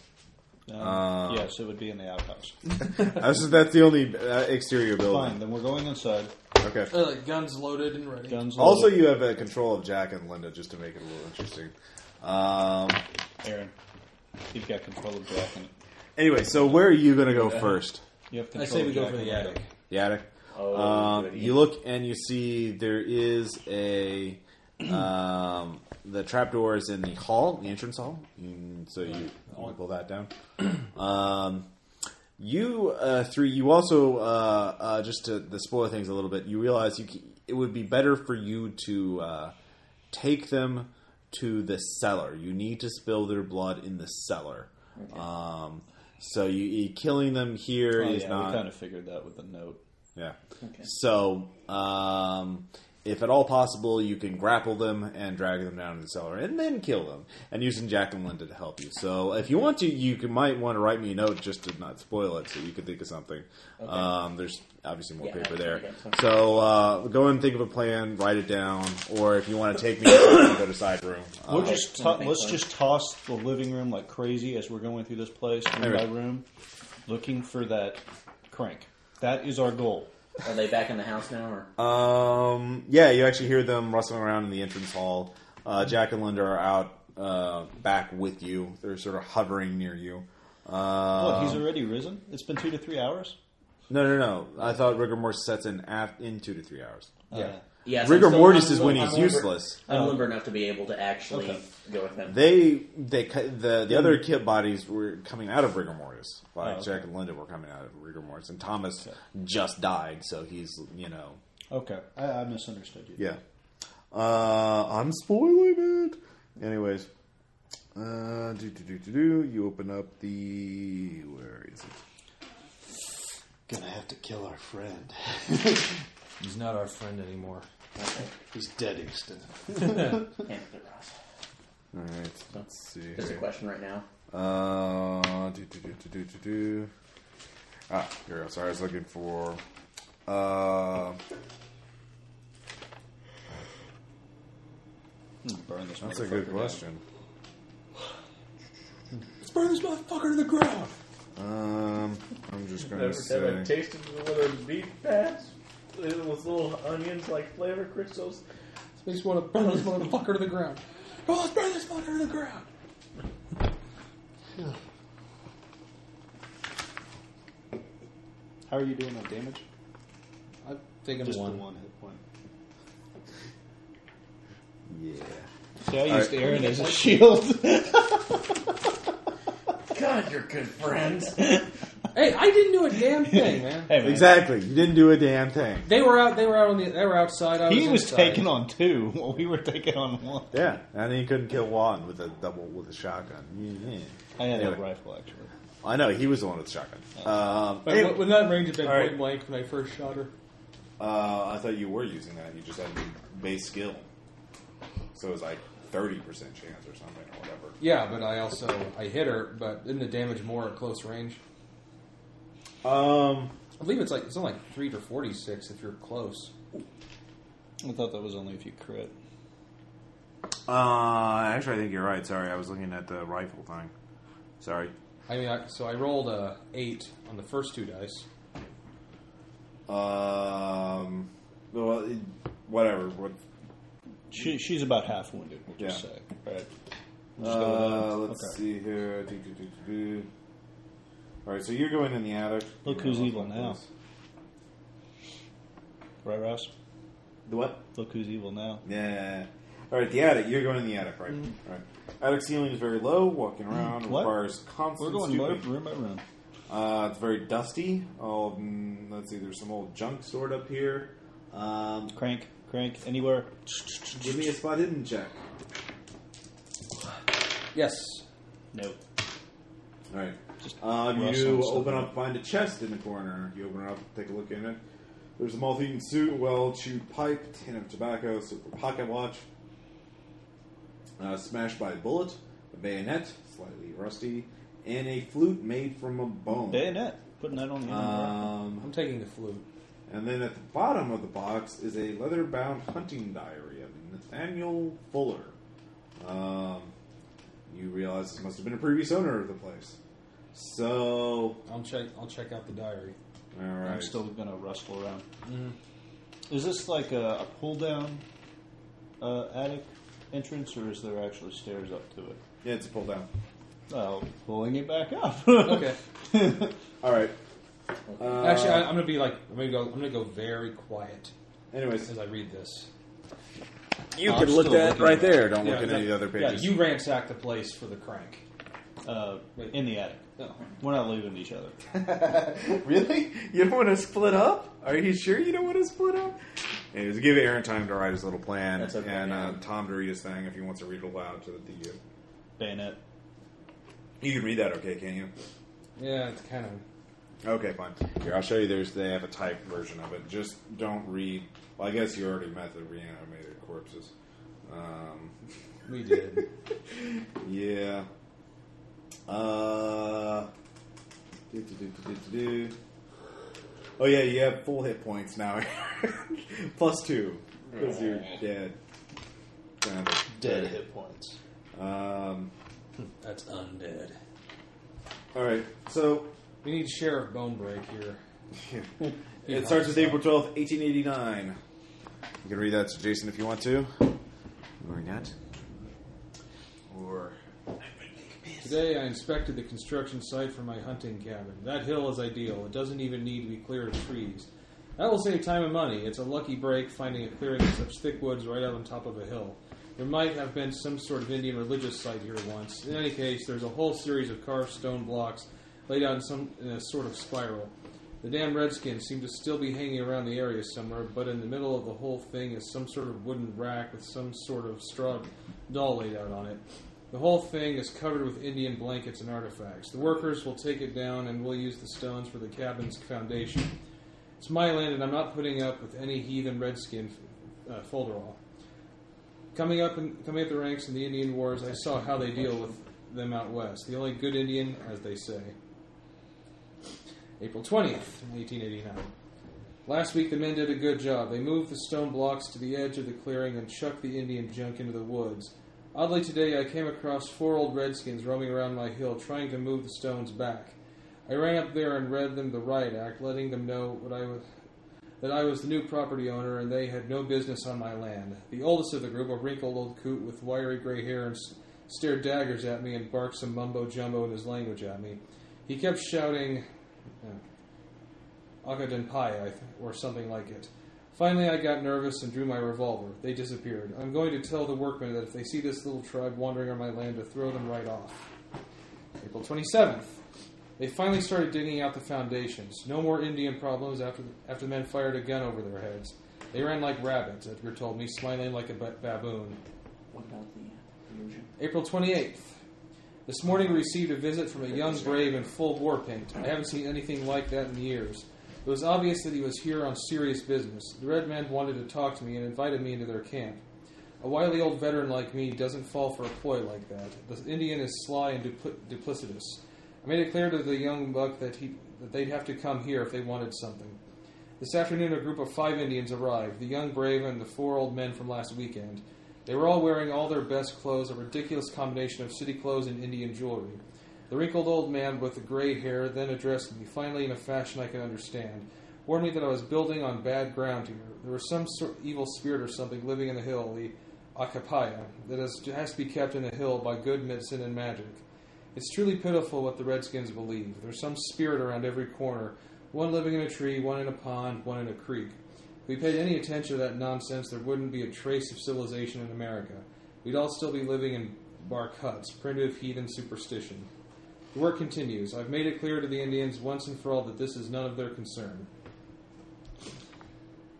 C: Um,
A: uh,
C: yes, it would be in the outhouse.
A: I was just- that's the only uh, exterior
C: Fine,
A: building.
C: then we're going inside.
A: Okay.
B: Uh, like guns loaded and ready.
C: Guns.
A: Also,
C: loaded.
A: you have uh, control of Jack and Linda, just to make it a little interesting. Um,
C: Aaron, you've got control of Jack, and
A: anyway, so where are you going to go first?
C: you have
B: I
C: control.
B: say we
C: of
B: go
C: Jack
B: for the
C: and-
B: attic.
A: The attic.
D: Oh,
A: um,
D: goody.
A: you look and you see there is a um, the trapdoor is in the hall, the entrance hall. Mm, So you, you pull that down. Um, you uh, three. You also uh, uh, just to, to spoil things a little bit. You realize you c- it would be better for you to uh, take them to the cellar. You need to spill their blood in the cellar. Um, so you, you killing them here is
C: Oh, yeah, we
A: not
C: kind of figured that with the note.
A: yeah. So, um, if at all possible, you can grapple them and drag them down to the cellar, and then kill them, and using Jack and Linda to help you. So, if you want to, you can, might want to write me a note just to not spoil it, so you can think of something. Um, there's obviously more
D: Yeah,
A: paper
D: I
A: there.
D: think I got
A: So, uh, go and think of a plan, write it down, or if you want to take me, [COUGHS] to go to side room. Uh,
C: We'll just to-
D: something
C: let's
D: fun.
C: just toss the living room like crazy as we're going through this place room by
A: Alright.
C: room, looking for that crank. That is our goal.
D: Are they back in the house now, or
A: Uh, Um, yeah, you actually hear them rustling around in the entrance hall. Uh, Jack and Linda are out uh, back with you. They're sort of hovering near you. Uh,
C: Look, Oh, he's already risen. It's been two to three hours.
A: no, no, no. I thought rigor mortis sets in af- in two to three hours.
C: Yeah.
D: yes?
A: rigor
D: I'm still-
A: mortis
D: I'm
A: is
D: lim-
A: when
D: I'm
A: he's
D: limber-
A: useless.
D: I'm limber enough to be able to actually
C: Okay.
D: go with him.
A: They they cut the the other kid bodies were coming out of rigor mortis. Like
C: Oh, okay.
A: Jack and Linda were coming out of rigor mortis, and Thomas just died, so he's you know
C: Uh, okay, I, I misunderstood you.
A: Yeah. Uh, I'm spoiling it. Anyways, uh, do do do do do. You open up the where is it?
M: Gonna have to kill our friend.
N: He's not our friend anymore.
M: He's dead instant.
D: Hand it to Ross.
A: All right. Let's see.
D: Just a question right now.
A: Uh, do do do do do do do. Ah, here we go. Sorry, I was looking for. Uh,
C: Hmm, Burn this.
A: that's a good
C: motherfucker
A: question.
B: Let's burn this motherfucker to the ground.
A: Um, I'm just
O: Never
A: gonna
O: ever
A: say.
O: tasted one of the meat pads with little onions like flavor crystals.
B: This makes me want to [LAUGHS] burn this motherfucker to the ground. Oh, let's burn this motherfucker to the ground.
C: down. How are you doing on damage?
B: I've taken
C: Just
B: one.
C: the one hit point.
A: Yeah.
C: See, I used
A: right.
C: Aaron [LAUGHS] as a shield.
D: God, you're good friends.
B: Hey, I didn't do
C: [LAUGHS]
B: a damn thing, man.
A: Exactly. You didn't do a damn thing.
B: They were out. They were out on the. They were outside. I
C: he was
B: inside.
C: taking on two [LAUGHS] while we were taking on one.
A: Yeah, and he couldn't kill Juan with a double with a shotgun. Yeah.
C: I had
A: Anyway.
C: a rifle actually.
A: I know he was the one with the shotgun. Um,
B: But
A: anyway-
B: when that range had been
A: All right.
B: point blank when I first shot her.
A: Uh, I thought you were using that. You just had your base skill, so it was like thirty percent chance or something or whatever.
B: Yeah, but I also I hit her, but didn't the damage more at close range?
A: Um,
B: I believe it's like it's only like three to forty six if you're close.
C: I thought that was only if you crit.
A: uh, actually, I think you're right. Sorry, I was looking at the rifle thing. Sorry.
B: I mean, I, so I rolled a eight on the first two dice.
A: Um, well, it- whatever. What,
C: She, she's about half wounded. We'll just
A: Yeah.
C: say. Right. Just go with that.
A: uh, let's
C: Okay.
A: see here. Do, do, do, do, do. All right, so you're going in the attic.
C: Look
A: Yeah,
C: who's
A: I'll-
C: evil now. Right, Ross.
A: The what?
C: Look who's evil now.
A: Yeah. All right, the attic. You're going in the attic, right? All right. Attic ceiling is very low. Walking around
C: Mm-hmm. Mm, What?
A: requires constant.
C: We're going
A: stooping.
C: room, room by room.
A: Uh, it's very dusty. Oh, mm, let's see. There's some old junk stored up here. Um,
C: Crank, crank, anywhere.
A: give me a spot hidden check.
B: Yes,
C: No.
A: All right.
C: Just
A: Um,
C: Russell
A: you
C: something.
A: open up, find a chest in the corner. You open it up, take a look in it. There's a moth-eaten suit, well-chewed pipe, tin of tobacco, silver pocket watch, uh, smashed by a bullet, a bayonet, slightly rusty, and a flute made from a bone.
C: Bayonet. Putting that on the
A: Um,
B: I'm taking the flute.
A: And then at the bottom of the box is a leather bound hunting diary of Nathaniel Fuller. Um, you realize this must have been a previous owner of the place. So,
B: I'll check. I'll check out the diary.
A: alright.
C: I'm still gonna rustle around. Is this like a, a pull down uh, attic entrance, or is there actually stairs up to it?
A: Yeah, it's a pull down.
C: Well, pulling it back up.
B: Okay.
C: [LAUGHS]
A: Alright. Uh,
B: Actually, I, I'm gonna be like I'm gonna go. I'm gonna go very quiet
A: anyways,
B: as I read this.
A: you
C: I'm can look still at it looking. right
A: there. Don't
B: Yeah, yeah,
F: [LAUGHS]
B: Yeah, you ransack the place for the crank.
C: Uh,
B: Wait.
C: in the attic.
B: No.
C: We're not leaving each [LAUGHS] other.
A: really? You don't want to split up? Are you sure you don't want to split up?
F: And it was to give Aaron time to write his little plan,
D: That's okay,
F: and uh,
D: yeah.
F: Tom to read his thing if he wants to read it aloud to the you.
K: Bayonet.
F: You can read that, okay? Can't you?
B: Yeah, it's kind of.
F: Okay, fine. Here, I'll show you. There's they have a typed version of it. Just don't read. Well, I guess you already met the reanimated corpses. Um,
B: We [LAUGHS] did.
F: yeah. Uh. Do, do, do, do, do, do. Oh yeah, you have full hit points now. [LAUGHS] Plus two because you're dead. Kind of
C: Dead hit points.
F: Um.
B: That's undead.
F: All right. So
B: We need Sheriff Bonebreak here.
F: [LAUGHS] It starts with April 12th, 1889. You can read that to Jason if you want to. Or not. Or.
B: Today I inspected the construction site for my hunting cabin. That hill is ideal. It doesn't even need to be cleared of trees. That will save time and money. It's a lucky break finding a clearing in such thick woods right up on top of a hill. There might have been some sort of Indian religious site here once. In any case, there's a whole series of carved stone blocks laid out in some in a sort of spiral. The damn redskins seem to still be hanging around the area somewhere, but in the middle of the whole thing is some sort of wooden rack with some sort of straw doll laid out on it. The whole thing is covered with Indian blankets and artifacts. The workers will take it down and we'll use the stones for the cabin's foundation. It's my land, and I'm not putting up with any heathen redskin uh, folderol. Coming up, in, coming up the ranks in the Indian wars, I saw how they deal with them out west. The only good Indian, as they say. April 20th, 1889. Last week, the men did a good job. They moved the stone blocks to the edge of the clearing and chucked the Indian junk into the woods. Oddly, today I came across four old redskins roaming around my hill trying to move the stones back. I ran up there and read them the riot act, letting them know what I was, that I was the new property owner and they had no business on my land. The oldest of the group, a wrinkled old coot with wiry gray hair, and s- stared daggers at me and barked some mumbo jumbo in his language at me. He kept shouting, Akadenpai, I th- or something like it. Finally, I got nervous and drew my revolver. They disappeared. I'm going to tell the workmen that if they see this little tribe wandering on my land, to throw them right off. April 27th. They finally started digging out the foundations. No more Indian problems after the, after the men fired a gun over their heads. They ran like rabbits, Edgar told me, smiling like a ba- baboon.
D: What about the illusion?
B: April 28th. This morning we received a visit from a young brave in full war paint. I haven't seen anything like that in years. It was obvious that he was here on serious business. The red men wanted to talk to me and invited me into their camp. A wily old veteran like me doesn't fall for a ploy like that. The Indian is sly and dupli- duplicitous. I made it clear to the young buck that he that they'd have to come here if they wanted something. This afternoon, a group of five Indians arrived the young brave and the four old men from last weekend. They were all wearing all their best clothes, a ridiculous combination of city clothes and Indian jewelry. The wrinkled old man with the gray hair then addressed me, finally in a fashion I could understand, warned me that I was building on bad ground here. There was some sort evil spirit or something living in the hill, the Akapaya, that is, has to be kept in the hill by good medicine and magic. It's truly pitiful what the Redskins believe. There's some spirit around every corner, one living in a tree, one in a pond, one in a creek. If we paid any attention to that nonsense, there wouldn't be a trace of civilization in America. We'd all still be living in bark huts, primitive heathen superstition. The work continues. I've made it clear to the Indians once and for all that this is none of their concern.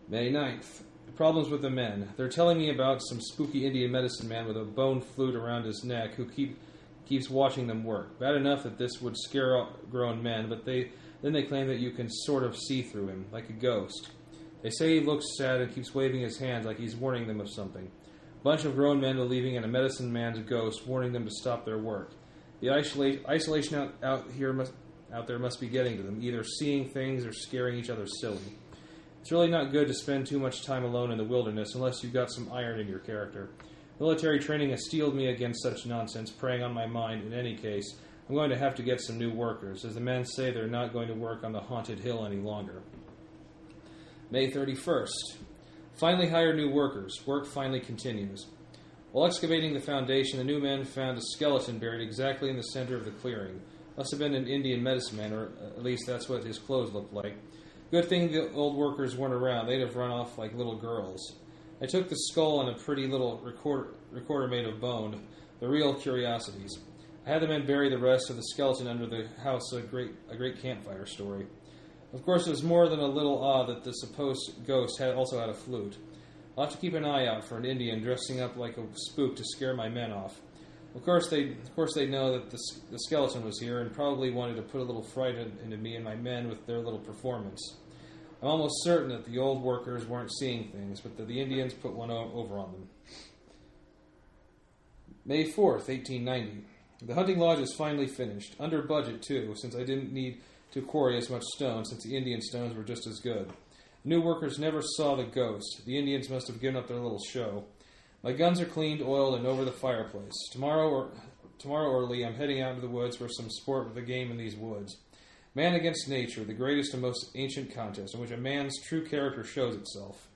B: May 9th. Problems with the men. They're telling me about some spooky Indian medicine man with a bone flute around his neck who keep keeps watching them work. Bad enough that this would scare all grown men, but they then they claim that you can sort of see through him, like a ghost. They say he looks sad and keeps waving his hands like he's warning them of something. Bunch of grown men believing in a medicine man's ghost, warning them to stop their work. The isolate, isolation out, out here must out there must be getting to them, either seeing things or scaring each other silly. It's really not good to spend too much time alone in the wilderness unless you've got some iron in your character. Military training has steeled me against such nonsense, preying on my mind. In any case, I'm going to have to get some new workers, as the men say they're not going to work on the haunted hill any longer. May 31st. Finally hire new workers. Work finally continues. While excavating the foundation, the new men found a skeleton buried exactly in the center of the clearing. Must have been an Indian medicine man, or at least that's what his clothes looked like. Good thing the old workers weren't around. They'd have run off like little girls. I took the skull and a pretty little recorder, recorder made of bone, the real curiosities. I had the men bury the rest of the skeleton under the house, a great, a great campfire story. Of course, it was more than a little odd that the supposed ghost had also had a flute. I'll have to keep an eye out for an Indian dressing up like a spook to scare my men off. Of course, they of course they know that the, s- the skeleton was here and probably wanted to put a little fright in- into me and my men with their little performance. I'm almost certain that the old workers weren't seeing things, but that the Indians put one o- over on them. May 4th, 1890. The hunting lodge is finally finished. Under budget, too, since I didn't need to quarry as much stone, since the Indian stones were just as good. New workers never saw the ghost. The Indians must have given up their little show. My guns are cleaned, oiled, and over the fireplace. Tomorrow or tomorrow early, I'm heading out into the woods for some sport with the game in these woods. Man against nature, the greatest and most ancient contest in which a man's true character shows itself.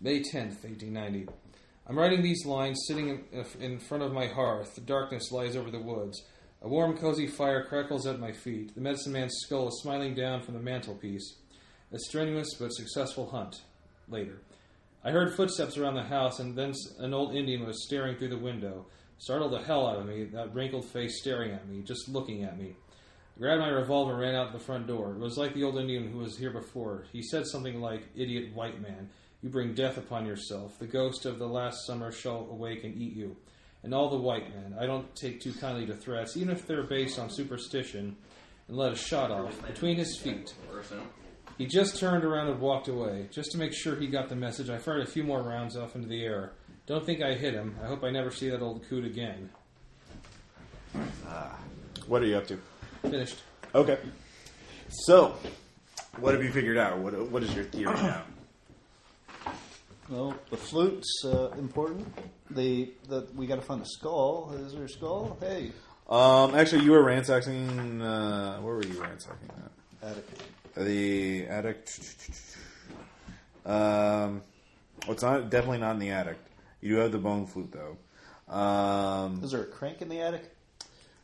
B: May 10th, 1890. I'm writing these lines sitting in, uh, in front of my hearth. The darkness lies over the woods. A warm, cozy fire crackles at my feet. The medicine man's skull is smiling down from the mantelpiece. A strenuous but successful hunt. Later. I heard footsteps around the house, and then s- an old Indian was staring through the window. Startled the hell out of me, that wrinkled face staring at me, just looking at me. I grabbed my revolver and ran out the front door. It was like the old Indian who was here before. He said something like, Idiot white man, you bring death upon yourself. The ghost of the last summer shall awake and eat you. And all the white men, I don't take too kindly to threats, even if they're based on superstition, and let a shot off between his feet. He just turned around and walked away. Just to make sure he got the message, I fired a few more rounds off into the air. Don't think I hit him. I hope I never see that old coot again.
A: What are you up to?
B: Finished.
A: Okay. So, what have you figured out? What What is your theory now?
C: Well, the flute's uh, important. The that we got to find a skull. Is there a skull? Hey,
A: Um, actually, you were ransacking. Uh, where were you ransacking at?
C: attic.
A: The attic. Um, well, it's not definitely not in the attic. You do have the bone flute though. Um,
C: Is there a crank in the attic?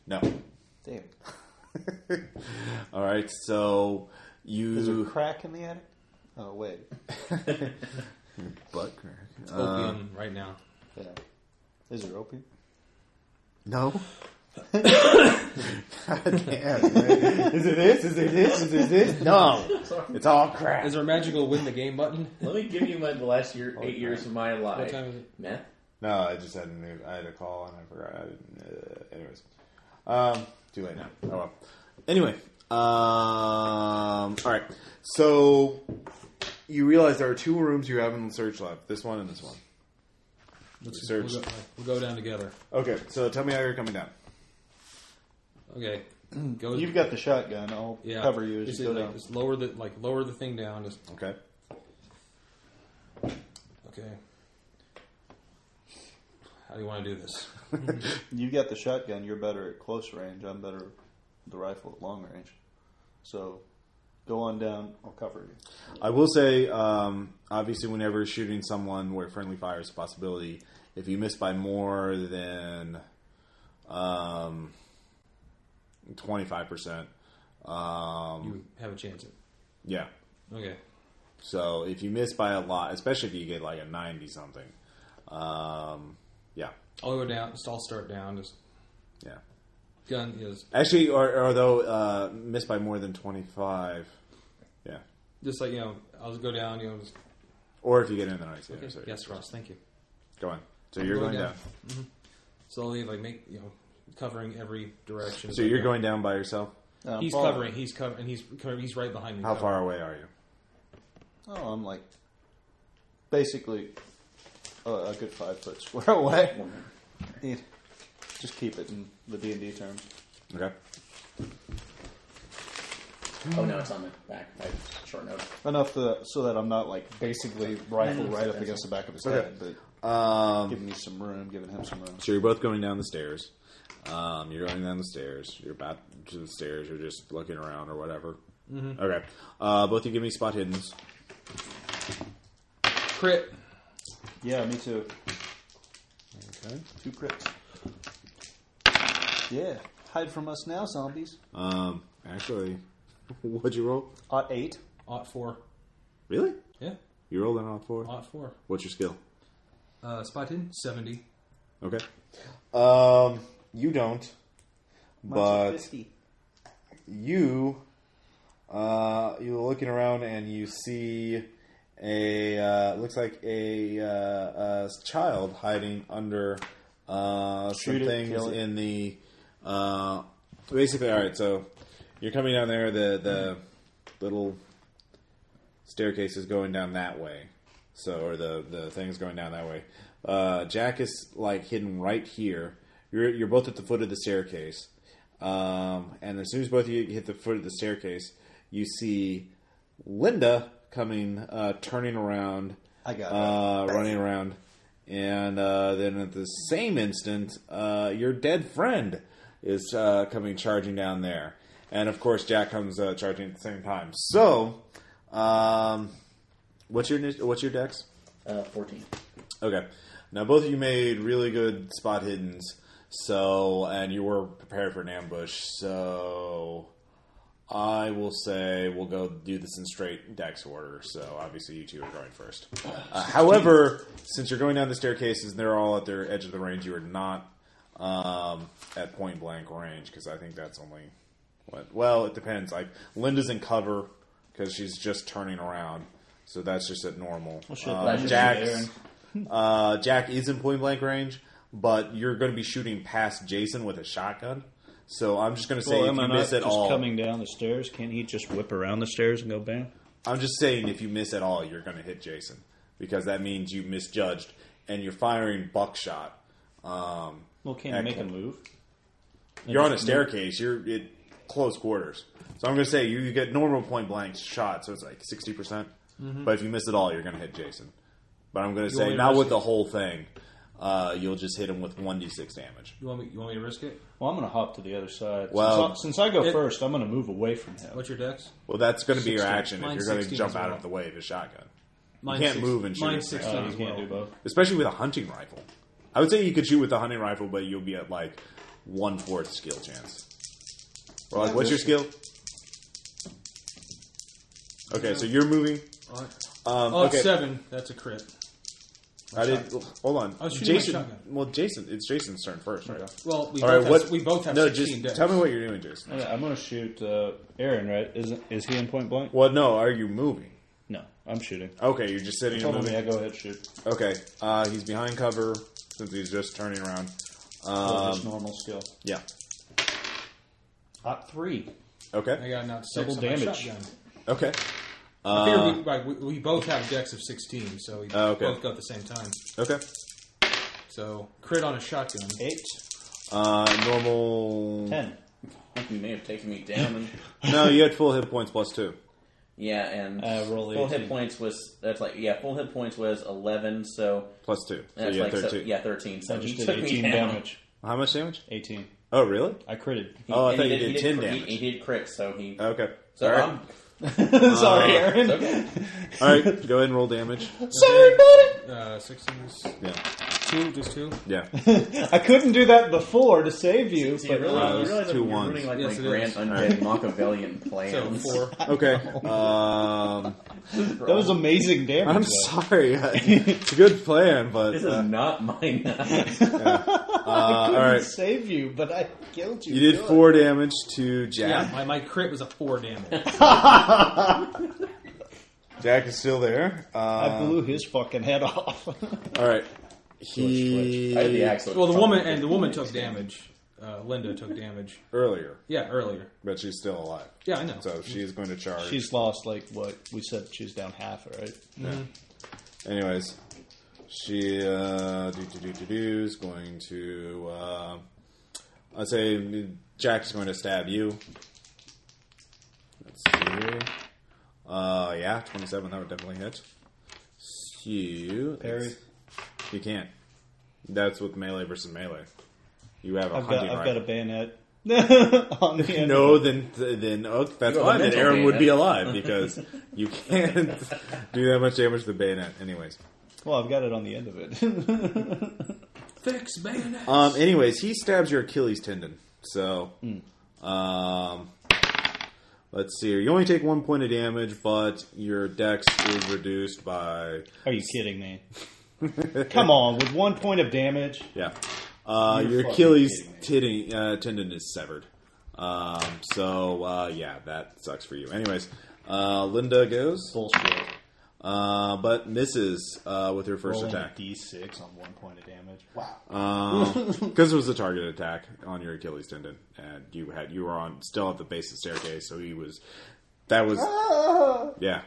A: no. [LAUGHS]
C: Damn.
A: All right, so you
C: Is there a crack in the attic? Oh wait.
A: butt crack. Uh,
B: Opium right now.
C: Yeah. Is there opium?
A: no. [LAUGHS] God damn, man. Is it this? Is it this? Is it this? No. It's all crap.
B: Is there a magical win the game button?
D: [LAUGHS] Let me give you my the last year, eight years of my life.
B: What time is it?
D: Meh.
A: No, I just had a new, I had a call and I forgot. I didn't, uh, anyways, um, too late now. Oh well. Anyway, um, all right. So you realize there are two rooms you have in the search lab. This one and this one.
B: Let's
A: Search.
B: We'll, go, we'll go down together.
A: Okay, so tell me how you're coming down.
B: Okay. Go.
C: You've got the shotgun. I'll
B: yeah.
C: cover you as
B: Just,
C: you go
B: like,
C: down.
B: just lower the like lower the thing down. Just
A: Okay.
B: okay. How do you want to do this?
C: You've got the shotgun. You're better at close range. I'm better at the rifle at long range. So go on down. I'll cover you.
A: I will say, um, obviously, whenever you're shooting someone where friendly fire is a possibility, if you miss by more than um, 25%, um,
B: You have a chance. At,
A: yeah.
B: okay.
A: So if you miss by a lot, especially if you get like a 90 something, um, yeah.
B: I'll go down. Just I'll start down. Just
A: Yeah.
B: gun is
A: Actually, or, or though, uh, miss by more than 25. Yeah.
B: just like you know. I'll just go down. You know. Just,
A: Or if you get in the 90.
B: okay. Yes, Ross. Thank you.
A: Go on. So you're
B: going
A: going down.
B: down. Slowly, like make you know, covering every direction.
A: So you're going down by yourself?
C: Uh,
B: He's
C: Paul-
B: covering. He's covering. He's covering, he's right behind me.
A: How far away are you?
C: Oh, I'm like basically uh, a good five foot square [LAUGHS] away. Yeah. Just keep it in the D and D terms.
A: Okay.
D: Oh no, it's on the back. I short note.
C: Enough to, so that I'm not like basically rifle right up against the back of his head, but giving me some room, giving him some room.
A: Um, So you're both going down the stairs. Um, you're going down the stairs. You're about to the stairs. You're just looking around or whatever.
B: Mm-hmm.
A: Okay. Uh, both of you give me spot hiddens.
B: Crit.
C: Yeah, me too.
A: Okay.
C: Two crits. Yeah, hide from us now, zombies.
A: Um, actually, [LAUGHS] what'd you roll?
C: Ot eight.
B: Ought uh, four.
A: Really?
B: Yeah.
A: You rolled an odd four?
B: Ought four.
A: What's your skill?
B: Uh, spot hidden seventy.
A: Okay. Um, you don't,
C: Mine's a 50.
A: you Uh, you're looking around and you see a uh, looks like a, uh, a child hiding under uh, some
C: Shoot it,
A: things
C: kill it.
A: in the. Uh, basically, all right. So you're coming down there. The the little staircase is going down that way. So, or the the thing's going down that way. Uh, Jack is like hidden right here. You're you're both at the foot of the staircase, um, and as soon as both of you hit the foot of the staircase, you see Linda coming, uh, turning around,
P: I got
A: uh, running around, and uh, then at the same instant, uh, your dead friend is uh, coming charging down there, and of course Jack comes uh, charging at the same time. So, um, what's your init- what's your dex?
D: Uh, 14.
A: Okay. Now both of you made really good spot hiddens, so and you were prepared for an ambush, so I will say we'll go do this in straight dex order. So obviously you two are going first. Uh, however, since you're going down the staircases and they're all at their edge of the range, you are not um, at point blank range because I think that's only what. Well, it depends. Like Linda's in cover because she's just turning around, so that's just at normal. Uh,
D: Flash is in the air
A: Jack's
D: and-
A: uh, Jack is in point blank range, but you're going to be shooting past Jason with a shotgun. So I'm just going to say
C: Well,
A: if
C: am I
A: you
C: not
A: miss
C: just
A: at all,
C: coming down the stairs? Can't he just whip around the stairs and go bam?
A: I'm just saying if you miss at all, you're going to hit Jason because that means you misjudged and you're firing buckshot. Um,
C: Well, can't
A: he
C: he
A: make
C: make
A: a
C: a move?
A: you're on a staircase. You're at close quarters. So I'm going to say you, you get normal point blank shot, so it's like 60%. percent
C: Mm-hmm.
A: But if you miss at all, you're going to hit Jason. But I'm going to say
B: only
A: not
B: risk
A: with the whole thing. Uh, you'll just hit him with 1d6 damage.
B: You want me? You want me to risk it?
C: Well, I'm going to hop to the other side.
A: Well-
C: since I, since I go
B: It-
C: first, I'm going to move away from him.
B: What's your dex?
A: Well, that's going to be your
B: 16.
A: action if
B: Mine's
A: you're going to
B: 16
A: jump
B: as well.
A: out of the way of his shotgun,
B: Mine
A: can't move Oh, and shoot
B: Mine
A: at the same
B: sixteen
C: Uh,
B: as
C: you can't
B: well.
C: do both.
A: especially with a hunting rifle. I would say you could shoot with a hunting rifle, but you'll be at like one fourth skill chance. Or like, what's your skill? Okay, so you're moving.
B: Alright.
A: Um,
B: Oh, it's
A: okay,
B: seven. That's a crit.
A: I did. Hold on,
B: I was shooting my
A: Jason.
B: shotgun.
A: Well, Jason, it's Jason's turn first, right?
B: Well,
A: All
B: we both
A: right,
B: have,
A: what?
B: we both have
A: no.
B: sixteen
A: Just
B: dex.
A: tell me what you're doing, Jason.
C: Okay, I'm going to shoot uh, Aaron. Right? Is is he in point blank?
A: Well, no, are you moving?
C: No, I'm shooting.
A: Okay, you're just sitting.
C: He
A: and
C: told me
A: moving.
C: I go ahead shoot.
A: Okay, uh, he's behind cover since he's just turning around.
C: Well,
A: Um,
C: just normal skill.
A: yeah.
C: Hot three.
B: I
A: Okay.
B: got not six
C: Double
B: on my
C: damage.
B: shotgun.
A: Okay.
B: I figure we, right, we, we both have decks of sixteen, so we
A: Uh, Oh, okay.
B: both go at the same time.
A: Okay.
B: So crit on a shotgun.
C: Eight.
A: Uh, normal.
C: Ten.
D: I think you may have taken me down. And,
A: No, you had full hit points plus two.
D: [LAUGHS] yeah, and
C: Uh, roll
D: full hit
C: 18.
D: points was that's like yeah, full hit points was eleven. So
A: Plus two. So
D: that's
A: you had
D: like so-
A: 13.
D: yeah, thirteen. So
C: I
D: he
C: just did
D: took me
C: 18
D: down.
C: damage.
A: How much damage?
C: 18.
A: Oh, really? [LAUGHS]
C: I critted. [LAUGHS]
D: He-
A: Oh, I
D: and
A: thought
D: he
A: you did 10
D: crit- he-
A: damage.
D: He, did crit, so he.
A: Okay.
D: so
A: All right.
D: I'm,
C: Sorry, Aaron.
D: okay.
A: All right. Go ahead and roll damage.
C: [LAUGHS] Sorry, buddy.
B: Uh, sixteen is
A: Yeah.
B: two, just two.
A: Yeah.
C: [LAUGHS] I couldn't do that before to save you.
D: So you
C: But
D: realize, you
A: those
D: realize
A: two
D: I'm you're
A: ones.
D: ruining like
B: Yes,
D: my
B: it
D: grand
B: is.
A: [LAUGHS]
D: undead Machiavellian
B: So
D: plans.
B: four.
D: [LAUGHS]
A: Okay. Um,
C: that was amazing damage.
A: I'm
C: though.
A: sorry. [LAUGHS] It's a good plan, but
D: This
A: uh,
D: is
A: [LAUGHS]
D: not mine.
A: uh, all right.
C: save you, but I killed
A: You did four damage to
B: Yeah,
A: Jack.
B: my, my crit was a four damage.
A: Jack is still there. Uh,
C: I blew his fucking head [LAUGHS] off.
A: all right. He
D: I had the axe. so it
B: well, the
D: probably
B: woman
D: did
B: and the woman took
D: damage.
B: damage. Uh, Linda took damage.
A: earlier,
B: Yeah, earlier.
A: but she's still alive.
B: Yeah, I know.
A: So she's going to charge.
C: she's lost like what we said. She's down half, right?
A: Anyways, she uh, do do do do do is going to. Uh, I say Jack's going to stab you. Let's see. Uh, yeah, twenty-seven. That would definitely hit. You
C: Parry.
A: You can't. That's with melee versus melee. You have a
C: I've got
A: hunting
C: I've got a
A: rifle.
C: bayonet [LAUGHS]
A: [LAUGHS]
C: on the end.
A: no, then then oh, that's
D: You have
A: fine.
D: a
A: Then
D: mental
A: Aaron would be
D: bayonet.
A: alive because you can't [LAUGHS] do that much damage with the bayonet. Anyways.
C: Well, I've got it on the end of it. [LAUGHS]
B: Fix bayonet.
A: Um, anyways, he stabs your Achilles tendon. So,
C: Hmm.
A: um, let's see here. You only take one point of damage, but your dex is reduced by.
C: Are you kidding me? Come on, with one point of damage.
A: Yeah. Uh, your
C: fucking
A: Achilles tendon, uh, tendon is severed. Um, so uh, yeah, that sucks for you. Anyways, uh, Linda goes bullshit, uh, but misses uh, with her first
C: Rolling
A: attack Uh,
C: a d6 on one point of damage. Wow.
A: because Um, [LAUGHS] it was a target attack on your Achilles tendon, and you had you were on still at the base of the staircase, so he was that was yeah.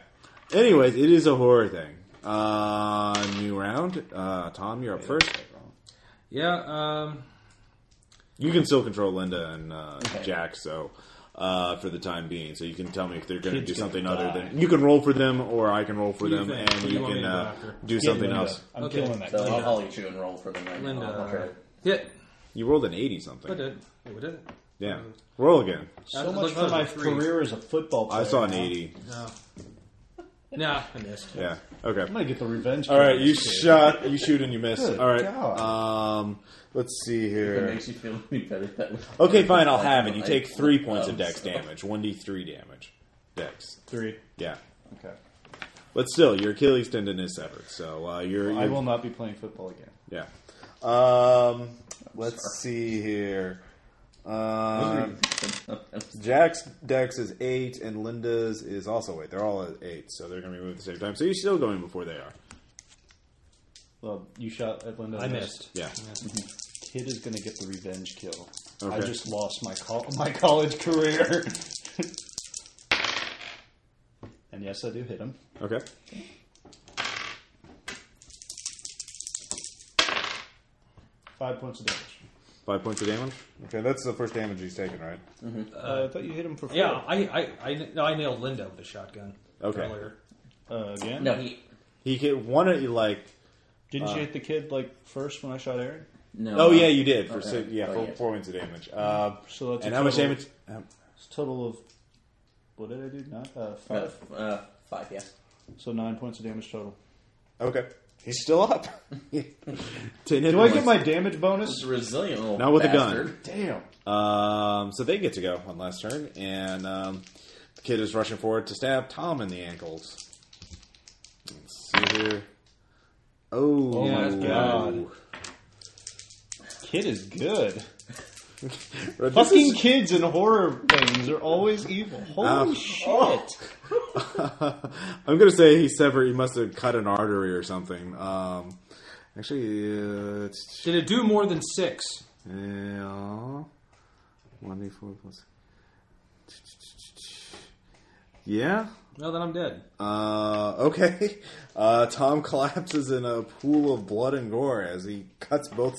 A: Anyways, it is a horror thing. Uh, new round. Uh, Tom, you're up first.
B: Yeah, um,
A: You can still control Linda and uh, Jack, so uh, for the time being, so you can tell me if they're going to do something other than you can roll for them, or I can roll for
B: you
A: them,
B: think?
A: and
B: Who do
A: you
B: you want
A: can
B: me to go
A: uh,
B: after?
A: do something else.
C: I'm
B: Okay.
C: killing that.
D: So
C: guy.
D: I'll, I'll let you and roll for them right
B: Linda.
D: now.
A: Oh,
D: I'll try.
B: hit.
A: You rolled an eighty
B: I
A: something.
B: did. Wait, what did it?
A: Yeah, roll again.
B: I-
C: So
B: I
C: much
B: looked
C: for
B: at
C: my
B: the three.
C: career as a football player.
A: I saw an
C: now.
A: eighty.
B: No. Nah, I missed.
A: Yeah. Okay.
C: I'm gonna get the revenge.
A: All right,
C: kills,
A: you
C: kid.
A: shot, you shoot, and you miss.
C: Good
A: All right.
C: God.
A: Um, let's see
D: If it
A: here.
D: makes you feel any better, that would
A: Okay, fine, I'll have it. You
D: I-
A: take three points of
D: um,
A: dex
D: so-
A: damage, one d three damage, dex.
C: Three.
A: Yeah,
C: Okay.
A: but still, your Achilles tendon is severed, so uh, you're,
C: I
A: you're-
C: will not be playing football again.
A: Yeah. Um, let's see here. Uh, [LAUGHS] Jack's dex is eight, and Linda's is also eight. They're all at eight, so they're going to be moved at the same time. So you're still going before they are.
C: Well, you shot at Linda.
B: I missed.
A: Yeah.
C: Mm-hmm. Kid is gonna get the revenge kill. I
A: Okay.
C: just lost my col- [LAUGHS] my college career. and yes, I do hit him.
A: Okay.
C: Five points of damage.
A: Five points of damage. Okay, that's the first damage he's taken, right?
C: Uh, I thought you hit him for four.
B: Yeah, I I, I, no, I nailed Linda with a shotgun
A: Okay.
B: earlier.
C: Uh, again?
D: No, he.
A: He hit one of you like.
C: Didn't you hit the kid like first when I shot Aaron?
D: No.
C: Uh-huh.
A: Oh yeah, you did for
D: Okay.
A: six, yeah
D: Oh,
A: four,
D: yes.
A: four points of damage. Uh,
C: So that's
A: and
C: a
A: how much
C: total-
A: damage? um,
C: It's a total of what did I do? Not uh,
D: Uh,
C: five.
D: uh, five, yes.
C: So nine points of damage total.
A: Okay, he's still
C: [LAUGHS]
A: up. [LAUGHS] Ten hit
C: Do I
A: points.
C: get my damage
D: It's
C: bonus?
D: resilient little
A: Now with a gun.
D: bastard.
C: Damn.
A: Um, so they get to go on last turn, and um, the kid is rushing forward to stab Tom in the ankles. Let's see here. Oh,
B: Yeah,
A: [LAUGHS]
B: that's bad.
C: God. Kid is good.
A: This
C: Fucking
A: is- [LAUGHS]
C: kids and horror things are always evil. Holy
A: Ah.
C: shit.
A: I'm gonna say he severed. He must have cut an artery or something. Um, actually, uh, it's-
B: Did it do more than six?
A: Yeah. 1d4 plus. Yeah.
B: No, then
A: [LAUGHS]
B: I'm dead.
A: Uh, okay. [LAUGHS] Uh, Tom collapses in a pool of blood and gore as he cuts both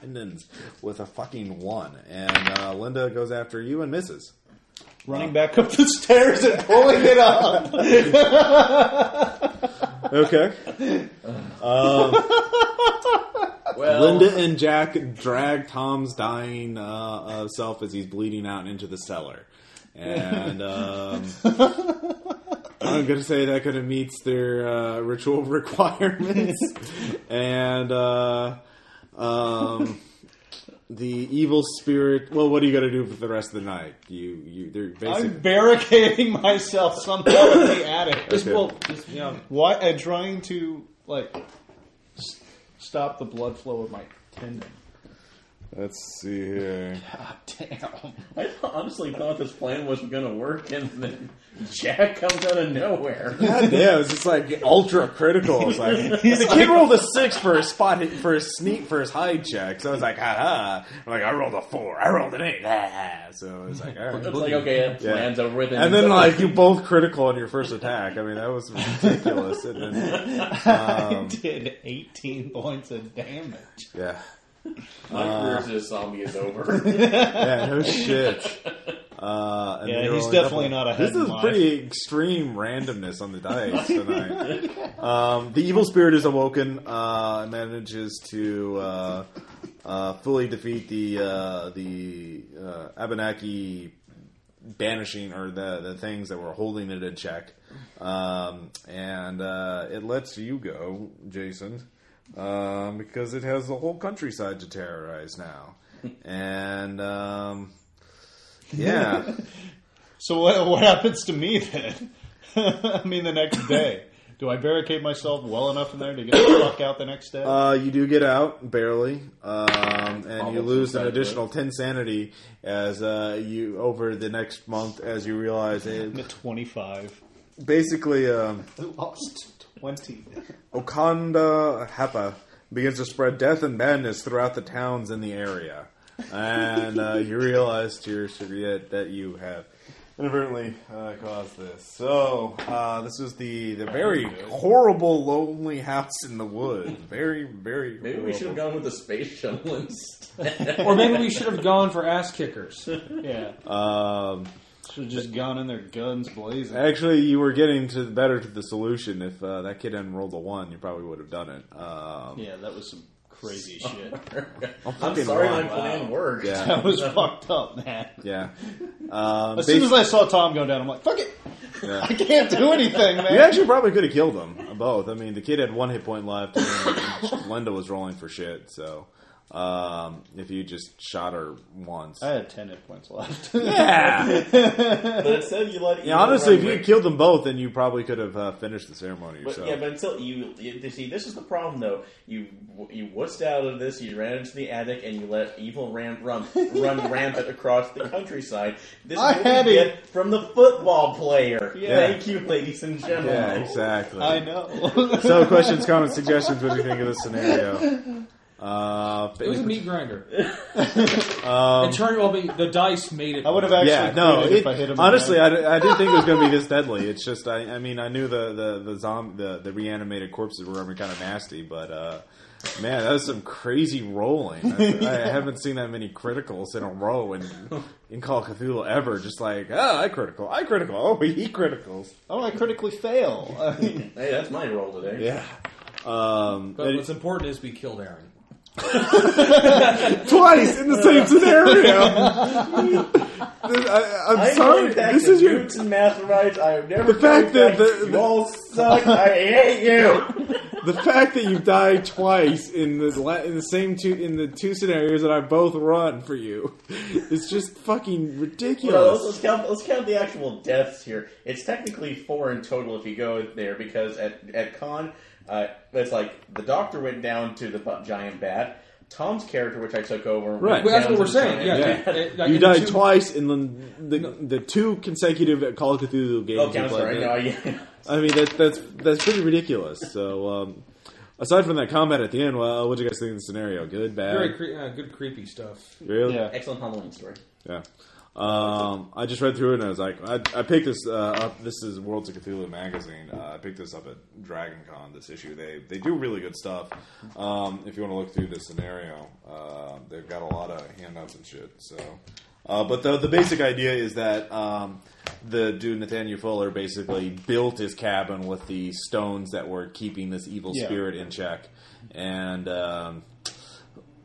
A: tendons with a fucking one. And uh, Linda goes after you and misses.
C: Running back up the stairs and pulling
K: [LAUGHS]
C: it up.
A: Okay.
D: Well,
A: Linda and Jack drag Tom's dying uh, uh, self as he's bleeding out into the cellar. [LAUGHS] And um, I'm going to say that kind of meets their uh, ritual [LAUGHS] requirements. and uh, um, the evil spirit. Well, what are you going to do for the rest of the night? You, you, they're
C: I'm
A: basically.
C: barricading myself somehow in the attic.
B: Just well, just you know,
C: Why? And trying to like s- stop the blood flow of my tendon.
K: [LAUGHS]
A: Let's see here.
C: God damn.
D: I honestly thought this plan wasn't going to work, and then [LAUGHS] Jack comes out
A: [LAUGHS]
D: of nowhere.
A: Yeah, it was just like ultra critical. It's like the kid rolled a six for his spot for his sneak for his hide check. So I was like, ha ha. I'm like, I rolled a four. I rolled an eight. Ah. So it was like, all
D: It's
A: right.
D: like, okay, that
A: Yeah.
D: plan's over with.
A: And then like you both critical on your first attack. I mean, that was ridiculous. And then,
C: I did 18 points of damage.
A: yeah,
D: my
A: Uh,
D: career as a zombie
A: [LAUGHS]
D: is over.
A: yeah, no shit. Uh, and
C: Yeah,
A: then you're
C: he's
A: rolling
C: definitely
A: double.
C: not ahead
A: This
C: in
A: is
C: life.
A: pretty extreme randomness on the dice tonight. um, the evil spirit is awoken uh, and manages to uh, uh, fully defeat the uh, the uh, Abenaki banishing or the the things that were holding it in check. Um, and uh, it lets you go, Jason, um, because it has the whole countryside to terrorize
D: [LAUGHS]
A: now. And um, yeah.
D: [LAUGHS]
K: [LAUGHS]
C: So what, what happens to me then? I mean, the next day.
K: Do I barricade myself well enough in there to get the fuck out the next day?
A: Uh, you do get out barely, um, and you
D: Almost
A: lose an
D: inside,
A: additional ten sanity as uh, you over the next month as you realize
K: I'm
A: it.
K: at 25.
A: Basically, um,
C: I lost 20.
A: Okanda Hepa begins to spread death and madness throughout the towns in the area, and uh, you realize to your chagrin that you have inadvertently uh, caused this. So uh, this is the the very horrible lonely house in the woods. Very very.
D: Maybe we should have gone with the space shuttle instead.
B: Or maybe we should have gone for ass kickers.
K: Yeah.
A: Um,
K: Should have just gone in there guns blazing.
A: Actually, you were getting to better to the solution. If uh, that kid hadn't rolled a one, you probably would have done it. Um,
K: Yeah, that was some
A: [LAUGHS]
K: crazy shit. [LAUGHS]
D: I'm
A: fucking
D: sorry
A: wrong.
D: my plan worked.
A: yeah,
K: That was fucked up, man.
D: [LAUGHS]
A: yeah. Um,
K: As soon
A: basi-
K: as I saw Tom go down, I'm like, fuck it.
A: Yeah.
K: [LAUGHS] I can't do anything, man.
A: you actually probably could have killed them both. I mean, the kid had one hit point left, and [LAUGHS] Linda was rolling for shit. So, um, if you just shot her once,
K: I had 10 hit points left. [LAUGHS]
A: [LAUGHS] yeah.
D: But it said you let.
A: yeah. Honestly, if you had killed them both, then you probably could have uh, finished the ceremony
D: But
A: yourself.
D: yeah, but until you, you you see, this is the problem though. You you wussed out of this. You ran into the attic and you let evil ramp run
A: [LAUGHS]
D: run rampant across the countryside. This
K: I
D: is what we
K: had it.
D: get from the football player.
K: Yeah.
D: Thank you, ladies and gentlemen.
A: yeah, exactly.
K: I know.
A: So, questions, comments, suggestions. What do you think of this scenario? [LAUGHS] Uh,
B: It was a meat
A: [LAUGHS]
B: grinder.
A: um,
B: It turned well, the, the dice made it.
K: I would have actually
A: yeah, no.
K: quit
A: It,
K: if I hit him.
A: honestly, I, di- I didn't think it was going to be this deadly. It's just, I, I mean, I knew the the the, zomb- the the reanimated corpses were kind of nasty, but uh, man, that was some crazy rolling. I,
K: [LAUGHS]
A: I haven't seen that many criticals in a row in in Call of Cthulhu ever. Just like, ah, I critical, I critical, oh, he criticals.
K: oh, I critically fail. [LAUGHS] I mean,
D: Hey, that's my role today.
A: Yeah. Um,
B: But what's important is we killed Aaron.
A: twice in
K: [LAUGHS]
A: the same scenario. I, am
D: I'm
A: sorry.
D: going back
A: This
D: to
A: is your
D: roots and masterminds. I have never.
A: The fact
D: going
A: that
D: back.
A: the-
D: you
A: the-
D: all suck. I
A: [LAUGHS]
D: hate you.
A: the fact that you died twice in the la- in the same two in the two scenarios that I both run for you is just fucking
D: Well, let's,
A: ridiculous.
D: let's count. Let's count the actual deaths here. It's technically four in total if you go there because at at con, uh, it's like the doctor went down to the bu- giant bat. Tom's character, which I took over, went
A: Right.
B: Well, that's
D: down
B: what
D: to
B: we're
D: the
B: saying. Yeah,
D: giant bat.
B: it-
D: [LAUGHS]
B: it- like
A: you
B: in the
A: died
B: two-
A: twice in the the, the two consecutive Call of Cthulhu games.
D: Okay,
A: you
D: I'm
A: played.
D: sorry. No, yeah. [LAUGHS]
A: I mean that that's that's pretty ridiculous. So um, aside from that comment at the end, well, what do you guys think of the scenario? Good, bad,
B: Very cre- uh, good, creepy stuff.
A: really?
K: yeah.
D: Excellent Halloween story.
A: Yeah. Um, I just read through it and I was like, I, I picked this uh, up. This is Worlds of Cthulhu magazine. Uh, I picked this up at Dragon Con, this issue. They they do really good stuff. Um, if you want to look through this scenario, uh, they've got a lot of handouts and shit. So, uh, But the, the basic idea is that um, the dude, Nathaniel Fuller, basically built his cabin with the stones that were keeping this evil
K: Yeah.
A: spirit in check. And. Um,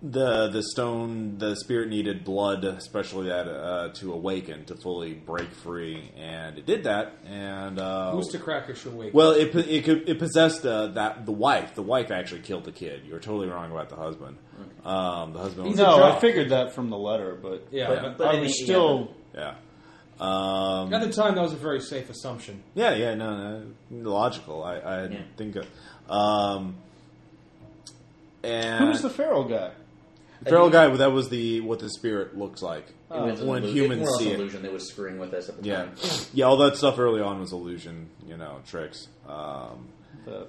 A: the the stone the spirit needed blood especially that uh, to awaken to fully break free and it did that and uh,
B: Who's to crack a awake?
A: well it po- it, could, it possessed uh, that the wife the wife actually killed the kid you're totally wrong about the husband um, the husband was
K: No, I
B: drop.
K: figured that from the letter, but
B: yeah.
A: but-
D: But
K: I
D: in
K: was
D: the-
K: still.
A: yeah um,
B: At the time, that was a very safe assumption.
A: Yeah, yeah, no, no logical. I, I
D: Yeah.
A: think. Of, um, and
K: Who was the feral guy?
A: the feral guy? That was the what the spirit looks like
D: It was an
A: when
D: illu- it
A: humans
D: was
A: see
D: an
A: it.
D: illusion that was screwing with us at the
A: Yeah, [LAUGHS]
D: time.
A: yeah. All that stuff early on was illusion, you know, tricks. Um,
K: The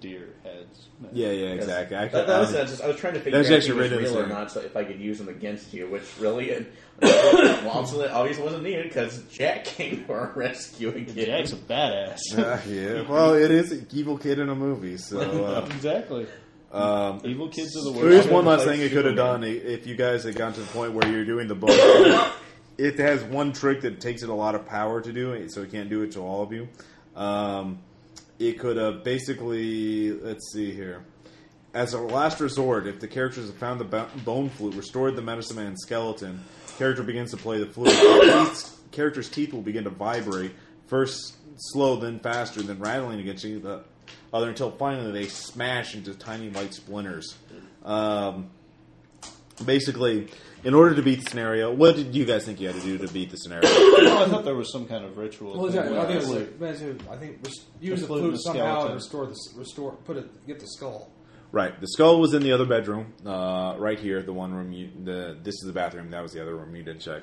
K: deer heads.
A: yeah, yeah, exactly. I,
D: That,
A: could-
D: that was,
A: I-
D: I, was just, I was trying to figure out
A: That's
D: if it was
A: actually written in the
D: real or
A: same.
D: not, so if I could use them against you, which really, [COUGHS] and, well, obviously, obviously wasn't needed because Jack [LAUGHS] came to our rescue again.
K: Jack's a badass. [LAUGHS]
A: Uh, [LAUGHS] yeah. Well, it is an evil kid in a movie, so.
D: [LAUGHS]
A: uh,
K: exactly.
A: um,
K: Evil kids are the
A: There is
K: worst.
A: one last thing it could have done i- if you guys had gotten to the point where you're doing the book. [COUGHS] it has one trick that takes it a lot of power to do, eh, so it can't do it to all of you. Um, it could have basically, let's see here. As a last resort, if the characters have found the bo- bone flute, restored the medicine man's skeleton, character begins to play the flute. [COUGHS] The teeth- character's teeth will begin to vibrate, first slow, then faster, then rattling against each other until finally they smash into tiny light splinters. Um, basically, in order to beat the scenario, what did you guys think you had to do to beat the scenario? [COUGHS]
C: Oh, I thought there was some kind of ritual.
B: Well,
C: thing
B: yeah,
C: where
B: I think, it's
C: like-
B: like, imagine, I think res- use
C: The
B: the
C: flute
B: flute
C: and the
B: somehow
C: skeleton.
B: and restore the s- restore put it get the skull.
A: Right. The skull was in the other bedroom, uh, right here. The one room you, the this is the bathroom. That was the other room you didn't check.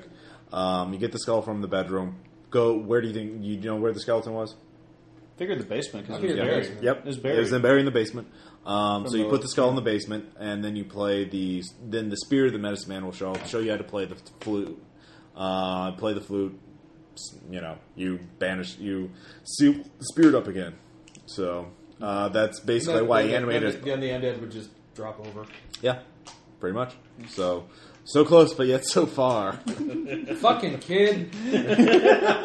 A: Um, you get the skull from the bedroom. Go. Where do you think you know where the skeleton was?
C: figured the basement because
B: I
C: it was
B: figured
C: buried.
B: the basement.
A: Yep.
C: It was buried.
A: It was in buried in the basement. Um,
C: From
A: so you
C: the-
A: put the skull in the basement, and then you play the then the spirit of the medicine man will show show you how to play the flute. Uh, play the flute. s- You know, you banish you soup spirit up again. So uh, that's basically
B: Then-
A: why
B: then-
A: he animated. it.
B: Then, then the undead would just drop over.
A: Yeah, pretty much. So, so close, but yet so far. [LAUGHS]
B: Fucking kid.
C: [LAUGHS]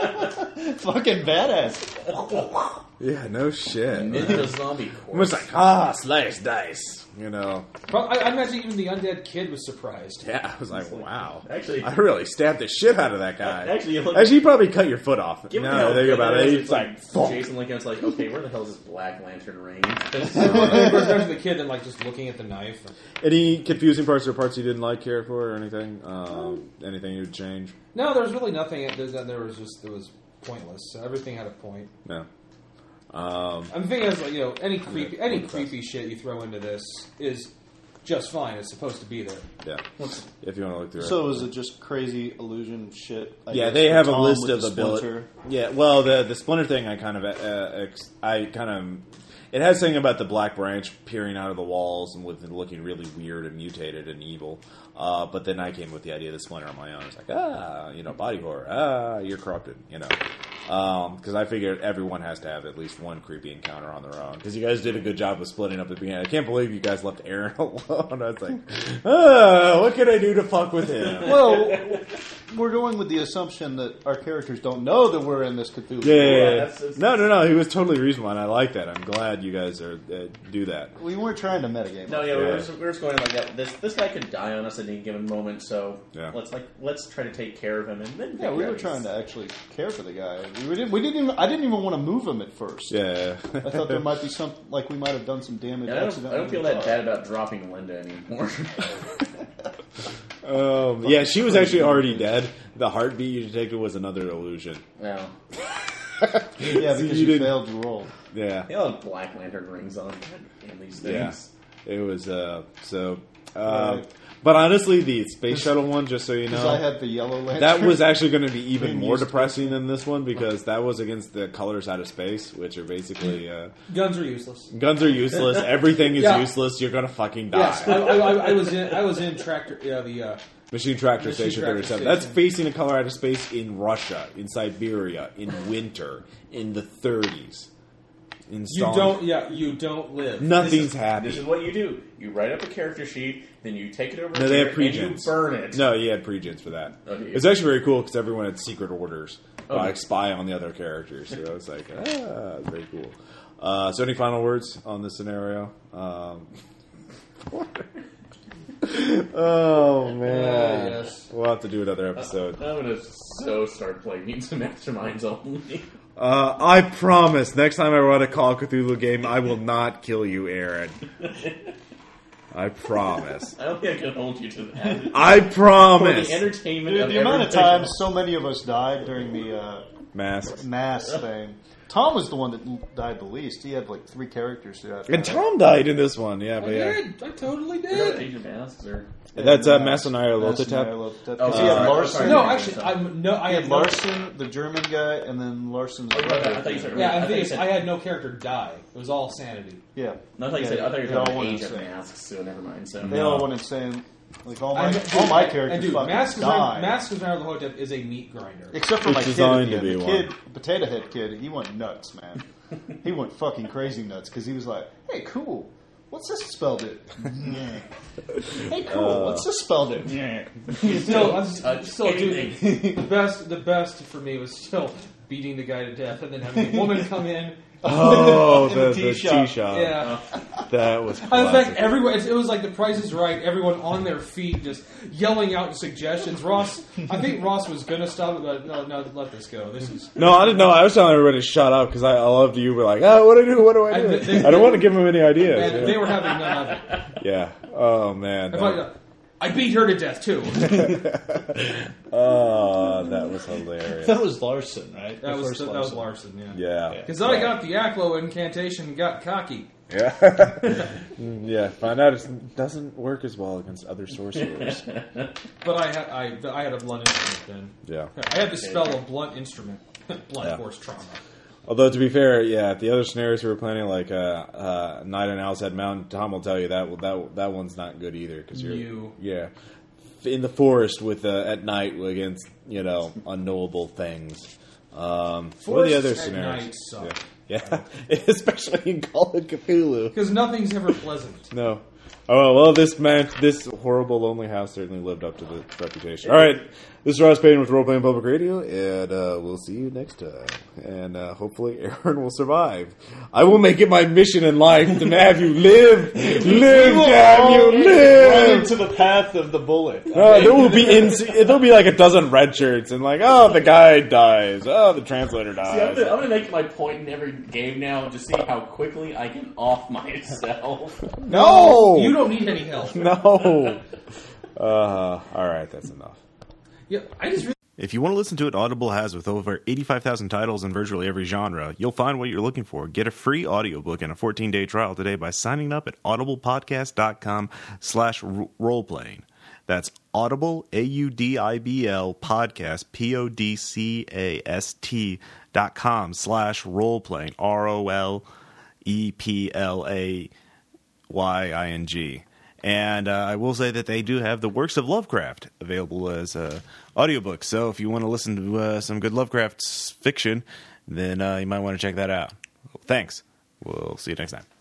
C: Fucking badass.
A: yeah, no shit. [LAUGHS]
D: Ninja zombie corpse.
A: Almost like ah, slice dice. You know?
B: Pro- I, I imagine even the undead kid
A: [LAUGHS]
B: was surprised.
A: Yeah, I was like, wow.
Q: Actually-
A: I really stabbed the shit out of that guy.
Q: Actually, you look-
A: [LAUGHS] actually, you probably cut your foot off.
Q: Give it the
A: no,
Q: hell.
A: think about it.
D: It's
A: It's like,
D: like
A: fuck.
D: Jason Lincoln's like, okay, where the hell is this Black Lantern ring?
B: I think there's the kid and like just looking at the knife.
A: Any confusing parts or parts you didn't like, care for, or anything? Um, anything you'd change?
B: No, there was really nothing. It, there, there was just it was pointless. So everything had a point.
A: No. Um,
B: I'm thinking it's like you know any creepy any creepy shit you throw into this is just fine. It's supposed to be there.
A: yeah. If you want to look through it.
C: So is it just crazy illusion shit? I
A: yeah,
C: guess,
A: they
C: for
A: have a
C: Tom
A: list
C: with
A: of
C: the
A: abilities.
C: splinter?
A: Yeah, well, the the splinter thing, I kind of, uh, ex- I kind of, it has something about the black branch peering out of the walls and with, looking really weird and mutated and evil. Uh, but then I came with the idea of the splinter on my own. It's like ah, you know, body horror. Ah, you're corrupted. You know, because I figured everyone has to have at least one creepy encounter on their own. Because you guys did a good job of splitting up at the beginning. I can't believe you guys left Aaron [LAUGHS] alone. I was like, ah, what can I do to fuck with him?
C: Well, we're going with the assumption that our characters don't know that we're in this Cthulhu.
A: Yeah, yeah, yeah.
Q: that's- that's-
A: no, no, no. He was totally reasonable, and I like that. I'm glad you guys are uh, do that.
C: We weren't trying to metagame.
D: No, yeah, we
A: Yeah.
D: We're, just, we're just going like that. This this guy could die on us at any given moment, so
A: Yeah.
D: let's like let's try to take care of him and then.
C: Yeah, we were trying to actually care for the guy. We didn't. We didn't even. I didn't even want to move him at first.
A: Yeah, [LAUGHS]
C: I thought there might be some like we might have done some damage.
D: And I don't, I
C: accidentally
D: don't feel
C: to the
D: that
C: car.
D: bad about dropping Linda anymore. [LAUGHS]
A: um, yeah. She was actually already dead. The heartbeat you detected was another illusion.
D: no,
C: Yeah,
A: So
C: because
A: you
C: you,
A: didn't-
C: failed your roll.
A: Yeah,
D: they all have Black Lantern rings on and these
A: yeah.
D: things.
A: It was uh, so. Uh,
C: Right.
A: But honestly, the space
C: 'Cause-
A: shuttle one, just so you
C: Because
A: know,
C: I had the yellow lantern.
A: that was actually going to be even
C: Being
A: more
C: used-
A: depressing than this one because that was against the colors out of space, which are basically uh,
B: Guns are useless.
A: guns are useless. Everything is
B: Yeah.
A: useless. You're going to fucking die.
B: Yes, I, I, I, I was in I was in tractor. Yeah, the uh,
A: Machine Tractor
B: Machine
A: Station
B: Tractor
A: 37.
B: Station.
A: That's facing a Colorado space in Russia, in Siberia, in winter, in the 30s.
B: you don't. Yeah, you don't live.
A: Nothing's
D: This is
A: happening.
D: what you do. You write up a character sheet, then you take it over
A: No,
D: to
A: they
D: here
A: have
D: and you
A: pre-gens.
D: burn it.
A: No, you had pre-gens for that.
B: Oh,
D: Okay.
A: It's actually very cool because everyone had secret orders,
D: Oh.
A: like spy on the other characters. So it's like, ah, very cool. Uh, so, any final words on this scenario? Um, [LAUGHS] oh man,
B: Uh, yes.
A: we'll have to do another episode.
D: I'm gonna so start playing Mutants and [LAUGHS] Masterminds only.
A: Uh, I promise. Next time I run a Call of Cthulhu game, I will not kill you, Aaron. I promise.
D: I don't think I can hold you to
C: [LAUGHS]
D: that.
A: I
D: For
A: promise.
D: the entertainment
C: Dude,
D: of
C: the amount of
D: everybody-
C: times so many of us died during the uh,
A: Masks.
C: mass thing. Tom was the one that l- died the least. He had like three characters throughout.
A: And
C: that.
A: Tom died in this one. Oh, Yeah,
B: I
A: but yeah.
B: did. I totally
D: Remember
B: did.
D: Agent Masks or
A: That's uh,
C: Yeah.
A: Massanaya Lototep.
C: Because he
D: Oh,
C: had
D: sorry.
C: Larson.
B: No, actually, I'm no. I
C: he
B: had
C: had
B: no,
C: Larson, the German guy, and then Larson's.
D: Oh, right, I thought you said-
B: Yeah,
D: I
B: I
D: thought you
B: think it's,
D: said-
B: I had no character die. It was all sanity.
C: yeah.
D: No, I thought you
C: Yeah,
D: said I thought you
C: they
D: were talking
C: all
D: about
C: went
D: Agent
C: insane.
D: Masks, so never mind. So
C: They all went insane. Like all my,
B: I- dude,
C: all my
B: I-
C: characters
B: and dude,
C: fucking
B: Mask of
C: died.
B: Iron- Mask of Iron Hotep is a meat grinder.
C: Except for
A: It's
C: my kid, at
A: designed to
C: the end.
A: be
C: the
A: one.
C: kid, potato head kid, he went nuts, man.
D: [LAUGHS]
C: he went fucking crazy nuts because he was like, "Hey, cool, what's this spelled it? [LAUGHS] hey,
D: Uh.
C: cool, what's this spelled it?
B: still, I'm
C: [LAUGHS]
D: [LAUGHS] touch
B: still dude,
D: anything.
B: the best. The best for me was still beating the guy to death and then having a woman
C: [LAUGHS]
B: come in.
C: Uh,
A: Oh,
C: In
A: the,
C: the
A: the tea
C: tea
A: shop.
C: uh.
B: Yeah.
A: That was
B: In fact,
A: classic.
B: everyone, it was like the price is right, everyone on their feet just yelling out suggestions. Ross, I think Ross was going to stop it, but no, no, let this go. This is.
A: No, I didn't know. I was telling everybody to shut up because I, I loved you. We're like, oh, what do I do? What do I
B: And
A: do?
B: they-
A: I don't want to give them any ideas. [LAUGHS]
B: And
A: yeah. [LAUGHS]
B: they were having none of it.
A: Yeah. Oh, man.
B: I
A: that-
B: thought, I beat her to
A: [LAUGHS]
B: death too.
A: Oh, that was hilarious.
C: That was Larson, right?
B: That was that was Larson, yeah.
A: Yeah.
B: Because I got the Aklo incantation and got cocky.
A: Yeah. [LAUGHS] yeah. Find out it doesn't work as well against other sorcerers.
B: But I had I, I had a blunt instrument
A: yeah.
B: then. I had to spell a blunt instrument. [LAUGHS] blunt
A: Yeah.
B: force trauma.
A: Although to be fair, yeah, the other scenarios we were planning, like uh, uh, Night on Owl's Head Mountain, Tom will tell you that that that one's not good either because you're
B: You.
A: yeah in the forest with uh, at night against you know unknowable things. Um, what are the other
B: Forests at night
A: scenarios?
B: suck.
A: Yeah, yeah. [LAUGHS] especially in Call of Cthulhu.
B: Because nothing's ever pleasant.
A: No. Oh well, this man, this horrible lonely house certainly lived up to the reputation. All right, this is Ross Payne with Role Playing Public Radio, and uh, we'll see you next time. And uh, hopefully, Aaron will survive. I will make it my mission in life to have you live, live, damn you, live.
C: Into the path of the bullet.
A: Uh, there will be in, there'll be like a dozen red shirts, and like, oh, the guy dies, oh, the translator
D: See, I'm
A: dies.
D: gonna, I'm gonna make my point in every game now to see how quickly I can off [LAUGHS] myself.
A: no,
B: You don't need any
A: [LAUGHS]
B: help.
D: [LAUGHS]
A: no. Uh, all right, that's enough.
B: Yeah, I just really
R: If you want to listen to what Audible has with over 85,000 titles in virtually every genre, you'll find what you're looking for. Get a free audiobook and a 14-day trial today by signing up at audiblepodcast.com slash roleplaying. That's audible, A-U-D-I-B-L, podcast, P-O-D-C-A-S-T dot com slash roleplaying, E R-O-L-E-P-L-A. Y I N G. And uh, I will say that they do have the works of Lovecraft available as uh, audiobooks. So if you want to listen to uh, some good Lovecraft s- fiction, then uh, you might want to check that out. Thanks. We'll see you next time.